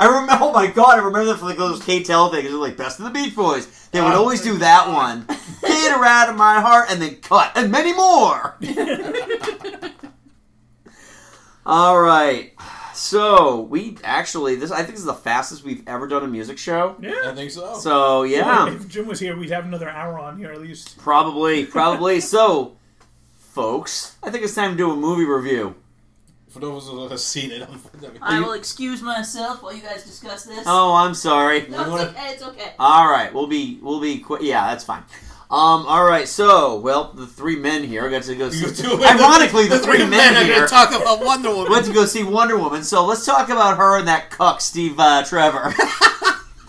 [SPEAKER 4] I remember, oh my god, I remember that from like those KTEL things. It was like Best of the Beach Boys. They would always do that one. Get her out of my heart and then cut. And many more. All right. So, we actually, this I think this is the fastest we've ever done a music show.
[SPEAKER 5] Yeah,
[SPEAKER 6] I think so.
[SPEAKER 4] uh, So, yeah.
[SPEAKER 5] If Jim was here, we'd have another hour on here at least.
[SPEAKER 4] Probably, probably. so, folks, I think it's time to do a movie review.
[SPEAKER 6] For those of us who have seen it, I'm,
[SPEAKER 7] I will excuse myself while you guys discuss this.
[SPEAKER 4] Oh, I'm sorry.
[SPEAKER 7] No, it's okay. It's okay.
[SPEAKER 4] All right, we'll be we'll be quick. Yeah, that's fine. Um, all right, so well, the three men here are going to go. See, ironically, the, three, men,
[SPEAKER 6] are gonna
[SPEAKER 4] here
[SPEAKER 6] talk about Wonder Woman.
[SPEAKER 4] Went to go see Wonder Woman, so let's talk about her and that cuck, Steve uh, Trevor.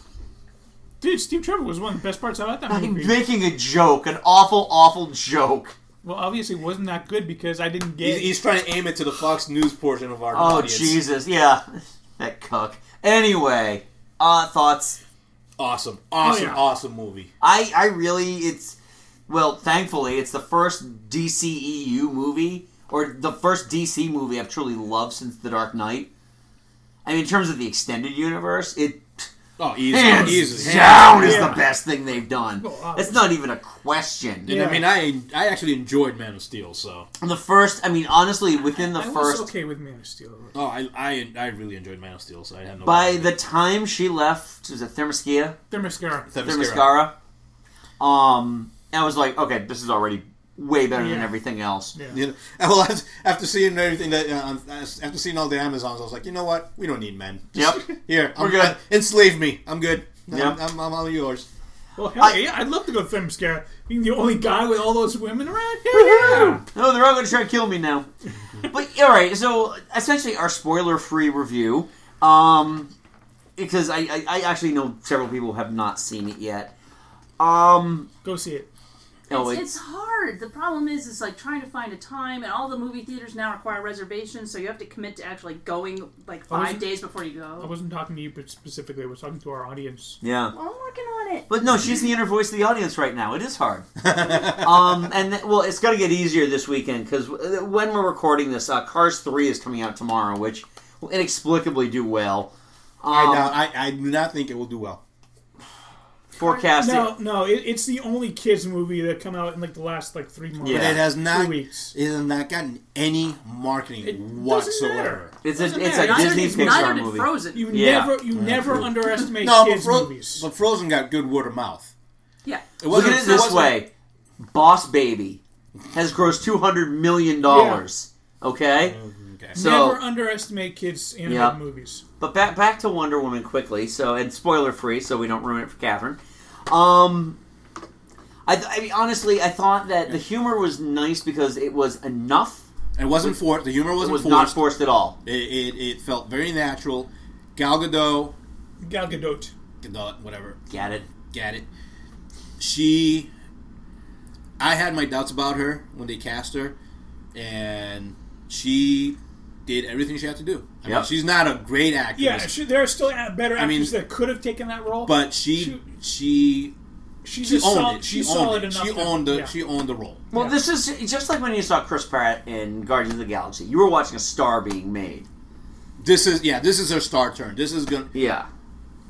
[SPEAKER 5] Dude, Steve Trevor was one of the best parts about that
[SPEAKER 4] I'm
[SPEAKER 5] movie.
[SPEAKER 4] making a joke, an awful, awful joke.
[SPEAKER 5] Well, obviously, it wasn't that good because I didn't get.
[SPEAKER 6] He's, he's trying to aim it to the Fox News portion of our
[SPEAKER 4] Oh
[SPEAKER 6] audience.
[SPEAKER 4] Jesus, yeah, that cuck. Anyway, uh, thoughts.
[SPEAKER 6] Awesome, awesome,
[SPEAKER 4] Oh, yeah.
[SPEAKER 6] awesome movie.
[SPEAKER 4] I, I really, it's, well, thankfully, it's the first DCEU movie, or the first DC movie I've truly loved since The Dark Knight. I mean, in terms of the extended universe, it.
[SPEAKER 6] Oh,
[SPEAKER 10] easily,
[SPEAKER 4] hands
[SPEAKER 6] easily,
[SPEAKER 4] down
[SPEAKER 6] hands
[SPEAKER 4] is
[SPEAKER 6] down.
[SPEAKER 4] the best thing they've done.
[SPEAKER 6] Well, obviously.
[SPEAKER 4] It's not even a question.
[SPEAKER 6] And I mean, I I actually enjoyed Man of Steel, so
[SPEAKER 4] the first, I mean, honestly, within the
[SPEAKER 5] I
[SPEAKER 4] first.
[SPEAKER 5] was okay with Man of Steel.
[SPEAKER 6] oh, I, I I really enjoyed Man of Steel, so I had no.
[SPEAKER 4] By the time she left, was it Thermoskia?
[SPEAKER 5] Thermoscara.
[SPEAKER 4] Thermoscara. Um, I was like, okay, this is already way better than
[SPEAKER 6] Yeah.
[SPEAKER 4] everything else.
[SPEAKER 5] Yeah.
[SPEAKER 6] You know, well, after- after seeing everything that uh, after seeing all the Amazons, I was like, you know what? We don't need men. Just- Here,
[SPEAKER 4] We're
[SPEAKER 6] I'm,
[SPEAKER 4] good.
[SPEAKER 6] I- enslave me. I'm good.
[SPEAKER 4] Yep.
[SPEAKER 6] I'm, I'm, I'm all yours.
[SPEAKER 5] Well, hell yeah, I'd love to go to Thermoscara. Being the only guy with all those women around. Hell yeah.
[SPEAKER 4] No, they're all going to try to kill me now. but all right, so essentially our spoiler-free review, um, because I, I, I actually know several people have not seen it yet. Um,
[SPEAKER 5] go see it.
[SPEAKER 4] Oh,
[SPEAKER 7] it's,
[SPEAKER 4] it's,
[SPEAKER 7] it's hard. The problem is, is like trying to find a time, and all the movie theaters now require reservations, so you have to commit to actually going like
[SPEAKER 5] I
[SPEAKER 7] five
[SPEAKER 5] wasn't-
[SPEAKER 7] days before you
[SPEAKER 5] I
[SPEAKER 7] go.
[SPEAKER 5] wasn't talking to you specifically. I was talking to our audience.
[SPEAKER 4] yeah.
[SPEAKER 7] Well, Oh, I'm working on it.
[SPEAKER 4] But no, she's the inner voice of the audience right now. It is hard. um, and th- well, it's going to get easier this weekend because when we're recording this, uh, Cars Three is coming out tomorrow, which will inexplicably do well. Um,
[SPEAKER 6] I, doubt, I I do not think it will do well.
[SPEAKER 4] forecasting.
[SPEAKER 5] No, no, it, it's the only kids movie that come out in like the last like three months.
[SPEAKER 6] But it has
[SPEAKER 5] Three
[SPEAKER 6] not. It
[SPEAKER 5] weeks.
[SPEAKER 6] has not gotten any marketing whatsoever.
[SPEAKER 4] It's a-
[SPEAKER 5] Doesn't
[SPEAKER 4] it's a
[SPEAKER 5] matter.
[SPEAKER 4] Disney
[SPEAKER 5] It's
[SPEAKER 4] Pixar
[SPEAKER 5] neither did
[SPEAKER 4] movie.
[SPEAKER 5] Frozen. You
[SPEAKER 4] Yeah.
[SPEAKER 5] never, you
[SPEAKER 6] Yeah,
[SPEAKER 5] never
[SPEAKER 6] true.
[SPEAKER 5] underwork underestimate
[SPEAKER 6] No, but,
[SPEAKER 5] kids
[SPEAKER 6] Fro-
[SPEAKER 5] movies.
[SPEAKER 6] but Frozen got good word of mouth.
[SPEAKER 7] Yeah.
[SPEAKER 6] It
[SPEAKER 4] Look
[SPEAKER 6] wasn't
[SPEAKER 4] at it this
[SPEAKER 6] wasn't-
[SPEAKER 4] way: Boss Baby has grossed two hundred million dollars. Okay, so
[SPEAKER 5] never underestimate kids animated
[SPEAKER 4] Yeah.
[SPEAKER 5] movies.
[SPEAKER 4] But back back to Wonder Woman quickly. So and spoiler free, so we don't ruin it for Catherine. Um, I, th- I mean, honestly, I thought that the humor was nice because it was enough.
[SPEAKER 6] It wasn't forced. The humor wasn't
[SPEAKER 4] it was
[SPEAKER 6] forced.
[SPEAKER 4] not forced at all.
[SPEAKER 6] It, it, it felt very natural. Gal Gadot,
[SPEAKER 5] Gal Gadot.
[SPEAKER 6] Gadot, whatever.
[SPEAKER 4] Got it.
[SPEAKER 6] Got it. She, I had my doubts about her when they cast her, and she did everything she had to do. I mean,
[SPEAKER 5] Yep.
[SPEAKER 6] she's not a great actress,
[SPEAKER 5] Yeah, she, there are still a- better
[SPEAKER 6] I mean-
[SPEAKER 5] actors that could have taken that role.
[SPEAKER 6] but she she
[SPEAKER 5] She's
[SPEAKER 6] she
[SPEAKER 5] a
[SPEAKER 6] owned
[SPEAKER 5] sol-
[SPEAKER 6] it.
[SPEAKER 5] she's
[SPEAKER 6] she owned
[SPEAKER 5] solid
[SPEAKER 6] it.
[SPEAKER 5] enough
[SPEAKER 6] She
[SPEAKER 5] to-
[SPEAKER 6] owned the
[SPEAKER 5] yeah.
[SPEAKER 6] she owned the role.
[SPEAKER 4] Well, this is just like when you saw Chris Pratt in Guardians of the Galaxy. You were watching a star being made.
[SPEAKER 6] This is yeah. This is her star turn. This is gonna
[SPEAKER 4] yeah.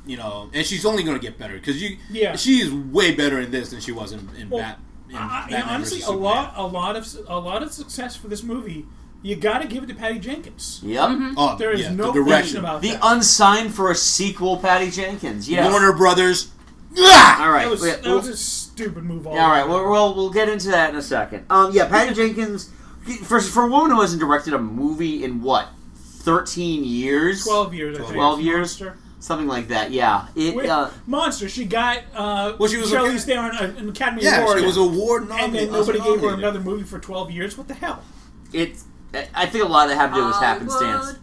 [SPEAKER 6] You know, and she's only gonna get better because you
[SPEAKER 5] Yeah.
[SPEAKER 6] She is way better in this than she was in, in
[SPEAKER 5] Well,
[SPEAKER 6] Bat. In
[SPEAKER 5] I- I-
[SPEAKER 6] Batman versus
[SPEAKER 5] honestly, a
[SPEAKER 6] Superman.
[SPEAKER 5] lot, a lot of, a lot of success for this movie. You got to give it to Patty Jenkins.
[SPEAKER 4] Yep.
[SPEAKER 6] Oh,
[SPEAKER 5] there is
[SPEAKER 6] yeah,
[SPEAKER 5] no
[SPEAKER 6] the
[SPEAKER 5] question
[SPEAKER 6] direction.
[SPEAKER 5] about
[SPEAKER 4] The
[SPEAKER 5] that.
[SPEAKER 4] unsigned for a sequel, Patty Jenkins. Yes.
[SPEAKER 6] Warner Brothers.
[SPEAKER 4] All right.
[SPEAKER 5] that was,
[SPEAKER 4] we-
[SPEAKER 5] that was a stupid move. All
[SPEAKER 4] Yeah, all right. Well, we'll we'll get into that in a second. Um, yeah, Patty Jenkins, for for a woman who hasn't directed a movie in what, thirteen years,
[SPEAKER 5] twelve years. I think.
[SPEAKER 4] twelve years,
[SPEAKER 5] Monster.
[SPEAKER 4] something like that. Yeah. It.
[SPEAKER 5] Wait,
[SPEAKER 4] uh,
[SPEAKER 5] Monster. She got. Uh,
[SPEAKER 6] Well, she was
[SPEAKER 5] Charlize
[SPEAKER 6] okay.
[SPEAKER 5] Theron an- an Academy
[SPEAKER 6] Yeah,
[SPEAKER 5] Award.
[SPEAKER 6] it was award
[SPEAKER 5] and
[SPEAKER 6] nominated.
[SPEAKER 5] then nobody gave her another movie for twelve years. What the hell?
[SPEAKER 4] it. I think a lot of that had to do with happenstance.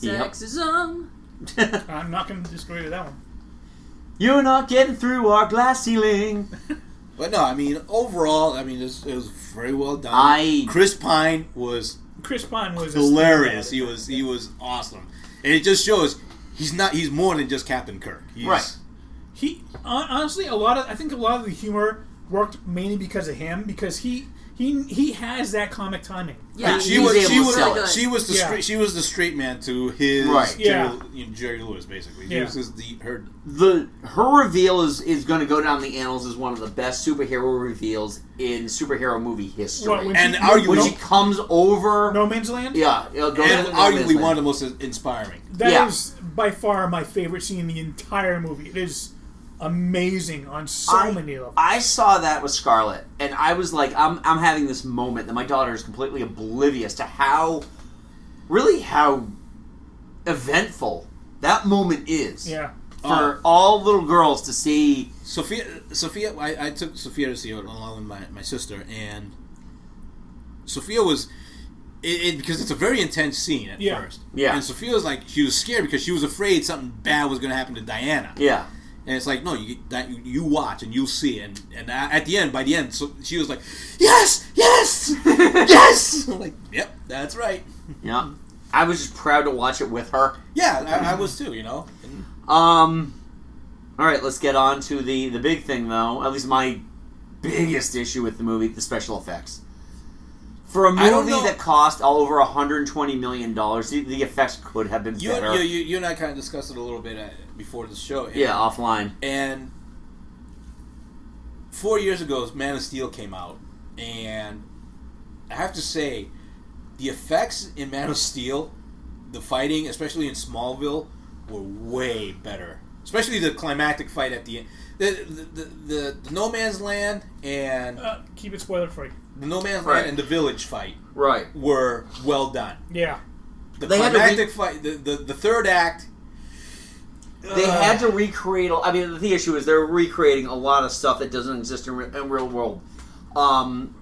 [SPEAKER 4] Yep.
[SPEAKER 7] Sexism.
[SPEAKER 5] I'm not going to disagree with that one.
[SPEAKER 4] You're not getting through our glass ceiling.
[SPEAKER 6] But no, I mean overall, I mean this, it was very well done.
[SPEAKER 4] I-
[SPEAKER 6] Chris Pine was
[SPEAKER 5] Chris Pine was a-
[SPEAKER 6] hilarious. He was he was awesome, and it just shows he's not he's more than just Captain Kirk. He's,
[SPEAKER 5] Right. He hon- honestly, a lot of I think a lot of the humor worked mainly because of him because he he he has that comic timing.
[SPEAKER 6] Like, she was she was she was the
[SPEAKER 5] Yeah.
[SPEAKER 6] straight she was the straight man to his
[SPEAKER 4] Right.
[SPEAKER 6] Jerry,
[SPEAKER 5] Yeah.
[SPEAKER 6] you know, Jerry Lewis basically. He
[SPEAKER 5] Yeah.
[SPEAKER 6] was his, the her
[SPEAKER 4] The her reveal is is going to go down the annals as one of the best superhero reveals in superhero movie history.
[SPEAKER 6] Well, when she- And arguably-
[SPEAKER 4] when she comes over
[SPEAKER 5] No Man's Land.
[SPEAKER 4] Yeah, yeah,
[SPEAKER 6] and
[SPEAKER 4] go ahead and go
[SPEAKER 6] arguably
[SPEAKER 4] Man's
[SPEAKER 6] one of the most inspiring.
[SPEAKER 5] That is
[SPEAKER 4] Yeah.
[SPEAKER 5] by far my favorite scene in the entire movie. It is amazing on so
[SPEAKER 4] I-
[SPEAKER 5] many levels.
[SPEAKER 4] I saw that with Scarlet, and I was like, I'm, I'm having this moment that my daughter is completely oblivious to how really how eventful that moment is.
[SPEAKER 5] Yeah.
[SPEAKER 4] For all little girls to see.
[SPEAKER 6] Sophia, Sophia, I, I took Sophia to see it along with my, my sister, and Sophia was it, it because it's a very intense scene at
[SPEAKER 4] Yeah.
[SPEAKER 6] first.
[SPEAKER 4] Yeah.
[SPEAKER 6] and Sophia was like she was scared because she was afraid something bad was going to happen to Diana.
[SPEAKER 4] Yeah.
[SPEAKER 6] and it's like no, you that you, you watch and you'll see, and and a- at the end, by the end, so she was like, yes, yes, yes. I'm like, yep, that's right.
[SPEAKER 4] Yeah. I was just proud to watch it with her.
[SPEAKER 6] Yeah, I, I was too. You know, And-
[SPEAKER 4] Um. All right, let's get on to the the big thing though. At least my biggest issue with the movie, the special effects. For a
[SPEAKER 6] I don't
[SPEAKER 4] movie
[SPEAKER 6] know-
[SPEAKER 4] that cost all over 120 million dollars, the, the effects could have been
[SPEAKER 6] you,
[SPEAKER 4] better.
[SPEAKER 6] you, you, you and I kind of discussed it a little bit uh, before the show.
[SPEAKER 4] yeah, offline.
[SPEAKER 6] And four years ago, Man of Steel came out, and I have to say, the effects in Man of Steel, the fighting, especially in Smallville, were way better. Especially the climactic fight at the end, the the, the, the, the No Man's Land and
[SPEAKER 5] Uh, keep it spoiler free.
[SPEAKER 6] the No Man's
[SPEAKER 5] Right.
[SPEAKER 6] Land and the Village fight,
[SPEAKER 4] right,
[SPEAKER 6] were well done.
[SPEAKER 5] Yeah.
[SPEAKER 6] The
[SPEAKER 4] They had to
[SPEAKER 6] climactic fight, the, the the third act.
[SPEAKER 4] They
[SPEAKER 6] Uh.
[SPEAKER 4] had to recreate. I mean, the issue is they're recreating a lot of stuff that doesn't exist in, re- in real world. Um,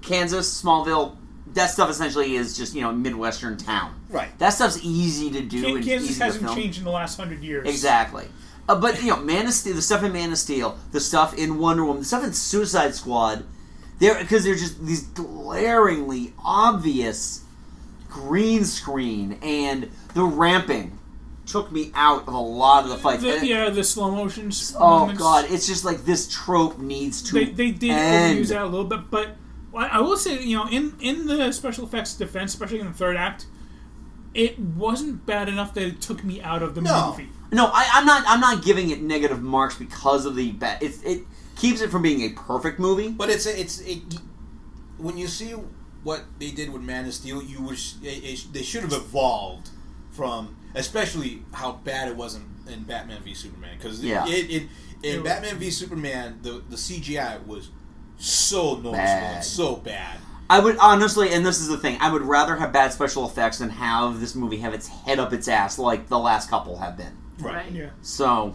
[SPEAKER 4] Kansas, Smallville, that stuff essentially is just you know midwestern town.
[SPEAKER 6] Right.
[SPEAKER 4] That stuff's easy to do. and
[SPEAKER 5] Kansas
[SPEAKER 4] easy to
[SPEAKER 5] hasn't
[SPEAKER 4] film.
[SPEAKER 5] changed in the last hundred years.
[SPEAKER 4] Exactly. Uh, but you know, Man of Steel, the stuff in Man of Steel, the stuff in Wonder Woman, the stuff in Suicide Squad, they're because they're just these glaringly obvious green screen and the ramping took me out of a lot of the fights.
[SPEAKER 5] The-
[SPEAKER 4] And-
[SPEAKER 5] yeah, the slow motions.
[SPEAKER 4] oh
[SPEAKER 5] moments.
[SPEAKER 4] god, it's just like this trope needs to.
[SPEAKER 5] They, they did
[SPEAKER 4] end.
[SPEAKER 5] overuse that a little bit, but I I will say, you know, in in the special effects defense, especially in the third act, it wasn't bad enough that it took me out of the movie.
[SPEAKER 4] No, I, I'm not. I'm not giving it negative marks because of the bet. It, it keeps it from being a perfect movie.
[SPEAKER 6] But it's a, it's a, when you see what they did with Man of Steel, you wish they, they sh- they should have evolved from, especially how bad it was in, in Batman v Superman because
[SPEAKER 4] Yeah.
[SPEAKER 6] it, it, in Batman v Superman the the CGI was so noticeable,
[SPEAKER 4] Bad.
[SPEAKER 6] and so bad.
[SPEAKER 4] I would honestly, and this is the thing, I would rather have bad special effects than have this movie have its head up its ass like the last couple have been.
[SPEAKER 6] Right.
[SPEAKER 5] Yeah.
[SPEAKER 4] So,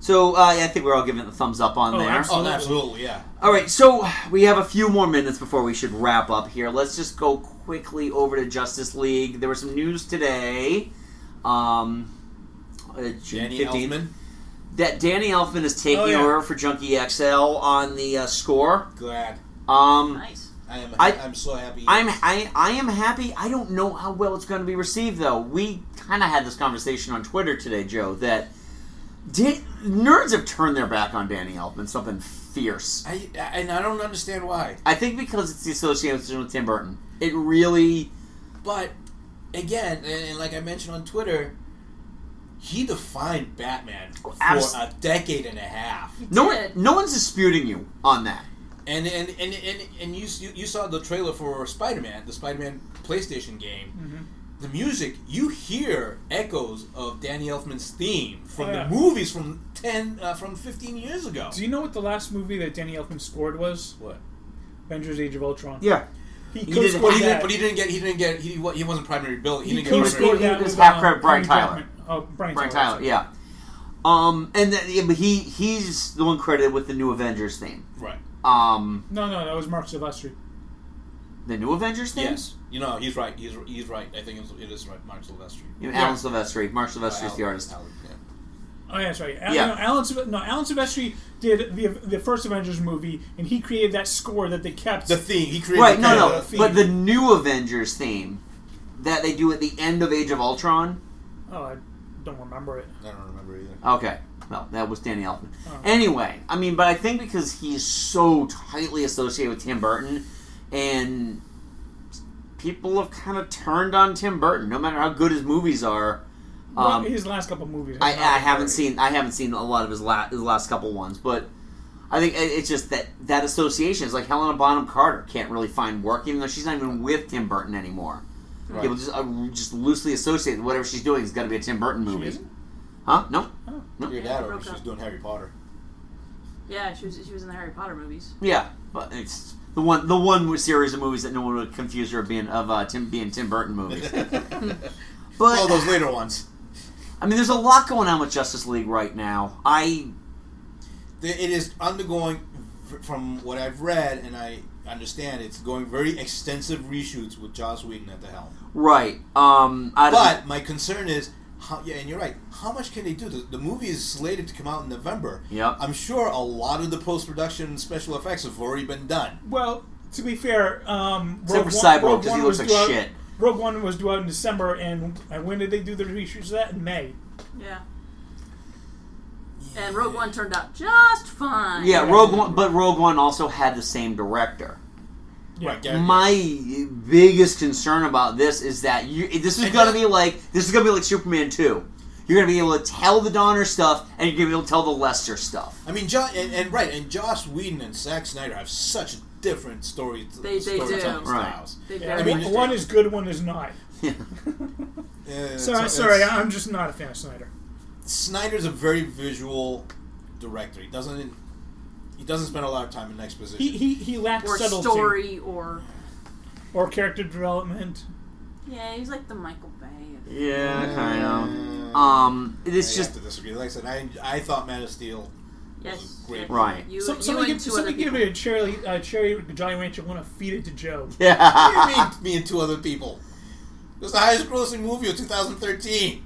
[SPEAKER 4] so uh, yeah, I think we're all giving it the thumbs up on
[SPEAKER 6] Oh,
[SPEAKER 4] there.
[SPEAKER 6] absolutely. Oh, absolutely, yeah.
[SPEAKER 4] All right, so we have a few more minutes before we should wrap up here. Let's just go quickly over to Justice League. There was some news today. Um, uh, June
[SPEAKER 6] Danny
[SPEAKER 4] 15th,
[SPEAKER 6] Elfman?
[SPEAKER 4] That Danny Elfman is taking
[SPEAKER 6] Oh, yeah.
[SPEAKER 4] over for Junkie XL on the uh, score.
[SPEAKER 6] Glad.
[SPEAKER 4] Um,
[SPEAKER 7] nice.
[SPEAKER 6] I am.
[SPEAKER 4] I-
[SPEAKER 6] I, am so happy.
[SPEAKER 4] I'm I, I am happy. I don't know how well it's going to be received though. We kind of had this conversation on Twitter today, Joe. That did, nerds have turned their back on Danny Elfman. Something fierce.
[SPEAKER 6] I, I and I don't understand why.
[SPEAKER 4] I think because it's the association with Tim Burton. It really
[SPEAKER 6] But again, and, and like I mentioned on Twitter, he defined Batman
[SPEAKER 5] Oh,
[SPEAKER 6] for
[SPEAKER 4] abs-
[SPEAKER 6] a decade and a half.
[SPEAKER 4] no one, no one's disputing you on that.
[SPEAKER 6] And and and and, and you, you you saw the trailer for Spider Man, the Spider Man PlayStation game.
[SPEAKER 5] Mm-hmm.
[SPEAKER 6] The music you hear echoes of Danny Elfman's theme from
[SPEAKER 5] Oh, Yeah.
[SPEAKER 6] the movies from ten uh, from fifteen years ago.
[SPEAKER 5] Do you know what the last movie that Danny Elfman scored was?
[SPEAKER 6] What?
[SPEAKER 5] Avengers: Age of Ultron.
[SPEAKER 4] Yeah.
[SPEAKER 5] He,
[SPEAKER 6] He
[SPEAKER 5] co-scored
[SPEAKER 6] did, but, he
[SPEAKER 5] that.
[SPEAKER 6] didn't, but he didn't get. He didn't get. He, wa- he wasn't primary billing. He,
[SPEAKER 5] He
[SPEAKER 6] didn't get.
[SPEAKER 5] co-scored
[SPEAKER 6] Primary
[SPEAKER 5] that
[SPEAKER 4] It was
[SPEAKER 5] with,
[SPEAKER 4] half
[SPEAKER 5] uh,
[SPEAKER 4] credit Brian
[SPEAKER 5] Henry
[SPEAKER 4] Tyler.
[SPEAKER 5] Jackman. Oh, Brian,
[SPEAKER 4] Brian
[SPEAKER 5] Tyler.
[SPEAKER 4] Tyler, yeah. Um, and that, yeah, but he he's the one credited with the new Avengers theme.
[SPEAKER 6] Right.
[SPEAKER 4] Um,
[SPEAKER 5] No, no, that was Mark Silvestri.
[SPEAKER 4] the new Avengers theme.
[SPEAKER 6] Yes. You know he's right. He's he's right. I think it's- it is right. Mark Silvestri.
[SPEAKER 4] You know, Alan Silvestri. Mark Silvestri's the artist.
[SPEAKER 5] Oh, yeah, that's right. Al-
[SPEAKER 4] Yeah.
[SPEAKER 5] no, Alan, Silve- no, Alan Silvestri did the the first Avengers movie, and he created that score that they kept.
[SPEAKER 6] The Uh, theme. He created
[SPEAKER 4] Right,
[SPEAKER 6] kind
[SPEAKER 4] no,
[SPEAKER 6] of
[SPEAKER 4] no.
[SPEAKER 6] a theme.
[SPEAKER 4] But the new Avengers theme that they do at the end of Age of Ultron.
[SPEAKER 5] Oh, I don't remember it.
[SPEAKER 6] I don't remember either.
[SPEAKER 4] Okay. Well, that was Danny Elfman. Anyway, I mean, but I think because he's so tightly associated with Tim Burton, and people have kind of turned on Tim Burton, no matter how good his movies are.
[SPEAKER 5] Well,
[SPEAKER 4] Um,
[SPEAKER 5] his last couple movies.
[SPEAKER 4] I, I haven't seen I haven't seen a lot of his last his last couple ones, but I think it- it's just that that association is like Helena Bonham Carter can't really find work even though she's not even with Tim Burton anymore.
[SPEAKER 6] Right.
[SPEAKER 4] People just uh, just loosely associate whatever she's doing is going to be a Tim Burton movie. Huh? No.
[SPEAKER 6] Your
[SPEAKER 7] Yeah,
[SPEAKER 6] dad
[SPEAKER 7] broke
[SPEAKER 6] over. She's
[SPEAKER 7] up.
[SPEAKER 6] doing Harry Potter.
[SPEAKER 7] Yeah, she was she was in the Harry Potter movies.
[SPEAKER 4] Yeah. but it's the one the one series of movies that no one would confuse her of being of uh, Tim being Tim Burton movies. but all
[SPEAKER 6] those later ones.
[SPEAKER 4] I mean, there's a lot going on with Justice League right now. I
[SPEAKER 6] it is undergoing, f- from what I've read and I understand, it's going very extensive reshoots with Joss Whedon at the helm.
[SPEAKER 4] right. Um, I don't-
[SPEAKER 6] But my concern is, how, yeah, and you're right. How much can they do? The, the movie is slated to come out in November.
[SPEAKER 4] Yep.
[SPEAKER 6] I'm sure a lot of the post production special effects have already been done.
[SPEAKER 5] Well, to be fair, um,
[SPEAKER 6] Except for Cyborg, 'cause he
[SPEAKER 5] One
[SPEAKER 6] looks
[SPEAKER 5] was
[SPEAKER 6] like
[SPEAKER 5] due out-
[SPEAKER 6] shit.
[SPEAKER 5] Rogue One was due out in December, and uh, when did they do the reshoots of that? In May.
[SPEAKER 7] Yeah. And Rogue One turned out just fine.
[SPEAKER 4] yeah, Rogue One, but Rogue One also had the same director.
[SPEAKER 6] Right,
[SPEAKER 4] My biggest concern about this is that you this is gonna be like this is gonna be like Superman two. You're gonna be able to tell the Donner stuff, and you're gonna be able to tell the Lester stuff.
[SPEAKER 6] I mean, John and, and right, and Joss Whedon and Zack Snyder have such different story
[SPEAKER 5] They- they do.
[SPEAKER 6] storytelling
[SPEAKER 5] Right.
[SPEAKER 6] styles.
[SPEAKER 5] They
[SPEAKER 6] I
[SPEAKER 5] very
[SPEAKER 6] mean,
[SPEAKER 5] much do. One is good, one is not.
[SPEAKER 6] Yeah,
[SPEAKER 5] sorry,
[SPEAKER 6] it's-
[SPEAKER 5] sorry,
[SPEAKER 6] uh, it's-
[SPEAKER 5] I'm just not a fan of Snyder.
[SPEAKER 6] Snyder's a very visual director. He doesn't he doesn't spend a lot of time in exposition.
[SPEAKER 5] He he, he lacks
[SPEAKER 7] Or
[SPEAKER 5] subtlety
[SPEAKER 7] story, or
[SPEAKER 5] or character development.
[SPEAKER 7] yeah, he's like the Michael Bay. of-
[SPEAKER 4] Yeah, kind of. Um, it's
[SPEAKER 6] I
[SPEAKER 4] just
[SPEAKER 6] have to disagree. Like I said, I, I thought Man of Steel was
[SPEAKER 7] Yes,
[SPEAKER 6] a great
[SPEAKER 4] Right.
[SPEAKER 7] You-
[SPEAKER 5] Some,
[SPEAKER 7] you
[SPEAKER 5] somebody
[SPEAKER 7] and
[SPEAKER 5] give,
[SPEAKER 7] two
[SPEAKER 5] somebody
[SPEAKER 7] other
[SPEAKER 5] give me a cherry, uh, cherry Jolly Rancher. Want to feed it to Joe?
[SPEAKER 4] Yeah.
[SPEAKER 6] What do you mean, me and two other people? It was the highest grossing movie of 2013.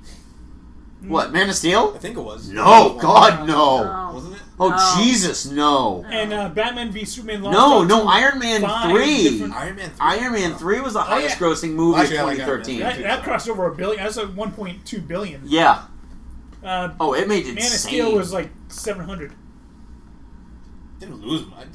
[SPEAKER 4] what Man of Steel.
[SPEAKER 6] I think it was.
[SPEAKER 4] No, God, no.
[SPEAKER 6] Wasn't it?
[SPEAKER 4] Oh
[SPEAKER 5] No.
[SPEAKER 4] Jesus, no.
[SPEAKER 5] And uh, Batman v Superman. Lost
[SPEAKER 4] No,
[SPEAKER 5] out
[SPEAKER 4] no,
[SPEAKER 5] to
[SPEAKER 4] Iron Man
[SPEAKER 5] five
[SPEAKER 4] three.
[SPEAKER 5] different-
[SPEAKER 6] Iron Man.
[SPEAKER 4] Iron Man three was the highest grossing movie of 2013.
[SPEAKER 5] That, that crossed over a billion. That's like 1.2 billion.
[SPEAKER 4] Yeah.
[SPEAKER 5] Uh,
[SPEAKER 4] Oh, it made
[SPEAKER 5] Man of
[SPEAKER 4] insane.
[SPEAKER 5] Steel was like 700.
[SPEAKER 6] Didn't lose much.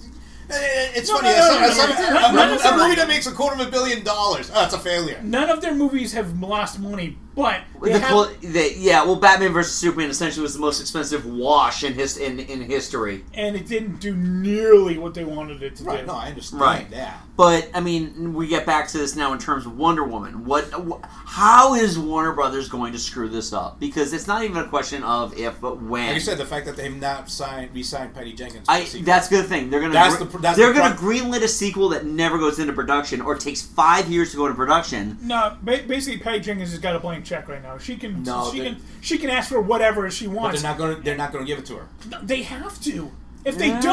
[SPEAKER 6] It's
[SPEAKER 5] No,
[SPEAKER 6] funny.
[SPEAKER 5] no,
[SPEAKER 6] it's
[SPEAKER 5] no,
[SPEAKER 6] not-
[SPEAKER 5] no,
[SPEAKER 6] it's not-
[SPEAKER 5] no,
[SPEAKER 6] a-
[SPEAKER 5] no,
[SPEAKER 6] a-
[SPEAKER 5] no,
[SPEAKER 6] a-
[SPEAKER 5] no,
[SPEAKER 6] a
[SPEAKER 5] no.
[SPEAKER 6] movie that makes a quarter of a billion dollars. Oh, it's a failure.
[SPEAKER 5] None of their movies have lost money, but they
[SPEAKER 4] The
[SPEAKER 5] have-
[SPEAKER 4] clo- the- yeah, well, Batman versus Superman essentially was the most expensive wash in his in, in history.
[SPEAKER 5] and it didn't do nearly what they wanted it to
[SPEAKER 6] Right,
[SPEAKER 5] do.
[SPEAKER 6] no, I understand
[SPEAKER 4] Right. But I mean, we get back to this now in terms of Wonder Woman. What? Wh- how is Warner Brothers going to screw this up? Because it's not even a question of if, but when.
[SPEAKER 6] Like you said, the fact that they've not signed, re-signed Patty Jenkins. for
[SPEAKER 4] I,
[SPEAKER 6] the sequel.
[SPEAKER 4] that's the thing. They're gonna
[SPEAKER 6] That's
[SPEAKER 4] gre-
[SPEAKER 6] the pr- that's
[SPEAKER 4] they're
[SPEAKER 6] the
[SPEAKER 4] gonna greenlit a sequel that never goes into production or takes five years to go into production.
[SPEAKER 5] No, ba- basically, Patty Jenkins has got a blank check right now. She can,
[SPEAKER 6] No,
[SPEAKER 5] she
[SPEAKER 6] they-
[SPEAKER 5] can, she can ask for whatever she
[SPEAKER 6] But
[SPEAKER 5] wants.
[SPEAKER 6] they're not going. to They're not going to give it to her.
[SPEAKER 5] They have to. If they don't, if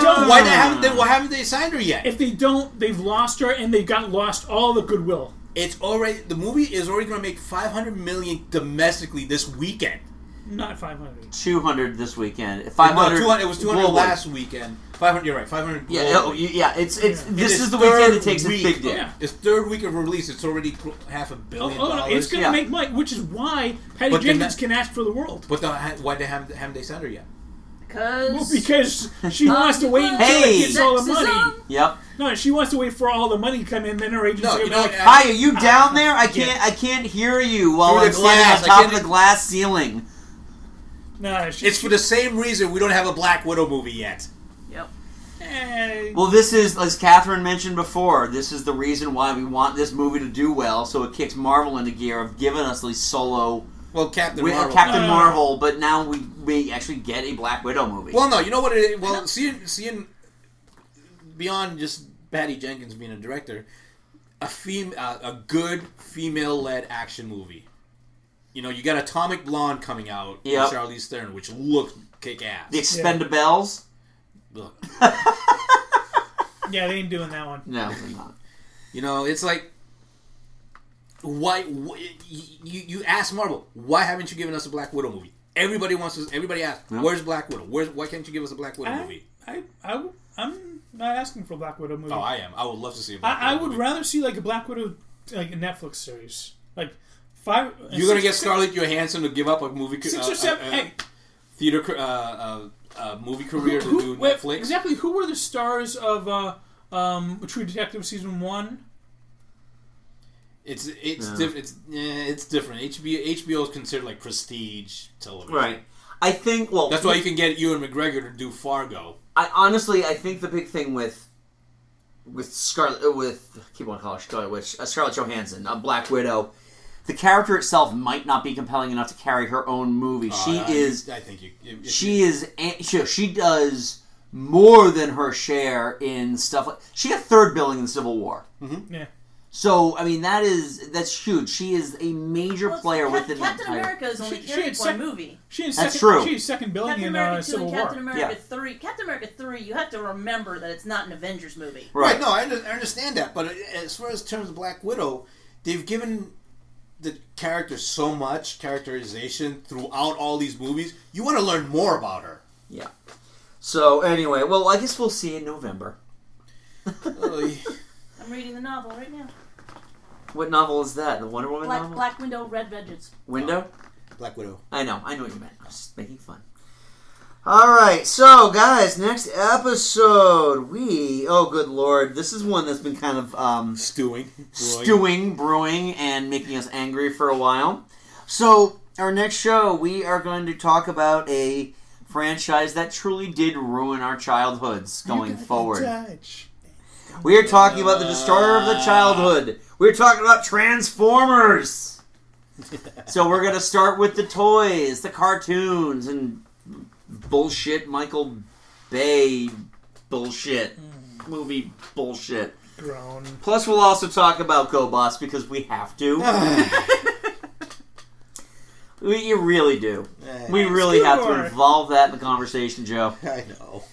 [SPEAKER 5] they don't,
[SPEAKER 6] why haven't they? Why haven't they signed her yet?
[SPEAKER 5] If they don't, they've lost her, and they've got lost all the goodwill.
[SPEAKER 6] It's already the movie is already going to make 500 million domestically this weekend.
[SPEAKER 5] Not 500.
[SPEAKER 4] Two hundred this weekend.
[SPEAKER 6] No,
[SPEAKER 4] Five hundred.
[SPEAKER 6] 200 it was 200 last weekend. 500. You're right. 500.
[SPEAKER 4] Yeah,
[SPEAKER 6] globally.
[SPEAKER 4] oh, y- yeah, it's- it's-
[SPEAKER 6] In
[SPEAKER 4] this
[SPEAKER 6] its
[SPEAKER 4] is the weekend
[SPEAKER 6] third
[SPEAKER 4] it takes its
[SPEAKER 6] week,
[SPEAKER 4] big dip.
[SPEAKER 6] Yeah. Its third week of release, it's already cl- half a
[SPEAKER 5] Oh,
[SPEAKER 6] billion
[SPEAKER 5] oh, no,
[SPEAKER 6] dollars.
[SPEAKER 5] it's gonna make money, which is why Patty
[SPEAKER 6] But they're
[SPEAKER 5] Jenkins can ask for the world.
[SPEAKER 6] But the, ha- why they haven't haven't they signed her yet?
[SPEAKER 7] Cause
[SPEAKER 5] Well, because she wants to wait until
[SPEAKER 6] Hey!
[SPEAKER 5] it gets all the money.
[SPEAKER 6] Sexism?
[SPEAKER 4] Yep.
[SPEAKER 5] No, she wants to wait for all the money to come in. Then her agency. will be like,
[SPEAKER 4] Hi, are you down there? I can't. I can't hear you while
[SPEAKER 6] Through the
[SPEAKER 4] I'm standing
[SPEAKER 6] glass,
[SPEAKER 4] on
[SPEAKER 6] I
[SPEAKER 4] top
[SPEAKER 6] can't-
[SPEAKER 4] of the glass ceiling.
[SPEAKER 5] No,
[SPEAKER 6] it's for the same reason we don't have a Black Widow movie yet.
[SPEAKER 7] Yep.
[SPEAKER 5] Hey.
[SPEAKER 4] Well, this is as Catherine mentioned before. This is the reason why we want this movie to do well, so it kicks Marvel into gear of giving us these solo.
[SPEAKER 6] Well, Captain
[SPEAKER 4] with, uh,
[SPEAKER 6] Marvel.
[SPEAKER 4] Captain
[SPEAKER 6] No, no, no.
[SPEAKER 4] Marvel, but now we we actually get a Black Widow movie.
[SPEAKER 6] Well, no, you know what? It is? Well, seeing seeing beyond just Patty Jenkins being a director, a fem- uh, a good female led action movie. You know, you got Atomic Blonde coming out with
[SPEAKER 4] Yep.
[SPEAKER 6] Charlize Theron, which looked kick ass.
[SPEAKER 4] The Expendables.
[SPEAKER 5] yeah, they ain't doing that one.
[SPEAKER 4] No, they're not.
[SPEAKER 6] You know, it's like why, why you you ask Marvel why haven't you given us a Black Widow movie? Everybody wants us. Everybody asks,
[SPEAKER 5] Yeah.
[SPEAKER 6] "Where's Black Widow? Where's why can't you give us a Black Widow
[SPEAKER 5] I-
[SPEAKER 6] movie?"
[SPEAKER 5] I, I, am not asking for a Black Widow movie.
[SPEAKER 6] Oh, I am. I would love to see. A Black
[SPEAKER 5] I, I
[SPEAKER 6] Widow
[SPEAKER 5] would
[SPEAKER 6] movie.
[SPEAKER 5] rather see like a Black Widow, like a Netflix series, like five. uh,
[SPEAKER 6] You're gonna get
[SPEAKER 5] six-
[SPEAKER 6] Scarlett Johansson to give up a movie, ca-
[SPEAKER 5] Six
[SPEAKER 6] uh,
[SPEAKER 5] or seven-
[SPEAKER 6] uh, uh,
[SPEAKER 5] hey.
[SPEAKER 6] theater, ca- uh, uh, uh, movie career
[SPEAKER 5] Who-
[SPEAKER 6] to do
[SPEAKER 5] wait,
[SPEAKER 6] Netflix.
[SPEAKER 5] Exactly. Who were the stars of uh, um, True Detective season one?
[SPEAKER 6] It's it's
[SPEAKER 4] Yeah.
[SPEAKER 6] diff- it's yeah, it's different. HBO HBO is considered like prestige television,
[SPEAKER 4] Right. I think. Well,
[SPEAKER 6] That's why you can get Ewan McGregor to do Fargo.
[SPEAKER 4] I honestly, I think the big thing with with Scarlet uh, with I keep on calling her Scarlet Witch, uh, Scarlett Johansson, a Black Widow, the character itself might not be compelling enough to carry her own movie. she
[SPEAKER 6] Uh, I-
[SPEAKER 4] is
[SPEAKER 6] I think you. if- if
[SPEAKER 4] she is an- she, she does more than her share in stuff like she got third billing in the Civil War.
[SPEAKER 5] Mm-hmm. Yeah.
[SPEAKER 4] So I mean that is that's huge. She is a major player
[SPEAKER 12] Cap-
[SPEAKER 4] within
[SPEAKER 12] Captain
[SPEAKER 4] that entire.
[SPEAKER 12] America is only
[SPEAKER 5] She- she
[SPEAKER 12] carried
[SPEAKER 5] had
[SPEAKER 12] one
[SPEAKER 5] sec-
[SPEAKER 12] movie.
[SPEAKER 5] She
[SPEAKER 4] That's true.
[SPEAKER 5] She's second billing
[SPEAKER 12] Captain
[SPEAKER 5] in
[SPEAKER 12] America
[SPEAKER 5] uh,
[SPEAKER 12] two and
[SPEAKER 5] Civil War.
[SPEAKER 12] Captain America
[SPEAKER 4] Yeah.
[SPEAKER 12] three. Captain America three. You have to remember that it's not an Avengers movie.
[SPEAKER 6] Right. No, I, under- I understand that, but uh, as far as terms of Black Widow, they've given the character so much characterization throughout all these movies. You want to learn more about her.
[SPEAKER 4] Yeah. So anyway, well, I guess we'll see in November.
[SPEAKER 12] I'm reading the novel right now.
[SPEAKER 4] What novel is that? The Wonder Woman
[SPEAKER 12] Black
[SPEAKER 4] novel?
[SPEAKER 12] Black Window, Red Vengeance.
[SPEAKER 4] Window.
[SPEAKER 6] Black Widow.
[SPEAKER 4] I know. I know what you meant. I was just making fun. All right, so guys, next episode we oh good lord, this is one that's been kind of um,
[SPEAKER 6] stewing,
[SPEAKER 4] stewing, brewing, and making us angry for a while. So our next show we are going to talk about a franchise that truly did ruin our childhoods going forward. We are talking about the destroyer of the childhood. We're talking about Transformers. so we're gonna start with the toys, the cartoons, and bullshit Michael Bay bullshit movie bullshit.
[SPEAKER 5] Grown.
[SPEAKER 4] Plus, we'll also talk about GoBots because we have to.
[SPEAKER 6] Ah,
[SPEAKER 4] we, you really do. we really have to
[SPEAKER 6] Sure.
[SPEAKER 4] involve that in the conversation, Joe.
[SPEAKER 6] I know.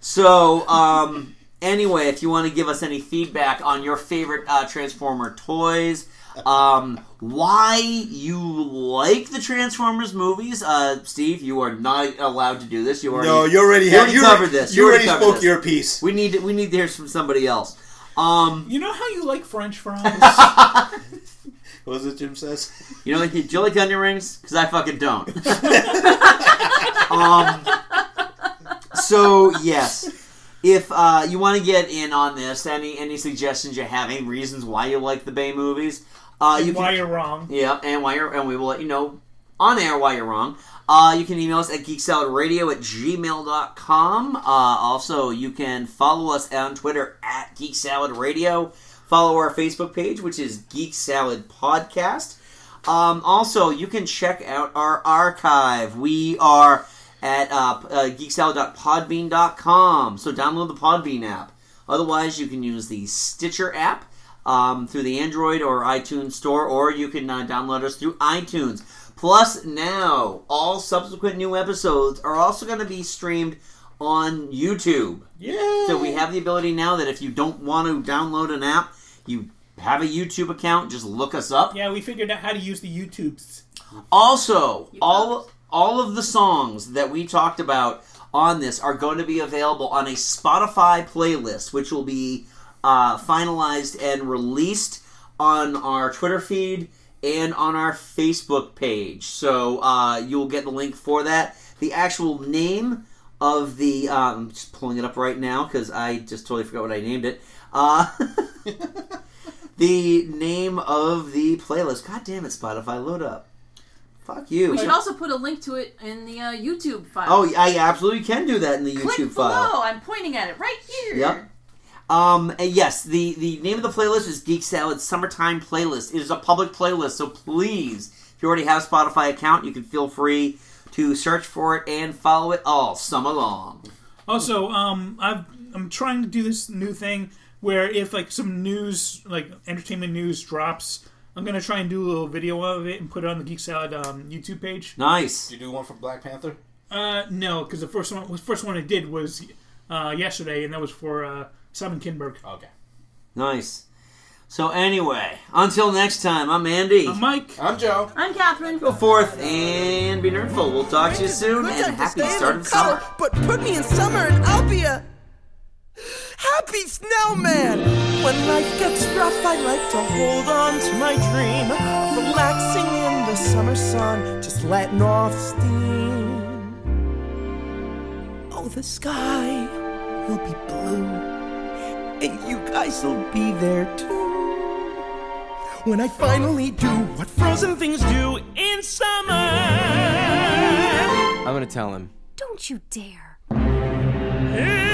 [SPEAKER 4] So, um, anyway, if you want to give us any feedback on your favorite uh, Transformer toys, um, why you like the Transformers movies, uh, Steve, you are not allowed to do this. You already
[SPEAKER 6] No, you already
[SPEAKER 4] you
[SPEAKER 6] have-
[SPEAKER 4] already
[SPEAKER 6] you
[SPEAKER 4] covered
[SPEAKER 6] already-
[SPEAKER 4] this.
[SPEAKER 6] you already
[SPEAKER 4] covered
[SPEAKER 6] spoke
[SPEAKER 4] this.
[SPEAKER 6] your piece.
[SPEAKER 4] We need to, we need to hear from somebody else. Um,
[SPEAKER 5] You know how you like French fries?
[SPEAKER 6] What was it Jim says?
[SPEAKER 4] You know, like, do you like onion rings? Because I fucking don't. um, so yes, if uh, you want to get in on this, any any suggestions you have, any reasons why you like the Bay movies, uh, you
[SPEAKER 5] why
[SPEAKER 4] can,
[SPEAKER 5] you're wrong.
[SPEAKER 4] yeah, and why you're and we will let you know on air why you're wrong. Uh, you can email us at geeksaladradio at gmail.com. Uh, also, you can follow us on Twitter at Geek Salad Radio. Follow our Facebook page, which is Geek Salad Podcast. Um, also, you can check out our archive. We are at uh, p- uh, geeksalad.podbean.com. So download the Podbean app. Otherwise, you can use the Stitcher app um, through the Android or iTunes store, or you can uh, download us through iTunes. Plus, now all subsequent new episodes are also going to be streamed on YouTube.
[SPEAKER 6] Yeah.
[SPEAKER 4] So we have the ability now that if you don't want to download an app, you have a YouTube account. Just look us up.
[SPEAKER 5] Yeah, we figured out how to use the YouTubes.
[SPEAKER 4] Also, all all of the songs that we talked about on this are going to be available on a Spotify playlist, which will be uh, finalized and released on our Twitter feed and on our Facebook page. So uh, you'll get the link for that. The actual name of the um, just pulling it up right now because I just totally forgot what I named it. Uh, the name of the playlist. God damn it, Spotify, load up. Fuck you.
[SPEAKER 7] We should also put a link to it in the uh, YouTube file.
[SPEAKER 4] Oh, I absolutely can do that in the
[SPEAKER 7] Click
[SPEAKER 4] YouTube
[SPEAKER 7] below.
[SPEAKER 4] file.
[SPEAKER 7] I'm pointing at it right here.
[SPEAKER 4] Yep. Um, and yes, the, the name of the playlist is Geek Salad Summertime Playlist. It is a public playlist, so please, if you already have a Spotify account, you can feel free to search for it and follow it all summer long.
[SPEAKER 5] Also, um, I've, I'm trying to do this new thing where if like some news, like entertainment news, drops, I'm gonna try and do a little video of it and put it on the Geek Salad um, YouTube page.
[SPEAKER 4] Nice.
[SPEAKER 6] Did you do one for Black Panther?
[SPEAKER 5] Uh, no, because the first one, the first one I did was uh, yesterday, and that was for uh, Simon Kinberg.
[SPEAKER 6] Okay.
[SPEAKER 4] Nice. So anyway, until next time, I'm Andy. I'm
[SPEAKER 5] Mike.
[SPEAKER 6] I'm Joe.
[SPEAKER 7] I'm Catherine.
[SPEAKER 4] Go forth and be nerdful. We'll talk to you soon, and happy start of summer.
[SPEAKER 10] But put me in summer and I'll be a happy snowman.
[SPEAKER 3] When life gets rough, I like to hold on to my dream of relaxing in the summer sun, just letting off steam. Oh, the sky will be blue, and you guys will be there too. When I finally do what frozen things do in summer.
[SPEAKER 2] I'm gonna tell him.
[SPEAKER 13] Don't you dare.
[SPEAKER 3] Yeah.